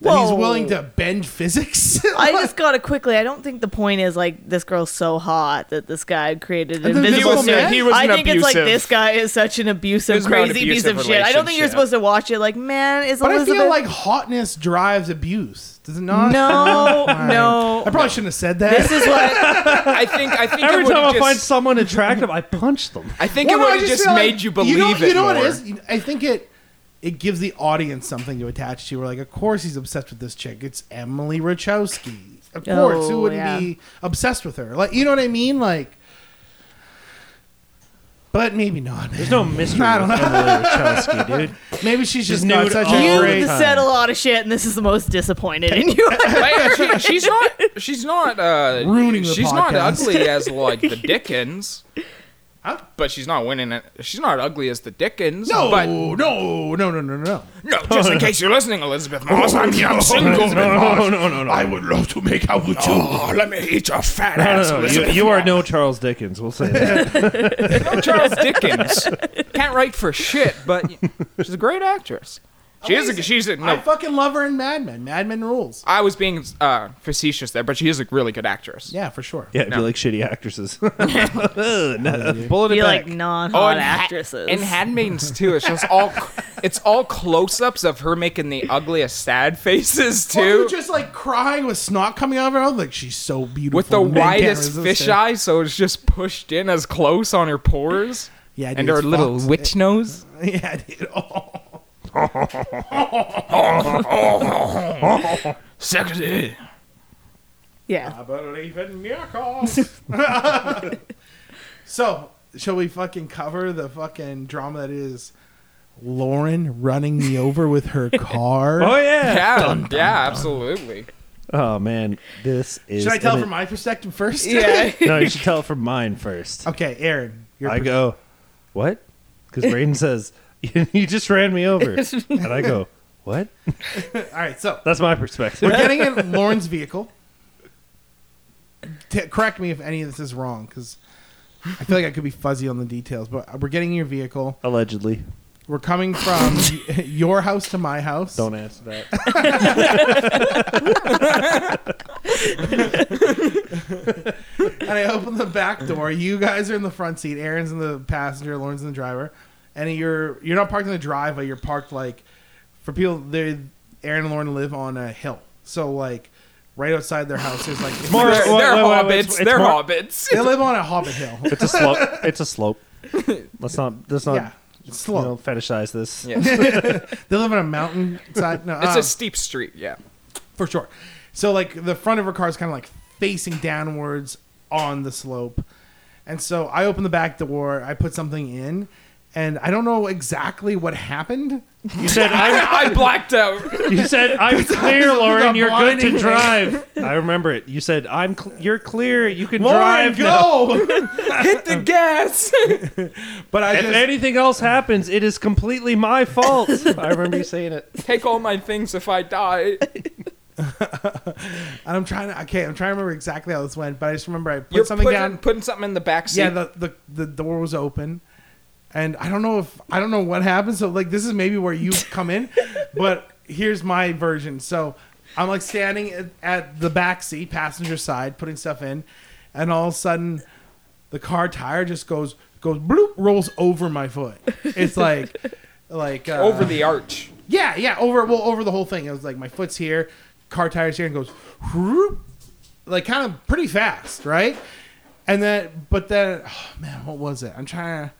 Speaker 4: that he's
Speaker 7: Whoa.
Speaker 4: willing to bend physics. [laughs]
Speaker 7: I just gotta quickly. I don't think the point is like this girl's so hot that this guy created an
Speaker 4: think
Speaker 7: invisible.
Speaker 4: he was-
Speaker 7: suit.
Speaker 6: he was
Speaker 7: I
Speaker 6: an
Speaker 7: think it's like
Speaker 6: abusive-
Speaker 7: this guy is such an abusive,
Speaker 6: was about an
Speaker 7: crazy piece
Speaker 6: abusive
Speaker 7: of shit. I don't think you're
Speaker 6: relationship.
Speaker 7: supposed to watch it. Like, man, is
Speaker 4: but I
Speaker 7: Elizabeth?
Speaker 4: feel like hotness drives abuse. Does it not? [laughs]
Speaker 7: no,
Speaker 4: Fine. I
Speaker 7: [laughs] no.
Speaker 4: probably shouldn't have said that. [laughs]
Speaker 7: This is what
Speaker 6: I think I think
Speaker 3: Every
Speaker 6: it would
Speaker 3: time I
Speaker 6: just,
Speaker 3: find someone attractive, I punch them.
Speaker 6: I think
Speaker 4: Well,
Speaker 6: it
Speaker 4: no,
Speaker 6: would
Speaker 4: I
Speaker 6: have just,
Speaker 4: feel like-
Speaker 6: made you believe
Speaker 4: you know,
Speaker 6: it.
Speaker 4: You know
Speaker 6: more.
Speaker 4: what it is? I think it it gives the audience something to attach to. We're like, of course he's obsessed with this chick. It's Emily Rachowski. Of
Speaker 7: Oh,
Speaker 4: course, who wouldn't
Speaker 7: yeah.
Speaker 4: be obsessed with her? Like, you know what I mean? Like, but maybe not. man.
Speaker 3: There's no mystery with Emily
Speaker 6: [laughs]
Speaker 3: Wachowski, dude.
Speaker 4: Maybe she's just
Speaker 3: She's
Speaker 4: not
Speaker 3: nude
Speaker 4: such
Speaker 3: all
Speaker 4: a
Speaker 3: the
Speaker 4: great.
Speaker 7: you said a lot of shit, and this is the most disappointed in you.
Speaker 6: [laughs]
Speaker 7: [laughs]
Speaker 4: [laughs]
Speaker 6: Like, she- she's not. She's not. Uh,
Speaker 4: Ruining the
Speaker 6: She's not
Speaker 4: podcast. [laughs]
Speaker 6: ugly as like the Dickens. But she's not winning it. She's not ugly as the Dickens.
Speaker 4: No,
Speaker 6: but
Speaker 4: no, no, no, no, no.
Speaker 6: no. Just in case you're listening, Elizabeth Moss,
Speaker 4: [laughs]
Speaker 6: I'm, I'm single.
Speaker 3: no, no, no, no.
Speaker 4: I would love to make out with
Speaker 6: Oh, let me eat your
Speaker 4: [laughs]
Speaker 6: fat ass,
Speaker 3: Oh, you,
Speaker 6: Elizabeth.
Speaker 3: you are no Charles Dickens. We'll say that.
Speaker 6: No Charles Dickens. Can't write for shit, but she's a great actress. She is. A,
Speaker 4: Amazing.
Speaker 6: she's a,
Speaker 4: I
Speaker 6: no.
Speaker 4: fucking love her in Mad Men. Mad Men rules.
Speaker 6: I was being uh, facetious there, but she is a really good actress.
Speaker 4: Yeah, for sure.
Speaker 3: Yeah, it'd
Speaker 6: No.
Speaker 3: be like shitty
Speaker 4: [laughs]
Speaker 3: actresses. [laughs] Ugh, no.
Speaker 6: Bullet
Speaker 7: Be
Speaker 6: it
Speaker 7: like
Speaker 6: back. Oh,
Speaker 7: non-hot
Speaker 6: and Ha-
Speaker 7: actresses.
Speaker 6: and Handmaidens too. It's just
Speaker 7: [laughs]
Speaker 6: all it's all close-ups of her making the ugliest sad faces
Speaker 4: Well,
Speaker 6: too,
Speaker 4: who just like crying with snot coming out of her mouth. Like she's so beautiful.
Speaker 6: with the
Speaker 4: men can't
Speaker 6: widest
Speaker 4: resist
Speaker 6: fish
Speaker 4: her.
Speaker 6: eye, so it's just pushed in as close on her pores.
Speaker 4: Yeah, dude,
Speaker 6: and her
Speaker 4: it's
Speaker 6: little
Speaker 4: fucked.
Speaker 6: witch nose.
Speaker 4: [laughs] Yeah, dude. [laughs] Oh.
Speaker 6: Sexy.
Speaker 7: yeah,
Speaker 4: I believe in [laughs] miracles. so, shall we fucking cover the fucking drama that is Lauren running me over with
Speaker 6: [laughs]
Speaker 4: her car?
Speaker 3: Oh yeah.
Speaker 6: Yeah, yeah, absolutely.
Speaker 3: Oh man, this is.
Speaker 4: Should I tell
Speaker 3: an-
Speaker 4: from my perspective first?
Speaker 6: [laughs] Yeah,
Speaker 3: No, you should tell from mine first.
Speaker 4: [laughs] okay, Aaron. Your
Speaker 3: I
Speaker 4: per-
Speaker 3: go, what? Because Braden says [laughs] you just ran me over, and I go, what? [laughs]
Speaker 4: All right, so
Speaker 3: That's my perspective. [laughs]
Speaker 4: we're getting in Lauren's vehicle. T- correct me if any of this is wrong, because I feel like I could be fuzzy on the details. But we're getting in your vehicle.
Speaker 3: Allegedly,
Speaker 4: We're coming from [laughs] y- your house to my house.
Speaker 3: Don't answer that.
Speaker 4: and I open the back door. You guys are in the front seat. Aaron's in the passenger. Lauren's in the driver. And you're you're not parked in the driveway. You're parked like for people. They Aaron and Lauren live on a hill, so like right outside their house. There's like
Speaker 3: more-
Speaker 6: They're,
Speaker 3: wait,
Speaker 6: they're
Speaker 3: wait, wait,
Speaker 6: hobbits.
Speaker 3: wait, it's- it's
Speaker 6: they're
Speaker 3: more-
Speaker 6: hobbits. [laughs]
Speaker 4: they live on a hobbit hill. [laughs]
Speaker 3: It's a slope. It's a slope. Let's not. Let's not.
Speaker 4: Yeah, it's
Speaker 3: You
Speaker 4: slow.
Speaker 3: know, fetishize this.
Speaker 4: They live on a mountain side. No,
Speaker 6: [laughs] It's
Speaker 4: uh,
Speaker 6: a steep street. Yeah.
Speaker 4: for sure. So like the front of her car is kind of like facing downwards on the slope, and so I open the back door. I put something in, and I don't know exactly what
Speaker 6: [laughs]
Speaker 4: happened.
Speaker 3: You said I'm.
Speaker 6: I blacked out.
Speaker 3: You [laughs] said I'm clear,
Speaker 4: the
Speaker 3: Lauren. You're good to
Speaker 4: blinding.
Speaker 3: drive. [laughs] I remember it. You said I'm. Cl- you're clear. You can
Speaker 4: Lauren,
Speaker 3: drive. [laughs] now."
Speaker 4: go!
Speaker 6: Hit the [laughs] gas. [laughs]
Speaker 4: but I
Speaker 3: If
Speaker 4: just,
Speaker 3: anything else happens, it is completely my [laughs] fault. I remember you saying it.
Speaker 6: Take all my things if I die.
Speaker 4: and I'm trying to okay, I'm trying to remember exactly how this went, but I just remember I put
Speaker 6: You're
Speaker 4: something
Speaker 6: putting,
Speaker 4: down.
Speaker 6: putting something in the back seat.
Speaker 4: yeah, the, the the door was open, and I don't know if I don't know what happened. So like this is maybe where you come in, but here's my version. So I'm like standing at, at the back seat, passenger side, putting stuff in, and all of a sudden, the car tire just goes goes bloop rolls over my foot. It's like like uh,
Speaker 6: over the arch.
Speaker 4: Yeah, yeah, over well over the whole thing. It was like my foot's here, car tires here, and goes, whoop, like kind of pretty fast, right? And then, but then, oh man, what was it? I'm trying to.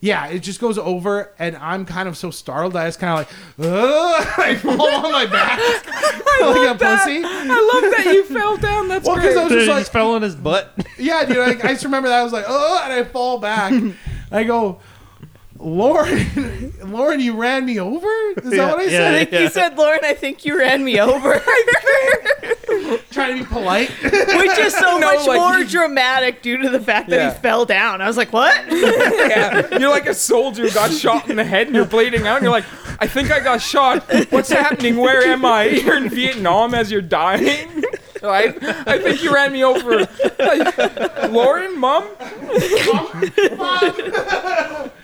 Speaker 4: Yeah, it just goes over, and I'm kind of so startled. I just kind of like, [laughs] "Ugh," I fall on
Speaker 3: [laughs]
Speaker 4: my back like a pussy.
Speaker 6: I
Speaker 4: [laughs]
Speaker 6: love that you fell down. That's
Speaker 4: Well, 'cause I was
Speaker 3: Dude,
Speaker 4: just
Speaker 3: he [laughs]
Speaker 4: like,
Speaker 3: just fell on his butt.
Speaker 4: yeah, dude. I, I just remember that. I was like, oh, and I fall back. I go, Lauren, [laughs] Lauren, you ran me over. Is that what I said?
Speaker 3: yeah, yeah.
Speaker 7: You said, Lauren, I think you ran me over.
Speaker 4: Trying to be polite.
Speaker 7: [laughs] Which is so
Speaker 6: No,
Speaker 7: much
Speaker 6: like-
Speaker 7: more dramatic due to the fact that
Speaker 6: Yeah.
Speaker 7: he fell down. I was like, what?
Speaker 6: Yeah. You're like a soldier who got shot in the head and you're bleeding out and you're like, I think I got shot. What's happening? Where am I? [laughs] You're in Vietnam as you're dying. [laughs] You're Like, I think you ran me over. Like, Lauren, mom?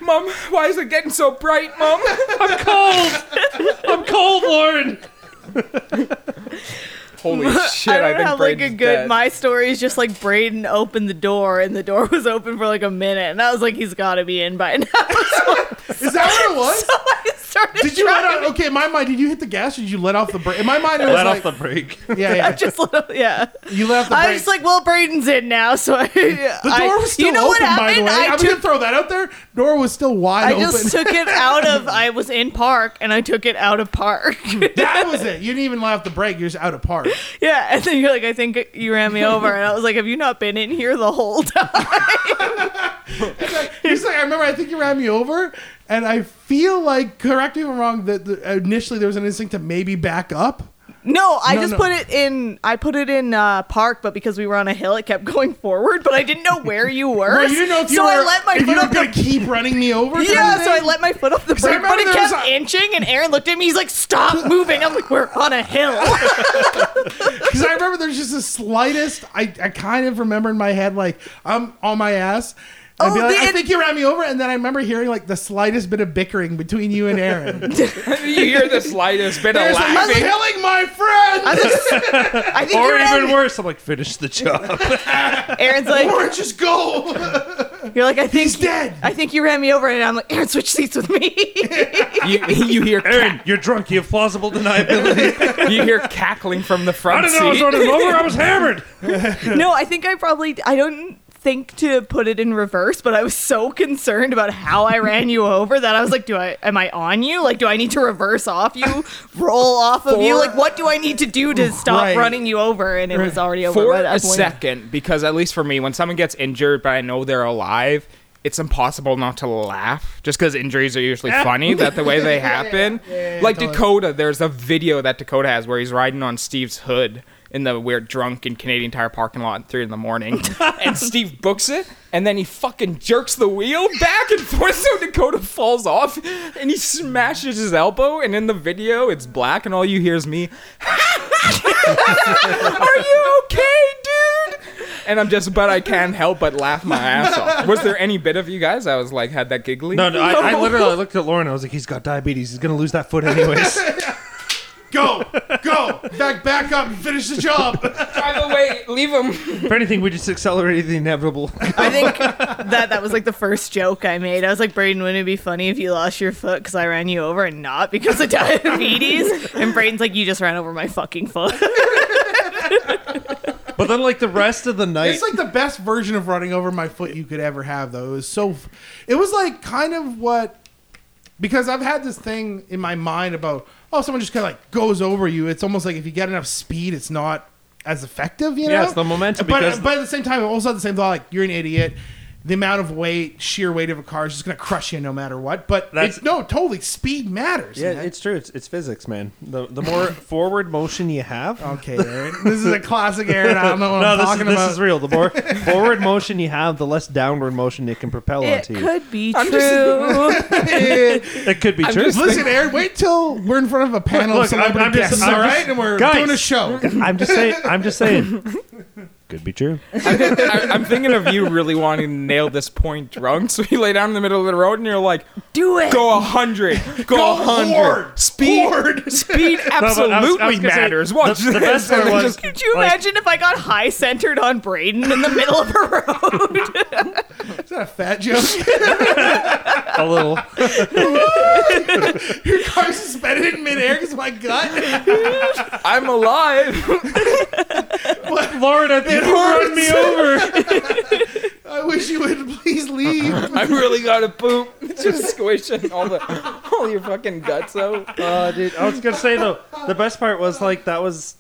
Speaker 6: Mom, why is it getting so bright, mom? I'm cold.
Speaker 3: I'm cold, [laughs] Lauren.
Speaker 6: Holy
Speaker 7: [laughs]
Speaker 6: shit,
Speaker 7: I
Speaker 6: I,
Speaker 7: don't
Speaker 6: think
Speaker 7: have like a
Speaker 6: Braden's
Speaker 7: good.
Speaker 6: dead.
Speaker 7: My story is just like Braden opened the door and the door [laughs] was open for like a minute, and I was like, he's got to be in by [laughs] now.
Speaker 4: Is that
Speaker 7: [laughs]
Speaker 4: what it was?
Speaker 7: so I started.
Speaker 4: Did you let
Speaker 7: driving.
Speaker 4: out? Okay, in my mind, did you hit the gas or did you let off the brake? In my mind, it was
Speaker 3: Let
Speaker 4: like,
Speaker 3: off the [laughs] brake.
Speaker 4: yeah,
Speaker 7: I
Speaker 4: yeah.
Speaker 7: just let him- yeah.
Speaker 4: You let off the brake.
Speaker 7: I was just like, well, Braden's in now, so [laughs] I.
Speaker 4: the door was still
Speaker 7: you know
Speaker 4: open,
Speaker 7: what happened?
Speaker 4: by the way.
Speaker 7: I
Speaker 4: I, was
Speaker 7: took-
Speaker 4: gonna throw that out there. Door was still wide
Speaker 7: I
Speaker 4: open.
Speaker 7: just took it out of. I was in park, and I took it out of park.
Speaker 4: [laughs] that was it. You didn't even let off the brake. You're just out of park.
Speaker 7: [laughs] yeah, and then you're like, I think you ran me over, and I was like, Have you not been in here the whole [laughs] time?
Speaker 4: You're just like, I remember. I think you ran me over, and I feel like, correct me if I'm wrong, that the, initially there was an instinct to maybe back up.
Speaker 7: No, I
Speaker 4: No,
Speaker 7: just
Speaker 4: no.
Speaker 7: put it in. I put it in uh, park, but because we were on a hill, it kept going forward. But I didn't know where you were.
Speaker 4: Or you didn't know if you
Speaker 7: so
Speaker 4: were,
Speaker 7: I let my
Speaker 4: if
Speaker 7: foot
Speaker 4: you were
Speaker 7: off
Speaker 4: gonna
Speaker 7: the.
Speaker 4: keep running me over. kind of
Speaker 7: Yeah, so I
Speaker 4: thing.
Speaker 7: let my foot off the
Speaker 4: I
Speaker 7: brake, but
Speaker 4: remember
Speaker 7: it
Speaker 4: there was
Speaker 7: kept
Speaker 4: a-
Speaker 7: inching. And Aaron looked at me. He's
Speaker 4: [laughs]
Speaker 7: like, "Stop moving!" I'm like, "We're on a hill." [laughs]
Speaker 4: Because I remember there's just the slightest. I, I kind of remember in my head like I'm on my ass. I'd be
Speaker 7: Oh,
Speaker 4: like,
Speaker 7: the-
Speaker 4: I think you ran me over, and then I remember hearing like the slightest bit of bickering between you and Aaron. There's
Speaker 6: [laughs] you hear the slightest bit of
Speaker 4: like,
Speaker 6: laughing.
Speaker 4: you're killing my friend.
Speaker 7: I think
Speaker 3: Or
Speaker 7: you're
Speaker 3: even
Speaker 7: Aaron,
Speaker 3: worse, I'm like, finish the [laughs] job.
Speaker 7: Aaron's like,
Speaker 4: Or just go.
Speaker 7: "You're like, I think
Speaker 4: He's [laughs] dead.
Speaker 7: I think you ran me over." And I'm like, "Aaron, switch seats with me." [laughs]
Speaker 6: You, you hear
Speaker 3: Aaron, you're drunk. You have plausible [laughs] deniability.
Speaker 6: you hear cackling from the
Speaker 3: I
Speaker 6: front
Speaker 3: don't know. I was
Speaker 6: seat.
Speaker 3: running him over. I was hammered.
Speaker 7: No, I think I probably I don't think to put it in reverse, but I was so concerned about how I ran you over that I was like, do I am I on you? Like do I need to reverse off you, roll off of you?
Speaker 6: For-
Speaker 7: Like what do I need to do to stop
Speaker 4: Right.
Speaker 7: running you over? And it was already over
Speaker 6: for
Speaker 7: by that
Speaker 6: a
Speaker 7: point.
Speaker 6: second because at least for me when someone gets injured but i know they're alive it's impossible not to laugh just because injuries are usually funny that the way they happen like dakota there's a video that dakota has where he's riding on steve's hood in the weird drunk in canadian tire parking lot at 3 in the morning and steve books it and then he fucking jerks the wheel back and forth so dakota falls off and he smashes his elbow and in the video it's black and all [laughs] you hear is me Are you okay, dude? and I'm just, but I can't help but laugh my ass off. Was there any bit of you guys I was like had that giggly?
Speaker 3: [laughs] No, no, I, I literally looked at Lauren. I was like, he's got diabetes. He's gonna lose that foot anyways.
Speaker 4: Go, go, back, back up, and finish the job.
Speaker 6: Drive away, leave
Speaker 3: [laughs]
Speaker 6: him.
Speaker 3: if anything, we just accelerated the inevitable.
Speaker 6: [laughs]
Speaker 7: I think that that was like the first joke I made. I was like, Braden, wouldn't it be funny if you lost your foot because I ran you over and not because of [laughs] diabetes? And Braden's like, you just ran over my fucking foot.
Speaker 3: [laughs] but then, like the rest of the night,
Speaker 4: It's like the best version of running over my foot you could ever have, though. It was so, it was like kind of what, because I've had this thing in my mind about, oh, someone just kind of like goes over you. It's almost like if you get enough speed, it's not as effective, you know?
Speaker 3: Yeah, it's the momentum
Speaker 4: But,
Speaker 3: because-
Speaker 4: but at the same time, I also had the same thought, like, you're an idiot. The amount of weight, sheer weight of a car is just going to crush you no matter what. But
Speaker 3: That's-
Speaker 4: it's, no, totally, speed matters.
Speaker 3: yeah,
Speaker 4: man.
Speaker 3: it's true. It's, it's physics, man. The the [laughs] more forward motion you have,
Speaker 4: Okay, Aaron. this is a classic Aaron. I don't know what
Speaker 3: [laughs] no,
Speaker 4: I'm
Speaker 3: this is,
Speaker 4: talking
Speaker 3: this
Speaker 4: about.
Speaker 3: is real. The more forward motion you have, the less downward motion it can propel
Speaker 7: It
Speaker 3: onto you.
Speaker 7: could be
Speaker 6: I'm just- [laughs]
Speaker 7: true.
Speaker 4: [laughs]
Speaker 3: [laughs] It could be true.
Speaker 6: just
Speaker 4: Listen, Aaron, wait till we're in front of a panel
Speaker 3: Look,
Speaker 4: of celebrity
Speaker 3: I'm- I'm just-
Speaker 4: guests,
Speaker 3: I'm
Speaker 4: all
Speaker 3: just-
Speaker 4: right? And we're
Speaker 3: Guys.
Speaker 4: doing a show.
Speaker 3: I'm just saying. I'm just saying. [laughs] Could be true.
Speaker 6: I, I'm thinking of you really wanting to nail this point drunk, so you lay down in the middle of the road and you're like,
Speaker 7: Do it.
Speaker 6: go a hundred, go a hundred,
Speaker 4: hard, [laughs]
Speaker 6: speed,
Speaker 4: hard.
Speaker 6: [laughs] speed
Speaker 3: was- I was gonna
Speaker 6: absolutely
Speaker 3: say,
Speaker 6: matters. Watch
Speaker 3: the- the
Speaker 6: this.
Speaker 3: best
Speaker 6: And
Speaker 3: part was-
Speaker 6: then just-
Speaker 7: Could you
Speaker 3: Like-
Speaker 7: imagine if I got high centered on Braden in the middle of a road?
Speaker 4: Is that a fat joke?
Speaker 3: A little.
Speaker 4: Your [laughs] car suspended in midair because my gut.
Speaker 6: I'm alive.
Speaker 3: [laughs]
Speaker 6: [laughs]
Speaker 3: Lauren, I think you run me over.
Speaker 4: I wish you would please leave.
Speaker 6: I really gotta poop. [laughs] Just squishing all the all your fucking guts out.
Speaker 3: Uh, dude, I was gonna say though, the best part was like that was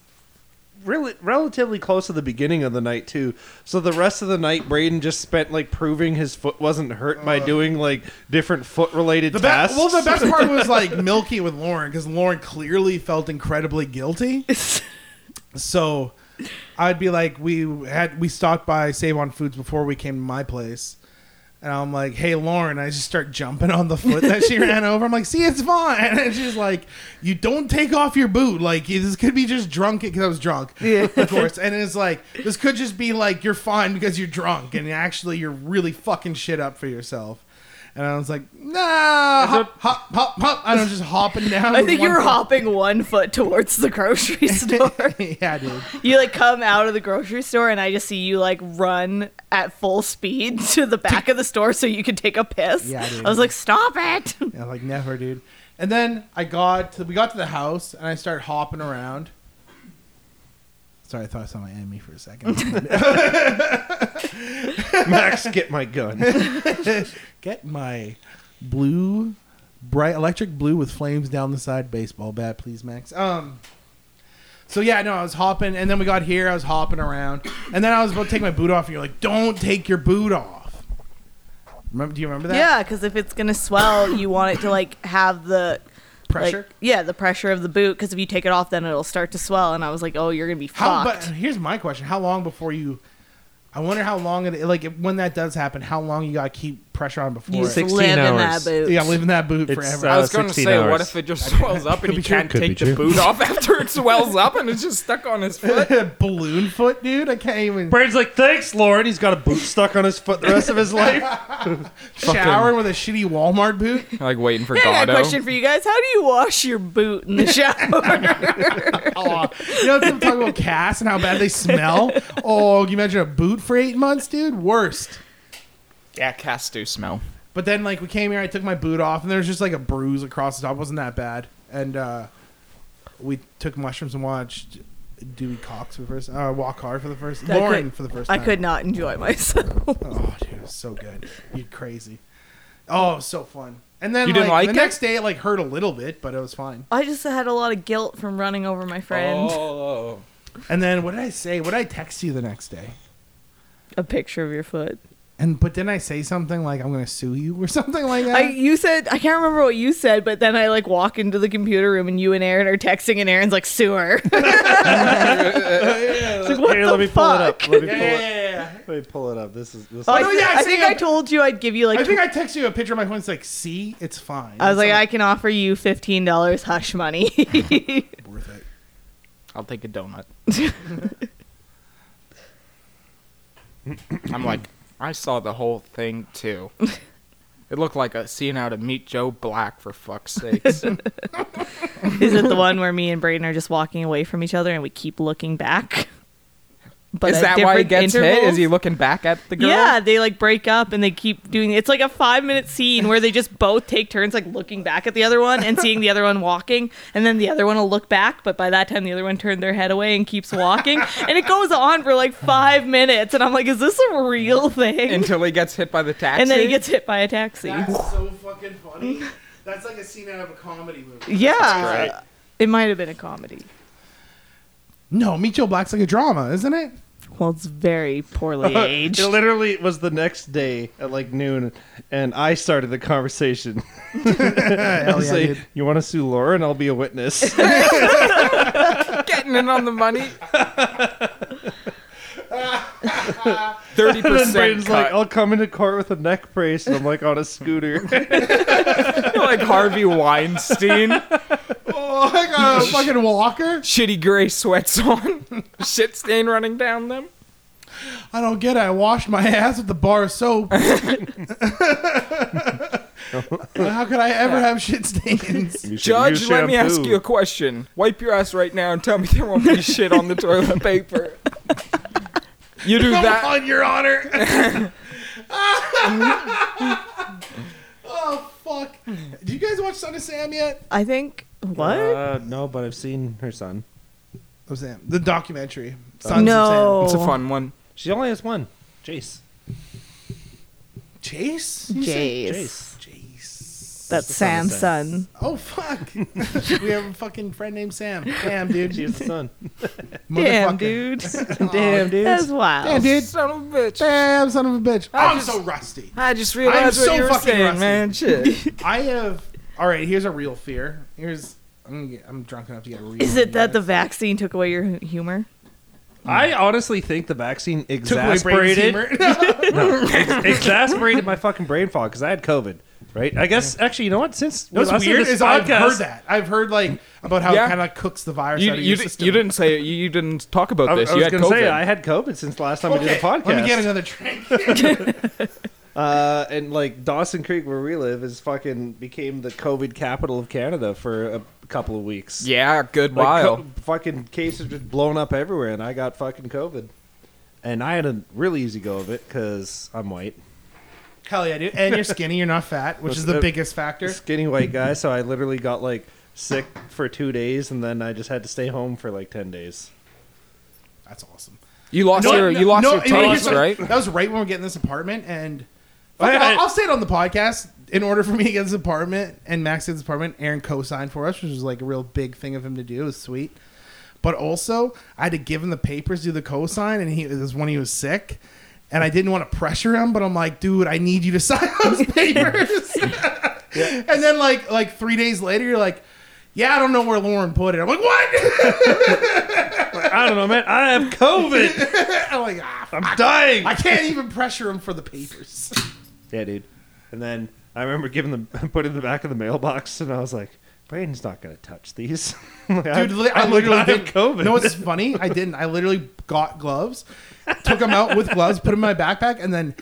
Speaker 3: really relatively close to the beginning of the night too. So the rest of the night, Braden just spent like proving his foot wasn't hurt by doing like different foot related
Speaker 4: Uh. The be-
Speaker 3: tasks.
Speaker 4: well, the best part was like Milky with Lauren because Lauren clearly felt incredibly guilty. So I'd be like, we had we stopped by Save on Foods before we came to my place, and I'm like, hey Lauren, I just start jumping on the foot that
Speaker 7: [laughs]
Speaker 4: she ran over. I'm like, see, it's fine, and she's like, you don't take off your boot. Like this could be just drunk because I was drunk, of course. And it's like this could just be like you're fine because you're drunk, and actually you're really fucking shit up for yourself. And I was like, nah, hop, hop, hop, hop. [laughs] I was just hopping down.
Speaker 7: I
Speaker 4: with
Speaker 7: think
Speaker 4: one
Speaker 7: you were
Speaker 4: foot.
Speaker 7: hopping one foot towards
Speaker 4: [laughs]
Speaker 7: the grocery store.
Speaker 4: yeah, dude.
Speaker 7: You like come out of the grocery store and I just see you like run at full speed [laughs] to the back of the store so you could take a piss.
Speaker 4: Yeah, dude.
Speaker 7: I was like, stop it.
Speaker 4: And I'm like, never, dude. And then I got to, we got to the house and I started hopping around. Sorry, I thought I saw my enemy for a second.
Speaker 3: Max, get my gun.
Speaker 4: [laughs] Get my blue, bright electric blue with flames down the side baseball bat, please, Max. Um. So yeah, no, I was hopping, and then we got here. I was hopping around, and then I was about to take my boot off, and you're like, "Don't take your boot off." Remember? Do you remember that?
Speaker 7: Yeah, because if it's gonna swell, you want it to like have the like,
Speaker 4: Pressure.
Speaker 7: yeah, the pressure of the boot. Because if you take it off, then it'll start to swell. And I was like, oh, you're gonna be
Speaker 4: How?
Speaker 7: fucked.
Speaker 4: But here's my question: How long before you? I wonder how long it like if, when that does happen. How long you gotta keep pressure on before?
Speaker 7: you
Speaker 4: it-
Speaker 3: Sixteen
Speaker 7: live in that
Speaker 3: hours.
Speaker 7: boot.
Speaker 4: yeah, leaving that boot
Speaker 3: It's,
Speaker 4: forever.
Speaker 3: uh,
Speaker 6: I was going to
Speaker 3: 16
Speaker 6: say, what
Speaker 3: hours.
Speaker 6: if it just swells up
Speaker 4: Could
Speaker 6: and you
Speaker 4: be true.
Speaker 6: can't
Speaker 3: Could be
Speaker 6: take
Speaker 3: true.
Speaker 6: the boot off after it swells up and it's just stuck on [laughs] his foot?
Speaker 4: [laughs] balloon foot, dude. I can't even
Speaker 3: Braden's like, thanks, Lauren. He's got a boot stuck on his foot the rest of
Speaker 4: [laughs]
Speaker 3: his life.
Speaker 4: shower with a shitty Walmart boot.
Speaker 6: Like waiting for
Speaker 7: Hey, I got a
Speaker 6: Godot.
Speaker 7: question for you guys. How do you wash your boot
Speaker 4: [laughs]
Speaker 7: in the shower?
Speaker 4: Oh, you know people talk about casts and how bad they smell. Oh, can you imagine a boot for eight months, dude? Worst.
Speaker 6: Yeah, cats do smell.
Speaker 4: But then like we came here, I took my boot off, and there was just like a bruise across the top. It wasn't that bad. And uh, we took mushrooms and watched Dewey Cox for the first, uh, Walk Hard for the first,
Speaker 7: I
Speaker 4: Lauren
Speaker 7: could-
Speaker 4: for the first.
Speaker 7: I
Speaker 4: time.
Speaker 7: could not enjoy myself. [laughs]
Speaker 4: Oh, dude, it was so good. You're crazy. Oh, it was so fun. And then
Speaker 6: You didn't
Speaker 4: like,
Speaker 6: like
Speaker 4: the
Speaker 6: it?
Speaker 4: next day, it like hurt a little bit, but it was fine.
Speaker 7: I just had a lot of guilt from running over my friend.
Speaker 6: Oh.
Speaker 4: And then what did I say? What did I text you the next day?
Speaker 7: A picture of your foot.
Speaker 4: And but didn't I say something like I'm gonna sue you or [laughs] something like that?
Speaker 7: I you said I can't remember what you said, but then I like walk into the computer room and you and Aaron are texting and Aaron's
Speaker 4: [laughs]
Speaker 7: like sewer. [laughs]
Speaker 3: It's like, what Here, let me pull it up. Let me pull
Speaker 7: [laughs]
Speaker 3: it.
Speaker 4: yeah.
Speaker 3: Let me pull it up. This is this.
Speaker 7: I,
Speaker 4: Oh, no, yeah, I
Speaker 7: I
Speaker 4: see
Speaker 7: think
Speaker 4: it.
Speaker 7: I told you I'd give you like
Speaker 4: I
Speaker 7: I,
Speaker 4: think I texted you a picture of my phone. It's like, see, it's fine.
Speaker 7: was
Speaker 4: It's
Speaker 7: like, I can offer you fifteen dollars hush
Speaker 4: [laughs]
Speaker 7: money.
Speaker 4: not worth it.
Speaker 7: [laughs]
Speaker 6: I'll take a donut. I'm like, I saw the whole thing too. It looked like a scene out of Meet Joe Black for fuck's
Speaker 7: [laughs]
Speaker 6: sakes.
Speaker 7: Is
Speaker 6: [laughs]
Speaker 7: it the one where me and Brayden are just walking away from each other and we keep looking back? [laughs] But
Speaker 6: Is
Speaker 7: at
Speaker 6: that why he
Speaker 7: different
Speaker 6: gets hit? Is
Speaker 7: intervals?
Speaker 6: he looking back at the girl?
Speaker 7: Yeah, they like break up and they keep doing. It's like a five minute scene where they just both take turns like looking back at the other one and seeing the other one walking, and then the other one will look back, but by that time the other one turned their head away and keeps walking, and it goes on for like five minutes, and I'm like, is this a real thing? And,
Speaker 6: Until he gets hit by the taxi.
Speaker 7: then he gets hit by a taxi.
Speaker 4: That's
Speaker 3: [laughs]
Speaker 4: so fucking funny. That's like a scene out of a comedy movie.
Speaker 7: yeah, it might have been a comedy.
Speaker 4: No, Meet Joe Black's like a drama, isn't it?
Speaker 7: Well, it's very
Speaker 6: [laughs]
Speaker 7: poorly aged.
Speaker 3: It literally was the next day at like noon, and I started the conversation.
Speaker 6: Oh,
Speaker 3: I was
Speaker 4: yeah,
Speaker 3: like,
Speaker 4: dude.
Speaker 3: "You want to sue Laura, [laughs] and I'll be a witness."
Speaker 6: getting in on the
Speaker 7: [laughs]
Speaker 6: money.
Speaker 3: [laughs]
Speaker 6: Thirty percent
Speaker 3: Brayden's like,
Speaker 6: cut.
Speaker 3: "I'll come into court with a neck brace," and I'm like on a [laughs] scooter.
Speaker 6: [laughs] like Harvey Weinstein.
Speaker 4: Oh, I got [laughs] a fucking walker.
Speaker 6: Shitty gray sweats on. [laughs] Shit stain running down them.
Speaker 4: I don't get it. I washed my ass with the bar of [laughs] soap. How could I ever have shit stains?
Speaker 6: Judge, let me ask
Speaker 3: [laughs]
Speaker 6: you a question. Wipe your ass right now and tell me there
Speaker 4: [laughs]
Speaker 6: won't be shit on the toilet paper. You do
Speaker 4: Come
Speaker 6: that.
Speaker 4: on, Your Honor. [laughs] oh fuck! Do you guys watch Son of Sam yet?
Speaker 7: I think what?
Speaker 3: Uh, no, but I've seen her son.
Speaker 4: Oh, Sam, the documentary. Sons
Speaker 7: no,
Speaker 6: It's a fun one.
Speaker 3: She only has one, Jace.
Speaker 4: of Sam. Chase. You say?
Speaker 7: Jace.
Speaker 3: Jace.
Speaker 4: Chase.
Speaker 7: That's
Speaker 3: That's
Speaker 7: Sam's
Speaker 3: the
Speaker 7: son.
Speaker 4: Oh fuck! [laughs] we have a fucking friend named Sam. Damn, dude.
Speaker 3: She has a [laughs] son.
Speaker 7: Damn,
Speaker 4: [laughs] Motherfucker.
Speaker 7: dude. [laughs]
Speaker 4: Damn, dude.
Speaker 7: That's wild.
Speaker 4: Damn, dude.
Speaker 6: Son of a bitch.
Speaker 4: Damn, son of a bitch.
Speaker 6: I
Speaker 4: I'm
Speaker 6: just-
Speaker 4: so rusty.
Speaker 6: I just realized
Speaker 4: I'm
Speaker 6: what
Speaker 4: so
Speaker 6: you were
Speaker 4: fucking
Speaker 6: saying,
Speaker 4: rusty. [laughs]
Speaker 6: man. Shit.
Speaker 4: I have. All right, here's a real fear. Here's. I'm, gonna get, I'm drunk enough to get a real.
Speaker 7: Is it that the
Speaker 4: one,
Speaker 7: vaccine took away your hu- humor?
Speaker 3: I honestly think the vaccine
Speaker 4: guys. Took away Brady's
Speaker 3: [laughs] exasperated
Speaker 4: humor.
Speaker 3: exasperated my fucking brain fog because I had COVID. Right? I guess actually, you know what? Since
Speaker 4: [laughs] What's
Speaker 3: last time
Speaker 4: weird
Speaker 3: this
Speaker 4: is I've
Speaker 3: podcast-
Speaker 4: heard that. I've heard like about how
Speaker 6: Yeah.
Speaker 4: it kind of cooks the virus
Speaker 6: You,
Speaker 4: out of
Speaker 6: you,
Speaker 4: your
Speaker 6: di-
Speaker 4: system.
Speaker 6: you didn't say you, you didn't
Speaker 3: I,
Speaker 6: talk about
Speaker 3: I
Speaker 6: this.
Speaker 3: was
Speaker 6: you had
Speaker 3: going to
Speaker 6: COVID.
Speaker 3: say I had COVID since last time we did
Speaker 4: Okay,
Speaker 3: the podcast.
Speaker 4: Let me get another drink. [laughs]
Speaker 3: Uh, and like Dawson Creek, where we live, is fucking became the COVID capital of Canada for a couple of weeks.
Speaker 6: yeah, good
Speaker 3: Like,
Speaker 6: while.
Speaker 3: co- fucking cases just blown up everywhere, and I got fucking COVID. And I had a really easy go of it because I'm white,
Speaker 4: Hell yeah, dude. And you're skinny. You're not fat, which is the
Speaker 3: Uh,
Speaker 4: biggest factor.
Speaker 3: skinny white guy. So I literally got like sick for two days, and then I just had to stay home for like ten days.
Speaker 4: That's awesome.
Speaker 6: you lost
Speaker 4: No,
Speaker 6: your
Speaker 4: no,
Speaker 6: you lost
Speaker 4: no,
Speaker 6: your
Speaker 4: you know, here's
Speaker 6: taste,
Speaker 4: what-
Speaker 6: right?
Speaker 4: That was right when we are getting this apartment, and Fuck it, I'll, I'll say it on the podcast. In order for me to get this apartment and Max gets this apartment, Aaron co-signed for us, which was like a real big thing of him to do. It was sweet, but also I had to give him the papers, do the co-sign, and he it was when he was sick. And I didn't want to pressure him, but I'm like, dude, I need you to [laughs] sign those papers. And then like like three days later, you're like, yeah, I don't know where Lauren put it. I'm like, what? [laughs]
Speaker 3: I don't know, man. I have COVID. [laughs]
Speaker 4: I'm like, ah,
Speaker 3: I'm dying.
Speaker 4: I can't even pressure him for the papers.
Speaker 3: Yeah, dude. And then I remember giving them putting in the [laughs] back of the mailbox, and I was like, "Braden's not gonna touch these." [laughs] Like,
Speaker 4: Dude,
Speaker 3: I'm-
Speaker 4: li- I,
Speaker 3: I'm like,
Speaker 4: literally
Speaker 3: "I have
Speaker 4: did.
Speaker 3: COVID. [laughs]
Speaker 4: No, what's funny? I didn't. I literally got gloves, took them out with gloves, put them in my backpack, and then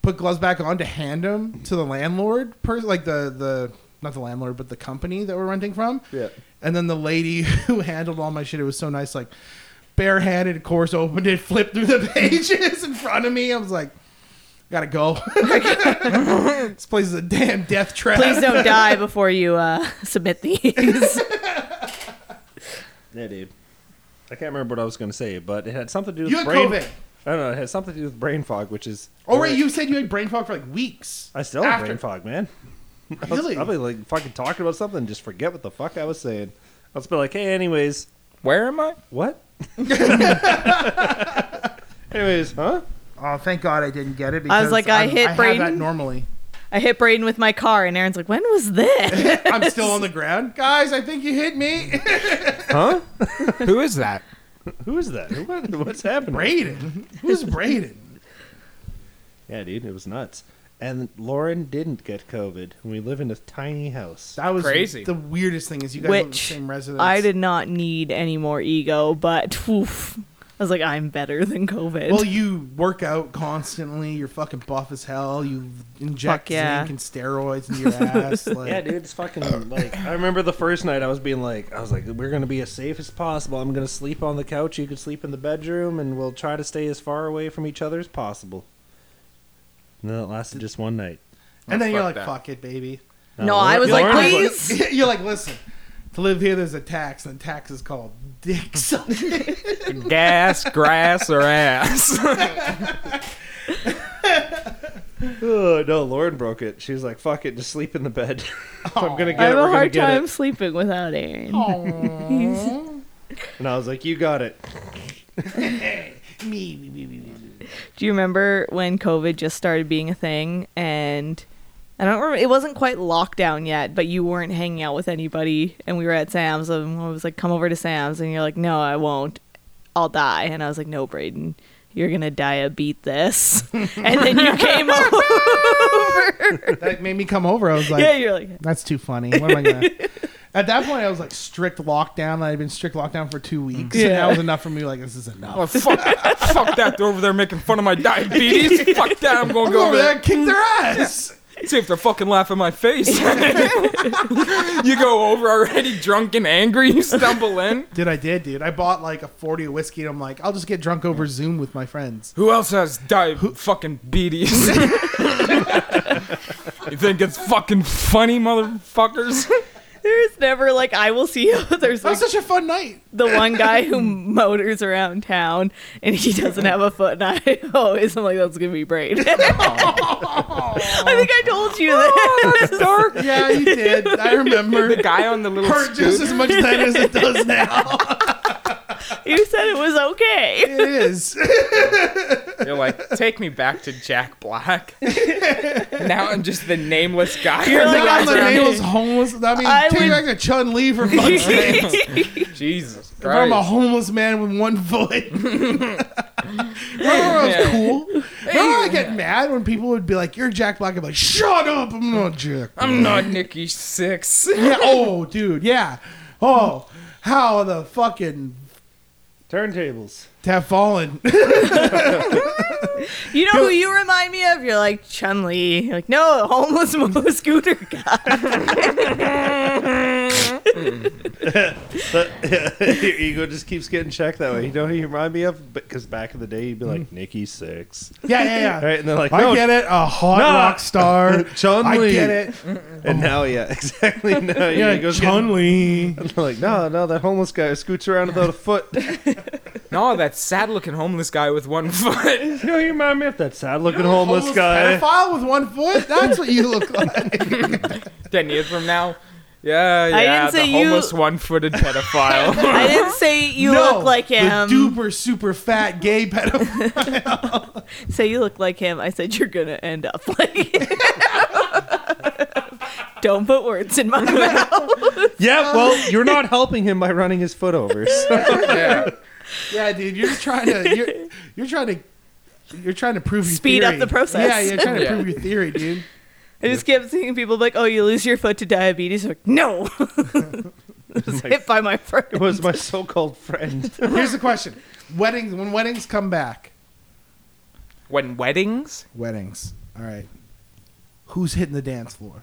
Speaker 4: put gloves back on to hand them to the landlord, per- like the the not the landlord, but the company that we're renting from.
Speaker 3: Yeah.
Speaker 4: And then the lady [laughs] who handled all my shit, it was so nice, like barehanded, of course, opened it, [laughs] flipped through the pages in front of me. I was like, gotta go. [laughs] this place is a damn death trap.
Speaker 7: Please don't [laughs] die before you uh, [laughs] submit these.
Speaker 3: yeah, dude. I can't remember what I was gonna say, but it had something to do with
Speaker 4: You had
Speaker 3: brain.
Speaker 4: COVID.
Speaker 3: I don't know. It had something to do with brain fog, which is.
Speaker 4: Oh, right. You said you had brain fog for like weeks.
Speaker 3: I still have brain fog, man. I'll-
Speaker 4: Really?
Speaker 3: I'll be like fucking talking about something, and just forget what the fuck I was saying. I'll just be like, "Hey, anyways,
Speaker 6: Where am I?
Speaker 4: [laughs]
Speaker 3: what?" [laughs] anyways, huh?
Speaker 4: Oh, thank God I didn't get it. Because
Speaker 7: I was like, I
Speaker 4: I'm-
Speaker 7: hit
Speaker 4: have
Speaker 7: Braden.
Speaker 4: that
Speaker 7: [laughs]
Speaker 4: normally.
Speaker 7: I hit Braden with my car, and Aaron's like, "When was this?"
Speaker 4: I'm still on the ground, guys. I think you hit me, [laughs]
Speaker 6: Who is that?
Speaker 3: Who is that? Who- What, what's happening?
Speaker 4: Braden. Who's Braden?
Speaker 3: Yeah, dude, it was nuts. And Lauren didn't get COVID. We live in a tiny house.
Speaker 4: That was
Speaker 6: Crazy.
Speaker 4: The weirdest thing is you guys live in the
Speaker 7: Which
Speaker 4: same residence.
Speaker 7: I did not need any more ego, but oof, was like, I'm better than COVID.
Speaker 4: Well, you work out constantly. You're fucking buff as hell. You inject
Speaker 7: Fuck yeah.
Speaker 4: zinc and steroids into
Speaker 7: [laughs]
Speaker 4: your ass. Like,
Speaker 3: Yeah, dude, it's [coughs] fucking like I remember the first night I was being like, I was like, we're gonna be as safe as possible. I'm gonna sleep on the couch. You can sleep in the bedroom, and we'll try to stay as far away from each other as possible. And then it lasted just one night.
Speaker 4: And then
Speaker 6: Oh,
Speaker 4: you're
Speaker 6: fuck
Speaker 4: like,
Speaker 6: that.
Speaker 4: fuck it, baby.
Speaker 7: no, I was
Speaker 3: you
Speaker 7: like,
Speaker 3: learn, but-
Speaker 4: [laughs]
Speaker 7: please.
Speaker 4: you're like, listen, to live here, there's a tax, and the tax is called dick [laughs] sucking.
Speaker 6: Gas, grass, or [laughs] ass.
Speaker 3: [sighs] Oh no, Lauren broke it. She was like, "Fuck it, just sleep in the bed. [laughs] if I'm gonna get
Speaker 7: I
Speaker 3: it,
Speaker 7: have
Speaker 3: we're
Speaker 7: a
Speaker 3: gonna
Speaker 7: hard
Speaker 3: get
Speaker 7: time
Speaker 3: it."
Speaker 7: sleeping without Aaron.
Speaker 3: And I was like, "You got it."
Speaker 4: me, me, me, me, me.
Speaker 7: Do you remember when COVID just started being a thing and I don't remember it wasn't quite lockdown yet, but you weren't hanging out with anybody and we were at Sam's and I was like, Come over to Sam's and you're like, No, I won't. I'll die and I was like, No, Braden, you're gonna die a beat this and then you came over.
Speaker 4: That made me come over. I was like,
Speaker 7: yeah, you're like
Speaker 4: that's too funny. What am I gonna? At that point, I was like strict lockdown. I'd been strict lockdown for two weeks. And that was enough for me. Like, this is enough.
Speaker 6: Oh, fuck, fuck that. They're over there making fun of my
Speaker 4: [laughs]
Speaker 6: diabetes. fuck that. I'm going to go over there.
Speaker 4: kick their ass.
Speaker 6: See if they're fucking laughing my face. [laughs] you go over already drunk and angry. You stumble in.
Speaker 4: Dude, I did, dude. I bought like a 40 of whiskey and I'm like, I'll just get drunk over Zoom with my friends.
Speaker 6: Who else has di- fucking beaties? [laughs] you think it's fucking funny, motherfuckers?
Speaker 7: there's never like I will see you [laughs] there's
Speaker 4: That
Speaker 7: like
Speaker 4: was such a fun night.
Speaker 7: the one guy who motors around town and he doesn't have a foot and I [laughs] always I'm like that's gonna be Braid. [laughs] I think I told you that.
Speaker 6: Oh, That's dark.
Speaker 4: Yeah, you did. I remember.
Speaker 6: The guy on the little
Speaker 4: Hurt just
Speaker 6: scoot.
Speaker 4: as much then as it does now.
Speaker 7: you said it was okay.
Speaker 4: It is.
Speaker 6: You're like, take me back to Jack Black. now I'm just the nameless guy.
Speaker 7: You're
Speaker 6: on [laughs] the
Speaker 7: like,
Speaker 4: I'm
Speaker 6: guy's
Speaker 4: the
Speaker 7: right.
Speaker 6: around.
Speaker 4: nameless homeless. I mean,
Speaker 7: I
Speaker 4: take me
Speaker 7: would-
Speaker 4: back to Chun Li for
Speaker 7: [laughs]
Speaker 4: fuck's sake.
Speaker 6: Jesus
Speaker 4: If I'm a
Speaker 6: Christ.
Speaker 4: homeless man with one
Speaker 3: [laughs]
Speaker 4: foot. Remember when I was
Speaker 6: Yeah.
Speaker 4: cool? Remember when I get mad when people would be like, "You're Jack Black." I'm like, "Shut up! I'm
Speaker 3: [laughs]
Speaker 4: not Jack."
Speaker 6: I'm not Nikki Six.
Speaker 4: yeah. Oh, dude. Yeah. Oh, how the fucking
Speaker 3: Turntables.
Speaker 4: have fallen. [laughs]
Speaker 7: You know who you remind me of? You're like Chun Li. You're like, no, homeless [laughs] mo scooter guy.
Speaker 4: [laughs]
Speaker 3: [laughs] Your ego just keeps getting checked that way. You know who you remind me of? Because back in the day, you'd be like, "Nikki Six.
Speaker 4: yeah, yeah, yeah.
Speaker 3: All right, and they're like,
Speaker 4: I
Speaker 3: "No,
Speaker 4: get it. A hot
Speaker 3: No.
Speaker 4: rock
Speaker 3: [laughs]
Speaker 4: star.
Speaker 3: Chun
Speaker 4: I
Speaker 3: Li.
Speaker 4: get it.
Speaker 3: And now, yeah, [laughs] exactly. [laughs] Now,
Speaker 4: Yeah,
Speaker 3: yeah, goes
Speaker 4: Chun Li.
Speaker 3: getting- [laughs] like, no, no, that homeless guy scoots around without a foot. [laughs] you
Speaker 6: No, that sad looking homeless guy with one [laughs] foot.
Speaker 3: know, you remind me of that sad-looking homeless, guy.
Speaker 4: Pedophile with one foot. That's what you
Speaker 7: [laughs]
Speaker 4: look like.
Speaker 6: Ten years from now. Yeah, yeah, the
Speaker 7: didn't say you-
Speaker 6: homeless one footed
Speaker 7: [laughs]
Speaker 6: pedophile.
Speaker 7: I didn't say you
Speaker 4: No,
Speaker 7: look like him.
Speaker 4: The duper super fat gay pedophile.
Speaker 7: Say you look like him. I said you're gonna end up
Speaker 4: [laughs]
Speaker 7: like. [laughs] him." Don't put words in my mouth.
Speaker 3: Yeah, well, you're [laughs] not helping him by running his foot [laughs] over. So.
Speaker 6: yeah.
Speaker 4: [laughs] Yeah, dude, you're trying to you're, you're trying to you're trying to prove your
Speaker 7: Speed up
Speaker 4: theory.
Speaker 7: the process.
Speaker 4: Yeah, you're trying to
Speaker 6: [laughs] Yeah.
Speaker 4: prove your theory, dude.
Speaker 7: I just kept seeing people like, "Oh, you lose your foot to diabetes." I'm like, no, [laughs] I was hit by my
Speaker 3: It
Speaker 7: friend.
Speaker 3: was my so-called friend.
Speaker 4: Here's the question: weddings when weddings come back,
Speaker 6: When weddings?
Speaker 4: weddings. All right, who's hitting the dance floor?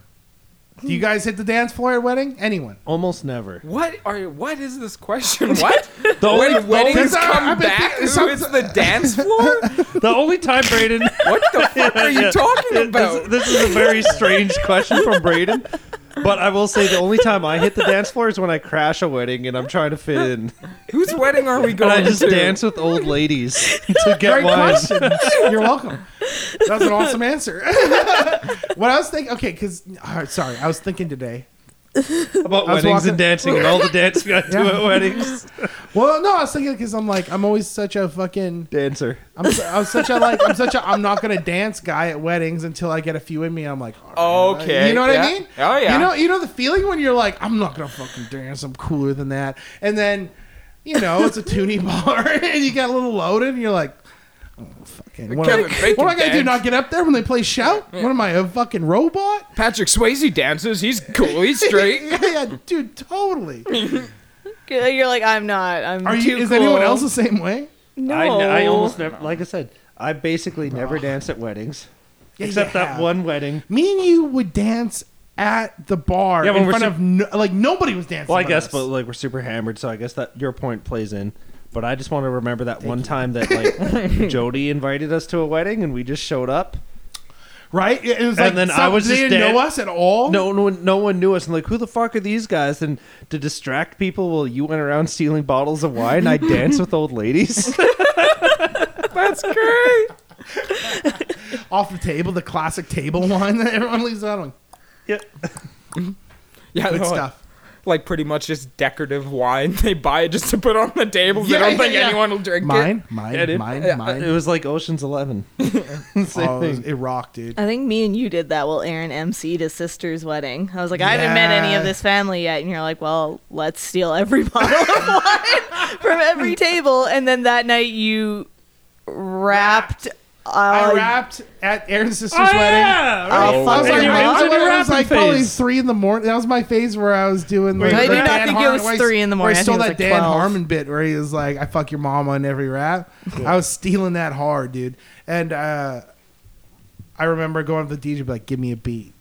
Speaker 4: Do you guys hit the dance floor at wedding? Anyone?
Speaker 3: [laughs] Almost never.
Speaker 6: What are what is this
Speaker 7: [laughs]
Speaker 6: question? What?
Speaker 3: The only,
Speaker 6: when weddings
Speaker 4: Because I-
Speaker 6: come
Speaker 4: I've been
Speaker 6: back?
Speaker 4: thinking
Speaker 6: Who is the dance floor?
Speaker 3: the only time Braden.
Speaker 6: What the fuck are you talking about?
Speaker 3: This, this is a very strange question from Braden. But I will say the only time I hit the dance floor is when I crash a wedding and I'm trying to fit [laughs] in.
Speaker 6: Whose wedding are we
Speaker 3: And
Speaker 6: going
Speaker 3: I just
Speaker 6: to?
Speaker 3: dance with old
Speaker 4: [laughs]
Speaker 3: ladies to get
Speaker 4: Great
Speaker 3: wine.
Speaker 4: question. You're welcome. That's an awesome answer. [laughs] what I was thinking, okay, because sorry, I was thinking today.
Speaker 3: About
Speaker 4: I
Speaker 3: weddings
Speaker 4: was walking-
Speaker 3: and dancing and all the dancing I do at weddings.
Speaker 4: Well, no, I was thinking because I'm like I'm always such a fucking
Speaker 3: Dancer.
Speaker 4: I'm, s- I'm such a like I'm such a I'm not gonna dance guy at weddings until I get a few in me. I'm like, all right.
Speaker 6: Okay,
Speaker 4: you know what
Speaker 6: yeah.
Speaker 4: I mean?
Speaker 6: Oh, yeah.
Speaker 4: you know you know the feeling when you're like, I'm not gonna fucking dance. I'm cooler than that. And then, you know, it's a tuning [laughs] bar and you get a little loaded and you're like, oh, fucking. What, am
Speaker 6: Kevin
Speaker 4: I-
Speaker 6: Bacon
Speaker 4: what am I gonna do?
Speaker 6: dance.
Speaker 4: Not get up there when they play shout? What am I a fucking robot? [laughs]
Speaker 6: Patrick Swayze dances. He's cool. He's straight.
Speaker 4: yeah, yeah, dude, totally.
Speaker 7: You're like, I'm not. I'm
Speaker 4: Are
Speaker 7: too
Speaker 4: you? Is
Speaker 7: cool.
Speaker 4: anyone else the same way?
Speaker 7: No,
Speaker 3: I, I almost never, like I said, I basically never dance at weddings.
Speaker 4: Yeah,
Speaker 3: except
Speaker 4: you
Speaker 3: that
Speaker 4: have.
Speaker 3: one wedding.
Speaker 4: Me and you would dance at the bar
Speaker 3: Yeah, when
Speaker 4: in
Speaker 3: we're
Speaker 4: front
Speaker 3: su-
Speaker 4: of no, like nobody was dancing.
Speaker 3: Well, I
Speaker 4: with
Speaker 3: guess,
Speaker 4: us.
Speaker 3: but like we're super hammered, so I guess that your point plays in. But I just want to remember that one time that
Speaker 4: [laughs]
Speaker 3: like Jody invited us to a wedding and we just showed up.
Speaker 4: right? It it was
Speaker 3: And
Speaker 4: like
Speaker 3: then
Speaker 4: some-
Speaker 3: I was
Speaker 4: they
Speaker 3: just
Speaker 4: didn't know
Speaker 3: dan-
Speaker 4: us at all.
Speaker 3: No one, no one knew us, and like, who the fuck are these guys? And to distract people, well, you went around stealing bottles of wine. I danced with old
Speaker 4: [laughs]
Speaker 3: ladies.
Speaker 6: [laughs] That's great.
Speaker 4: off the table, the classic table [laughs] wine that everyone leaves out on.
Speaker 6: Yeah,
Speaker 4: Good
Speaker 6: no,
Speaker 4: stuff.
Speaker 6: Like pretty much just decorative wine. [laughs] They buy it just to put on the table.
Speaker 4: Yeah,
Speaker 6: they don't
Speaker 4: yeah,
Speaker 6: think
Speaker 4: yeah.
Speaker 6: anyone will drink
Speaker 4: Mine,
Speaker 6: it.
Speaker 4: mine,
Speaker 6: Yeah, dude.
Speaker 4: mine,
Speaker 6: Yeah,
Speaker 3: [laughs]
Speaker 4: mine.
Speaker 3: it was like Ocean's Eleven. Same
Speaker 4: Oh, it, was-
Speaker 3: thing.
Speaker 4: it rocked, dude.
Speaker 7: I think me and you did that while Aaron emceed his sister's wedding. I was like, I haven't met any
Speaker 4: Yeah.
Speaker 7: of this family yet, and you're like, well, let's steal every [laughs] bottle of wine [laughs] from every table, and then that night you wrapped.
Speaker 4: I
Speaker 7: Uh,
Speaker 4: wrapped at Aaron's sister's wedding.
Speaker 7: Oh,
Speaker 4: I was
Speaker 7: fuck
Speaker 4: like,
Speaker 7: it.
Speaker 4: I was, like-
Speaker 7: Wrapped in a
Speaker 4: I was
Speaker 3: wrapping
Speaker 4: like probably
Speaker 3: phase.
Speaker 4: three in the morning. That was my phase where I was doing. Like,
Speaker 7: I
Speaker 4: the
Speaker 7: do not
Speaker 4: Dan
Speaker 7: think it
Speaker 4: Harmon-
Speaker 7: was
Speaker 4: where I-
Speaker 7: three in the morning.
Speaker 4: Where
Speaker 7: I
Speaker 4: I stole
Speaker 7: think it
Speaker 4: that
Speaker 7: was like
Speaker 4: Dan
Speaker 7: 12.
Speaker 4: Harmon bit where he was like, "I fuck your mom on every rap." I was stealing that hard, dude. And uh, I remember going to the DJ, and be like, "Give me a
Speaker 7: [laughs]
Speaker 4: beat."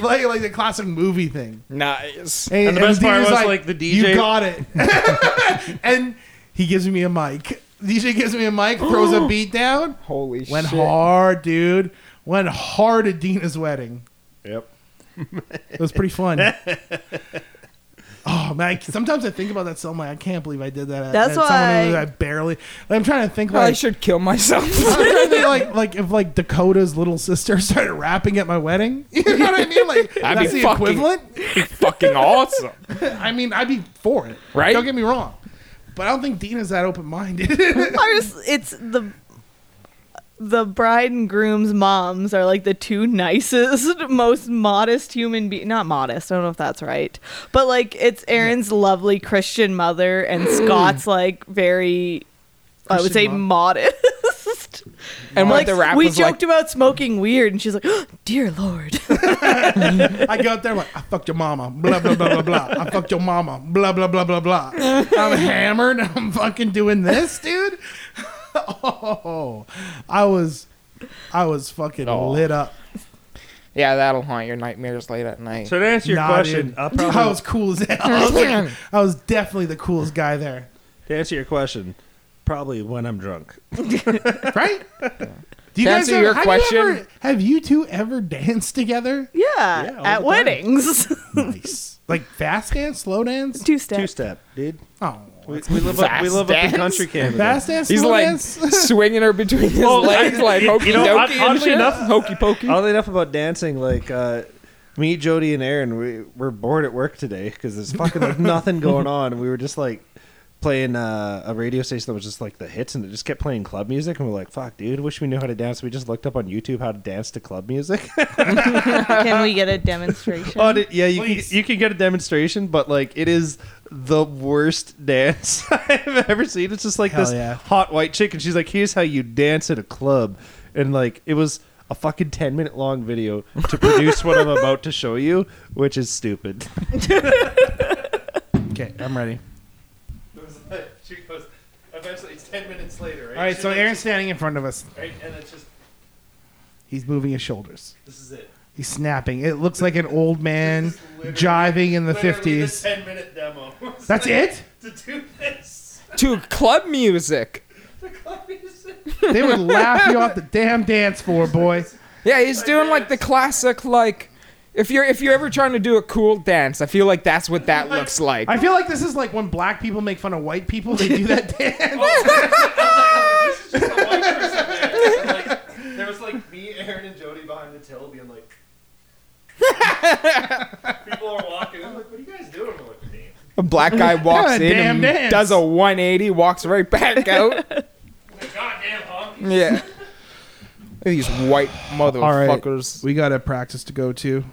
Speaker 4: like like the classic movie thing.
Speaker 6: Nice.
Speaker 4: And,
Speaker 3: the best part
Speaker 4: DJ's
Speaker 3: was, like, the
Speaker 4: You
Speaker 3: DJ
Speaker 4: got it. [laughs] and he gives me a mic. DJ gives me a mic, throws
Speaker 7: [gasps]
Speaker 4: a beat down.
Speaker 6: Holy
Speaker 4: Went
Speaker 6: shit.
Speaker 4: hard, dude. Went hard at Dina's wedding.
Speaker 3: Yep.
Speaker 4: It was pretty
Speaker 6: [laughs]
Speaker 4: fun. oh man, I- sometimes I think about that so much. I can't believe I did that. at-
Speaker 7: That's
Speaker 4: at someone
Speaker 7: why-
Speaker 4: who I barely. I'm trying to think
Speaker 6: I
Speaker 4: like.
Speaker 6: should kill [laughs] myself.
Speaker 4: I'm trying to think, like like if like Dakota's little sister [laughs] started rapping at my wedding, [laughs] you know what I mean? Like
Speaker 6: I'd
Speaker 4: that's
Speaker 6: be
Speaker 4: the
Speaker 6: fucking-
Speaker 4: equivalent. [laughs]
Speaker 6: fucking awesome.
Speaker 4: I mean, I'd be for it.
Speaker 6: Right?
Speaker 4: Don't get me wrong, but I don't think Dina's that open minded. [laughs]
Speaker 7: I just- it's the the bride and groom's moms are like the two nicest, [laughs] most modest human being. Not modest, I don't know if that's right, but like it's Aaron's lovely Christian mother and Scott's like very, I would
Speaker 4: Christian
Speaker 7: say
Speaker 4: mom.
Speaker 7: modest.
Speaker 6: [laughs] And like
Speaker 7: like
Speaker 6: the rap
Speaker 7: we
Speaker 6: was like,
Speaker 7: joked about smoking weird, and she's like, "Oh, "Dear Lord."
Speaker 4: I go up there I'm like I fucked your mama, blah blah blah blah blah. I fucked your mama, blah blah blah blah blah. I'm hammered. [laughs] I'm fucking doing this, dude. [laughs] oh, I was, I was fucking
Speaker 6: Oh.
Speaker 4: lit up.
Speaker 6: yeah, that'll haunt your nightmares late at night.
Speaker 3: So to answer your
Speaker 4: Nah,
Speaker 3: question,
Speaker 4: dude.
Speaker 3: I'll probably-
Speaker 4: I was cool as hell. [laughs] I was, like- I was definitely the coolest guy there,
Speaker 3: to answer your question, probably when I'm drunk.
Speaker 4: right? Do you
Speaker 6: To answer your
Speaker 4: have you
Speaker 6: question-
Speaker 4: ever- have you two ever danced together?
Speaker 7: yeah,
Speaker 3: all the
Speaker 7: at
Speaker 3: time.
Speaker 7: weddings,
Speaker 4: Nice, like fast dance, slow dance.
Speaker 7: two steps.
Speaker 3: Two step, dude.
Speaker 4: Oh,
Speaker 3: We, we live up, we
Speaker 6: Fast
Speaker 3: live up in
Speaker 6: dance?
Speaker 3: country Canada.
Speaker 4: fast dance,
Speaker 6: He's
Speaker 4: slow
Speaker 6: like [laughs]
Speaker 4: dance.
Speaker 6: swinging her between his
Speaker 3: Well,
Speaker 6: legs,
Speaker 3: I-
Speaker 6: like
Speaker 3: you-
Speaker 6: hokey
Speaker 3: you know,
Speaker 6: dokey and
Speaker 3: oddly
Speaker 6: shit.
Speaker 3: enough-
Speaker 6: hokey pokey.
Speaker 3: Oddly enough about dancing, like uh, me, Jody, and Aaron, we were bored at work today because there's fucking there's nothing going on. And we were just like playing uh, a radio station that was just like the hits, and it just kept playing club music. And we're like, "Fuck, dude, wish we knew how to dance." We just looked up on YouTube how to dance to club music.
Speaker 7: Can we get
Speaker 6: [laughs]
Speaker 7: a demonstration?
Speaker 3: on it, yeah, you can,
Speaker 4: Please.
Speaker 3: you can get a demonstration, but like it is the worst [laughs] dance I've ever seen. It's just like
Speaker 4: Hell
Speaker 3: this
Speaker 4: yeah.
Speaker 3: hot white chick, and she's like, "Here's how you dance at a club," and like it was a fucking ten minute long video to produce what I'm about to show you, which is stupid. [laughs]
Speaker 4: okay, I'm ready.
Speaker 3: she goes, eventually, it's ten minutes later, right?
Speaker 4: All right, so Aaron's standing in front of us.
Speaker 3: and it's just
Speaker 4: He's moving his shoulders.
Speaker 3: this is it.
Speaker 4: He's snapping. It looks like an old man jiving in the 50s.
Speaker 3: ten minute demo. [laughs]
Speaker 4: That's it?
Speaker 3: to do this.
Speaker 6: to club music.
Speaker 4: They would laugh you off the damn dance floor, boy.
Speaker 6: Yeah, he's doing like the classic like if you're if you're ever trying to do a cool dance, I feel like that's what that looks like.
Speaker 4: I feel like this is like when black people make fun of white people. They do that
Speaker 6: [laughs]
Speaker 4: dance.
Speaker 3: There was like me, Aaron, and Jody behind the till being like. People are walking. I'm like, what are you guys doing? I'm like, damn.
Speaker 6: A
Speaker 4: [laughs]
Speaker 6: black guy walks in
Speaker 4: damn
Speaker 6: and
Speaker 4: dance.
Speaker 6: does a 180, walks right
Speaker 4: [laughs]
Speaker 6: back out.
Speaker 3: Goddamn honky.
Speaker 6: yeah. These white
Speaker 4: right.
Speaker 6: motherfuckers.
Speaker 4: we got a practice to go to.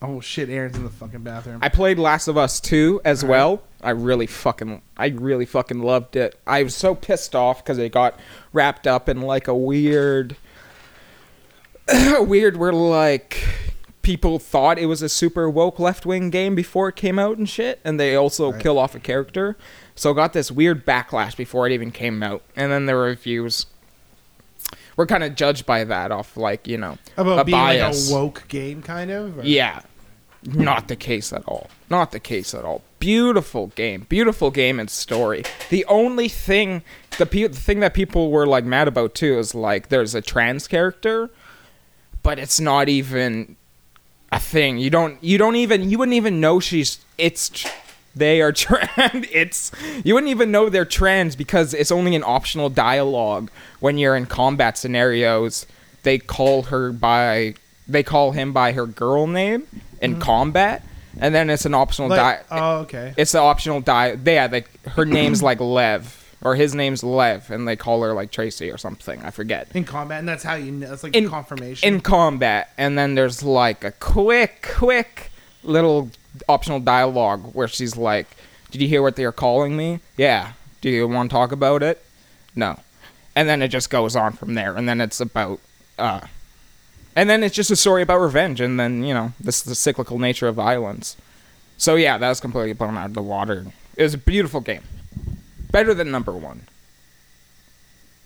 Speaker 4: Oh shit, Aaron's in the fucking bathroom.
Speaker 6: I played Last of Us 2 as
Speaker 4: Uh-huh.
Speaker 6: well. I really fucking I really fucking loved it. I was so pissed off cuz it got wrapped [clears throat] up in like a weird weird we're like people thought it was a super woke left wing game before it came out and shit, and they also kill off a character. So it got this weird backlash before it even came out, and then the reviews were kind of judged by that off like you know
Speaker 4: About
Speaker 6: a
Speaker 4: being
Speaker 6: bias.
Speaker 4: like a woke game, kind of. or-
Speaker 6: Yeah. Not the case at all. Not the case at all. Beautiful game. Beautiful game and story. The only thing the, pe- the thing that people were like mad about too is like there's a trans character, but it's not even a thing. You don't you don't even you wouldn't even know she's it's tr- they are [laughs] trans. It's you wouldn't even know they're trans because it's only an optional dialogue when you're in combat scenarios. They call her by they call him by her girl name in combat, and then it's an optional
Speaker 4: Like,
Speaker 6: di-
Speaker 4: oh, okay.
Speaker 6: it's the optional die. Yeah, like her name's like Lev or his name's Lev, and they call her like Tracy or something. I forget
Speaker 4: in combat, and that's how you. know That's like
Speaker 6: in
Speaker 4: confirmation.
Speaker 6: in combat and then there's like a quick quick little optional dialogue where she's like did you hear what they're calling me yeah do you want to talk about it no and then it just goes on from there and then it's about uh and then it's just a story about revenge and then you know this is the cyclical nature of violence so yeah that was completely blown out of the water it was a beautiful game better than number [laughs] one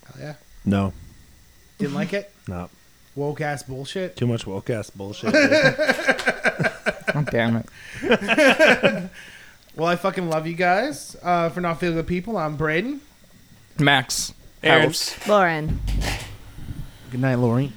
Speaker 4: Hell yeah.
Speaker 3: No,
Speaker 4: Didn't like it.
Speaker 3: no,
Speaker 4: Woke ass bullshit.
Speaker 3: too much woke ass bullshit. dude.
Speaker 6: oh damn it
Speaker 4: Well, I fucking love you guys uh, for not feeling the people. I'm Braden.
Speaker 6: max
Speaker 5: Aaron.
Speaker 6: Alps.
Speaker 7: Lauren.
Speaker 4: Good night, Lori.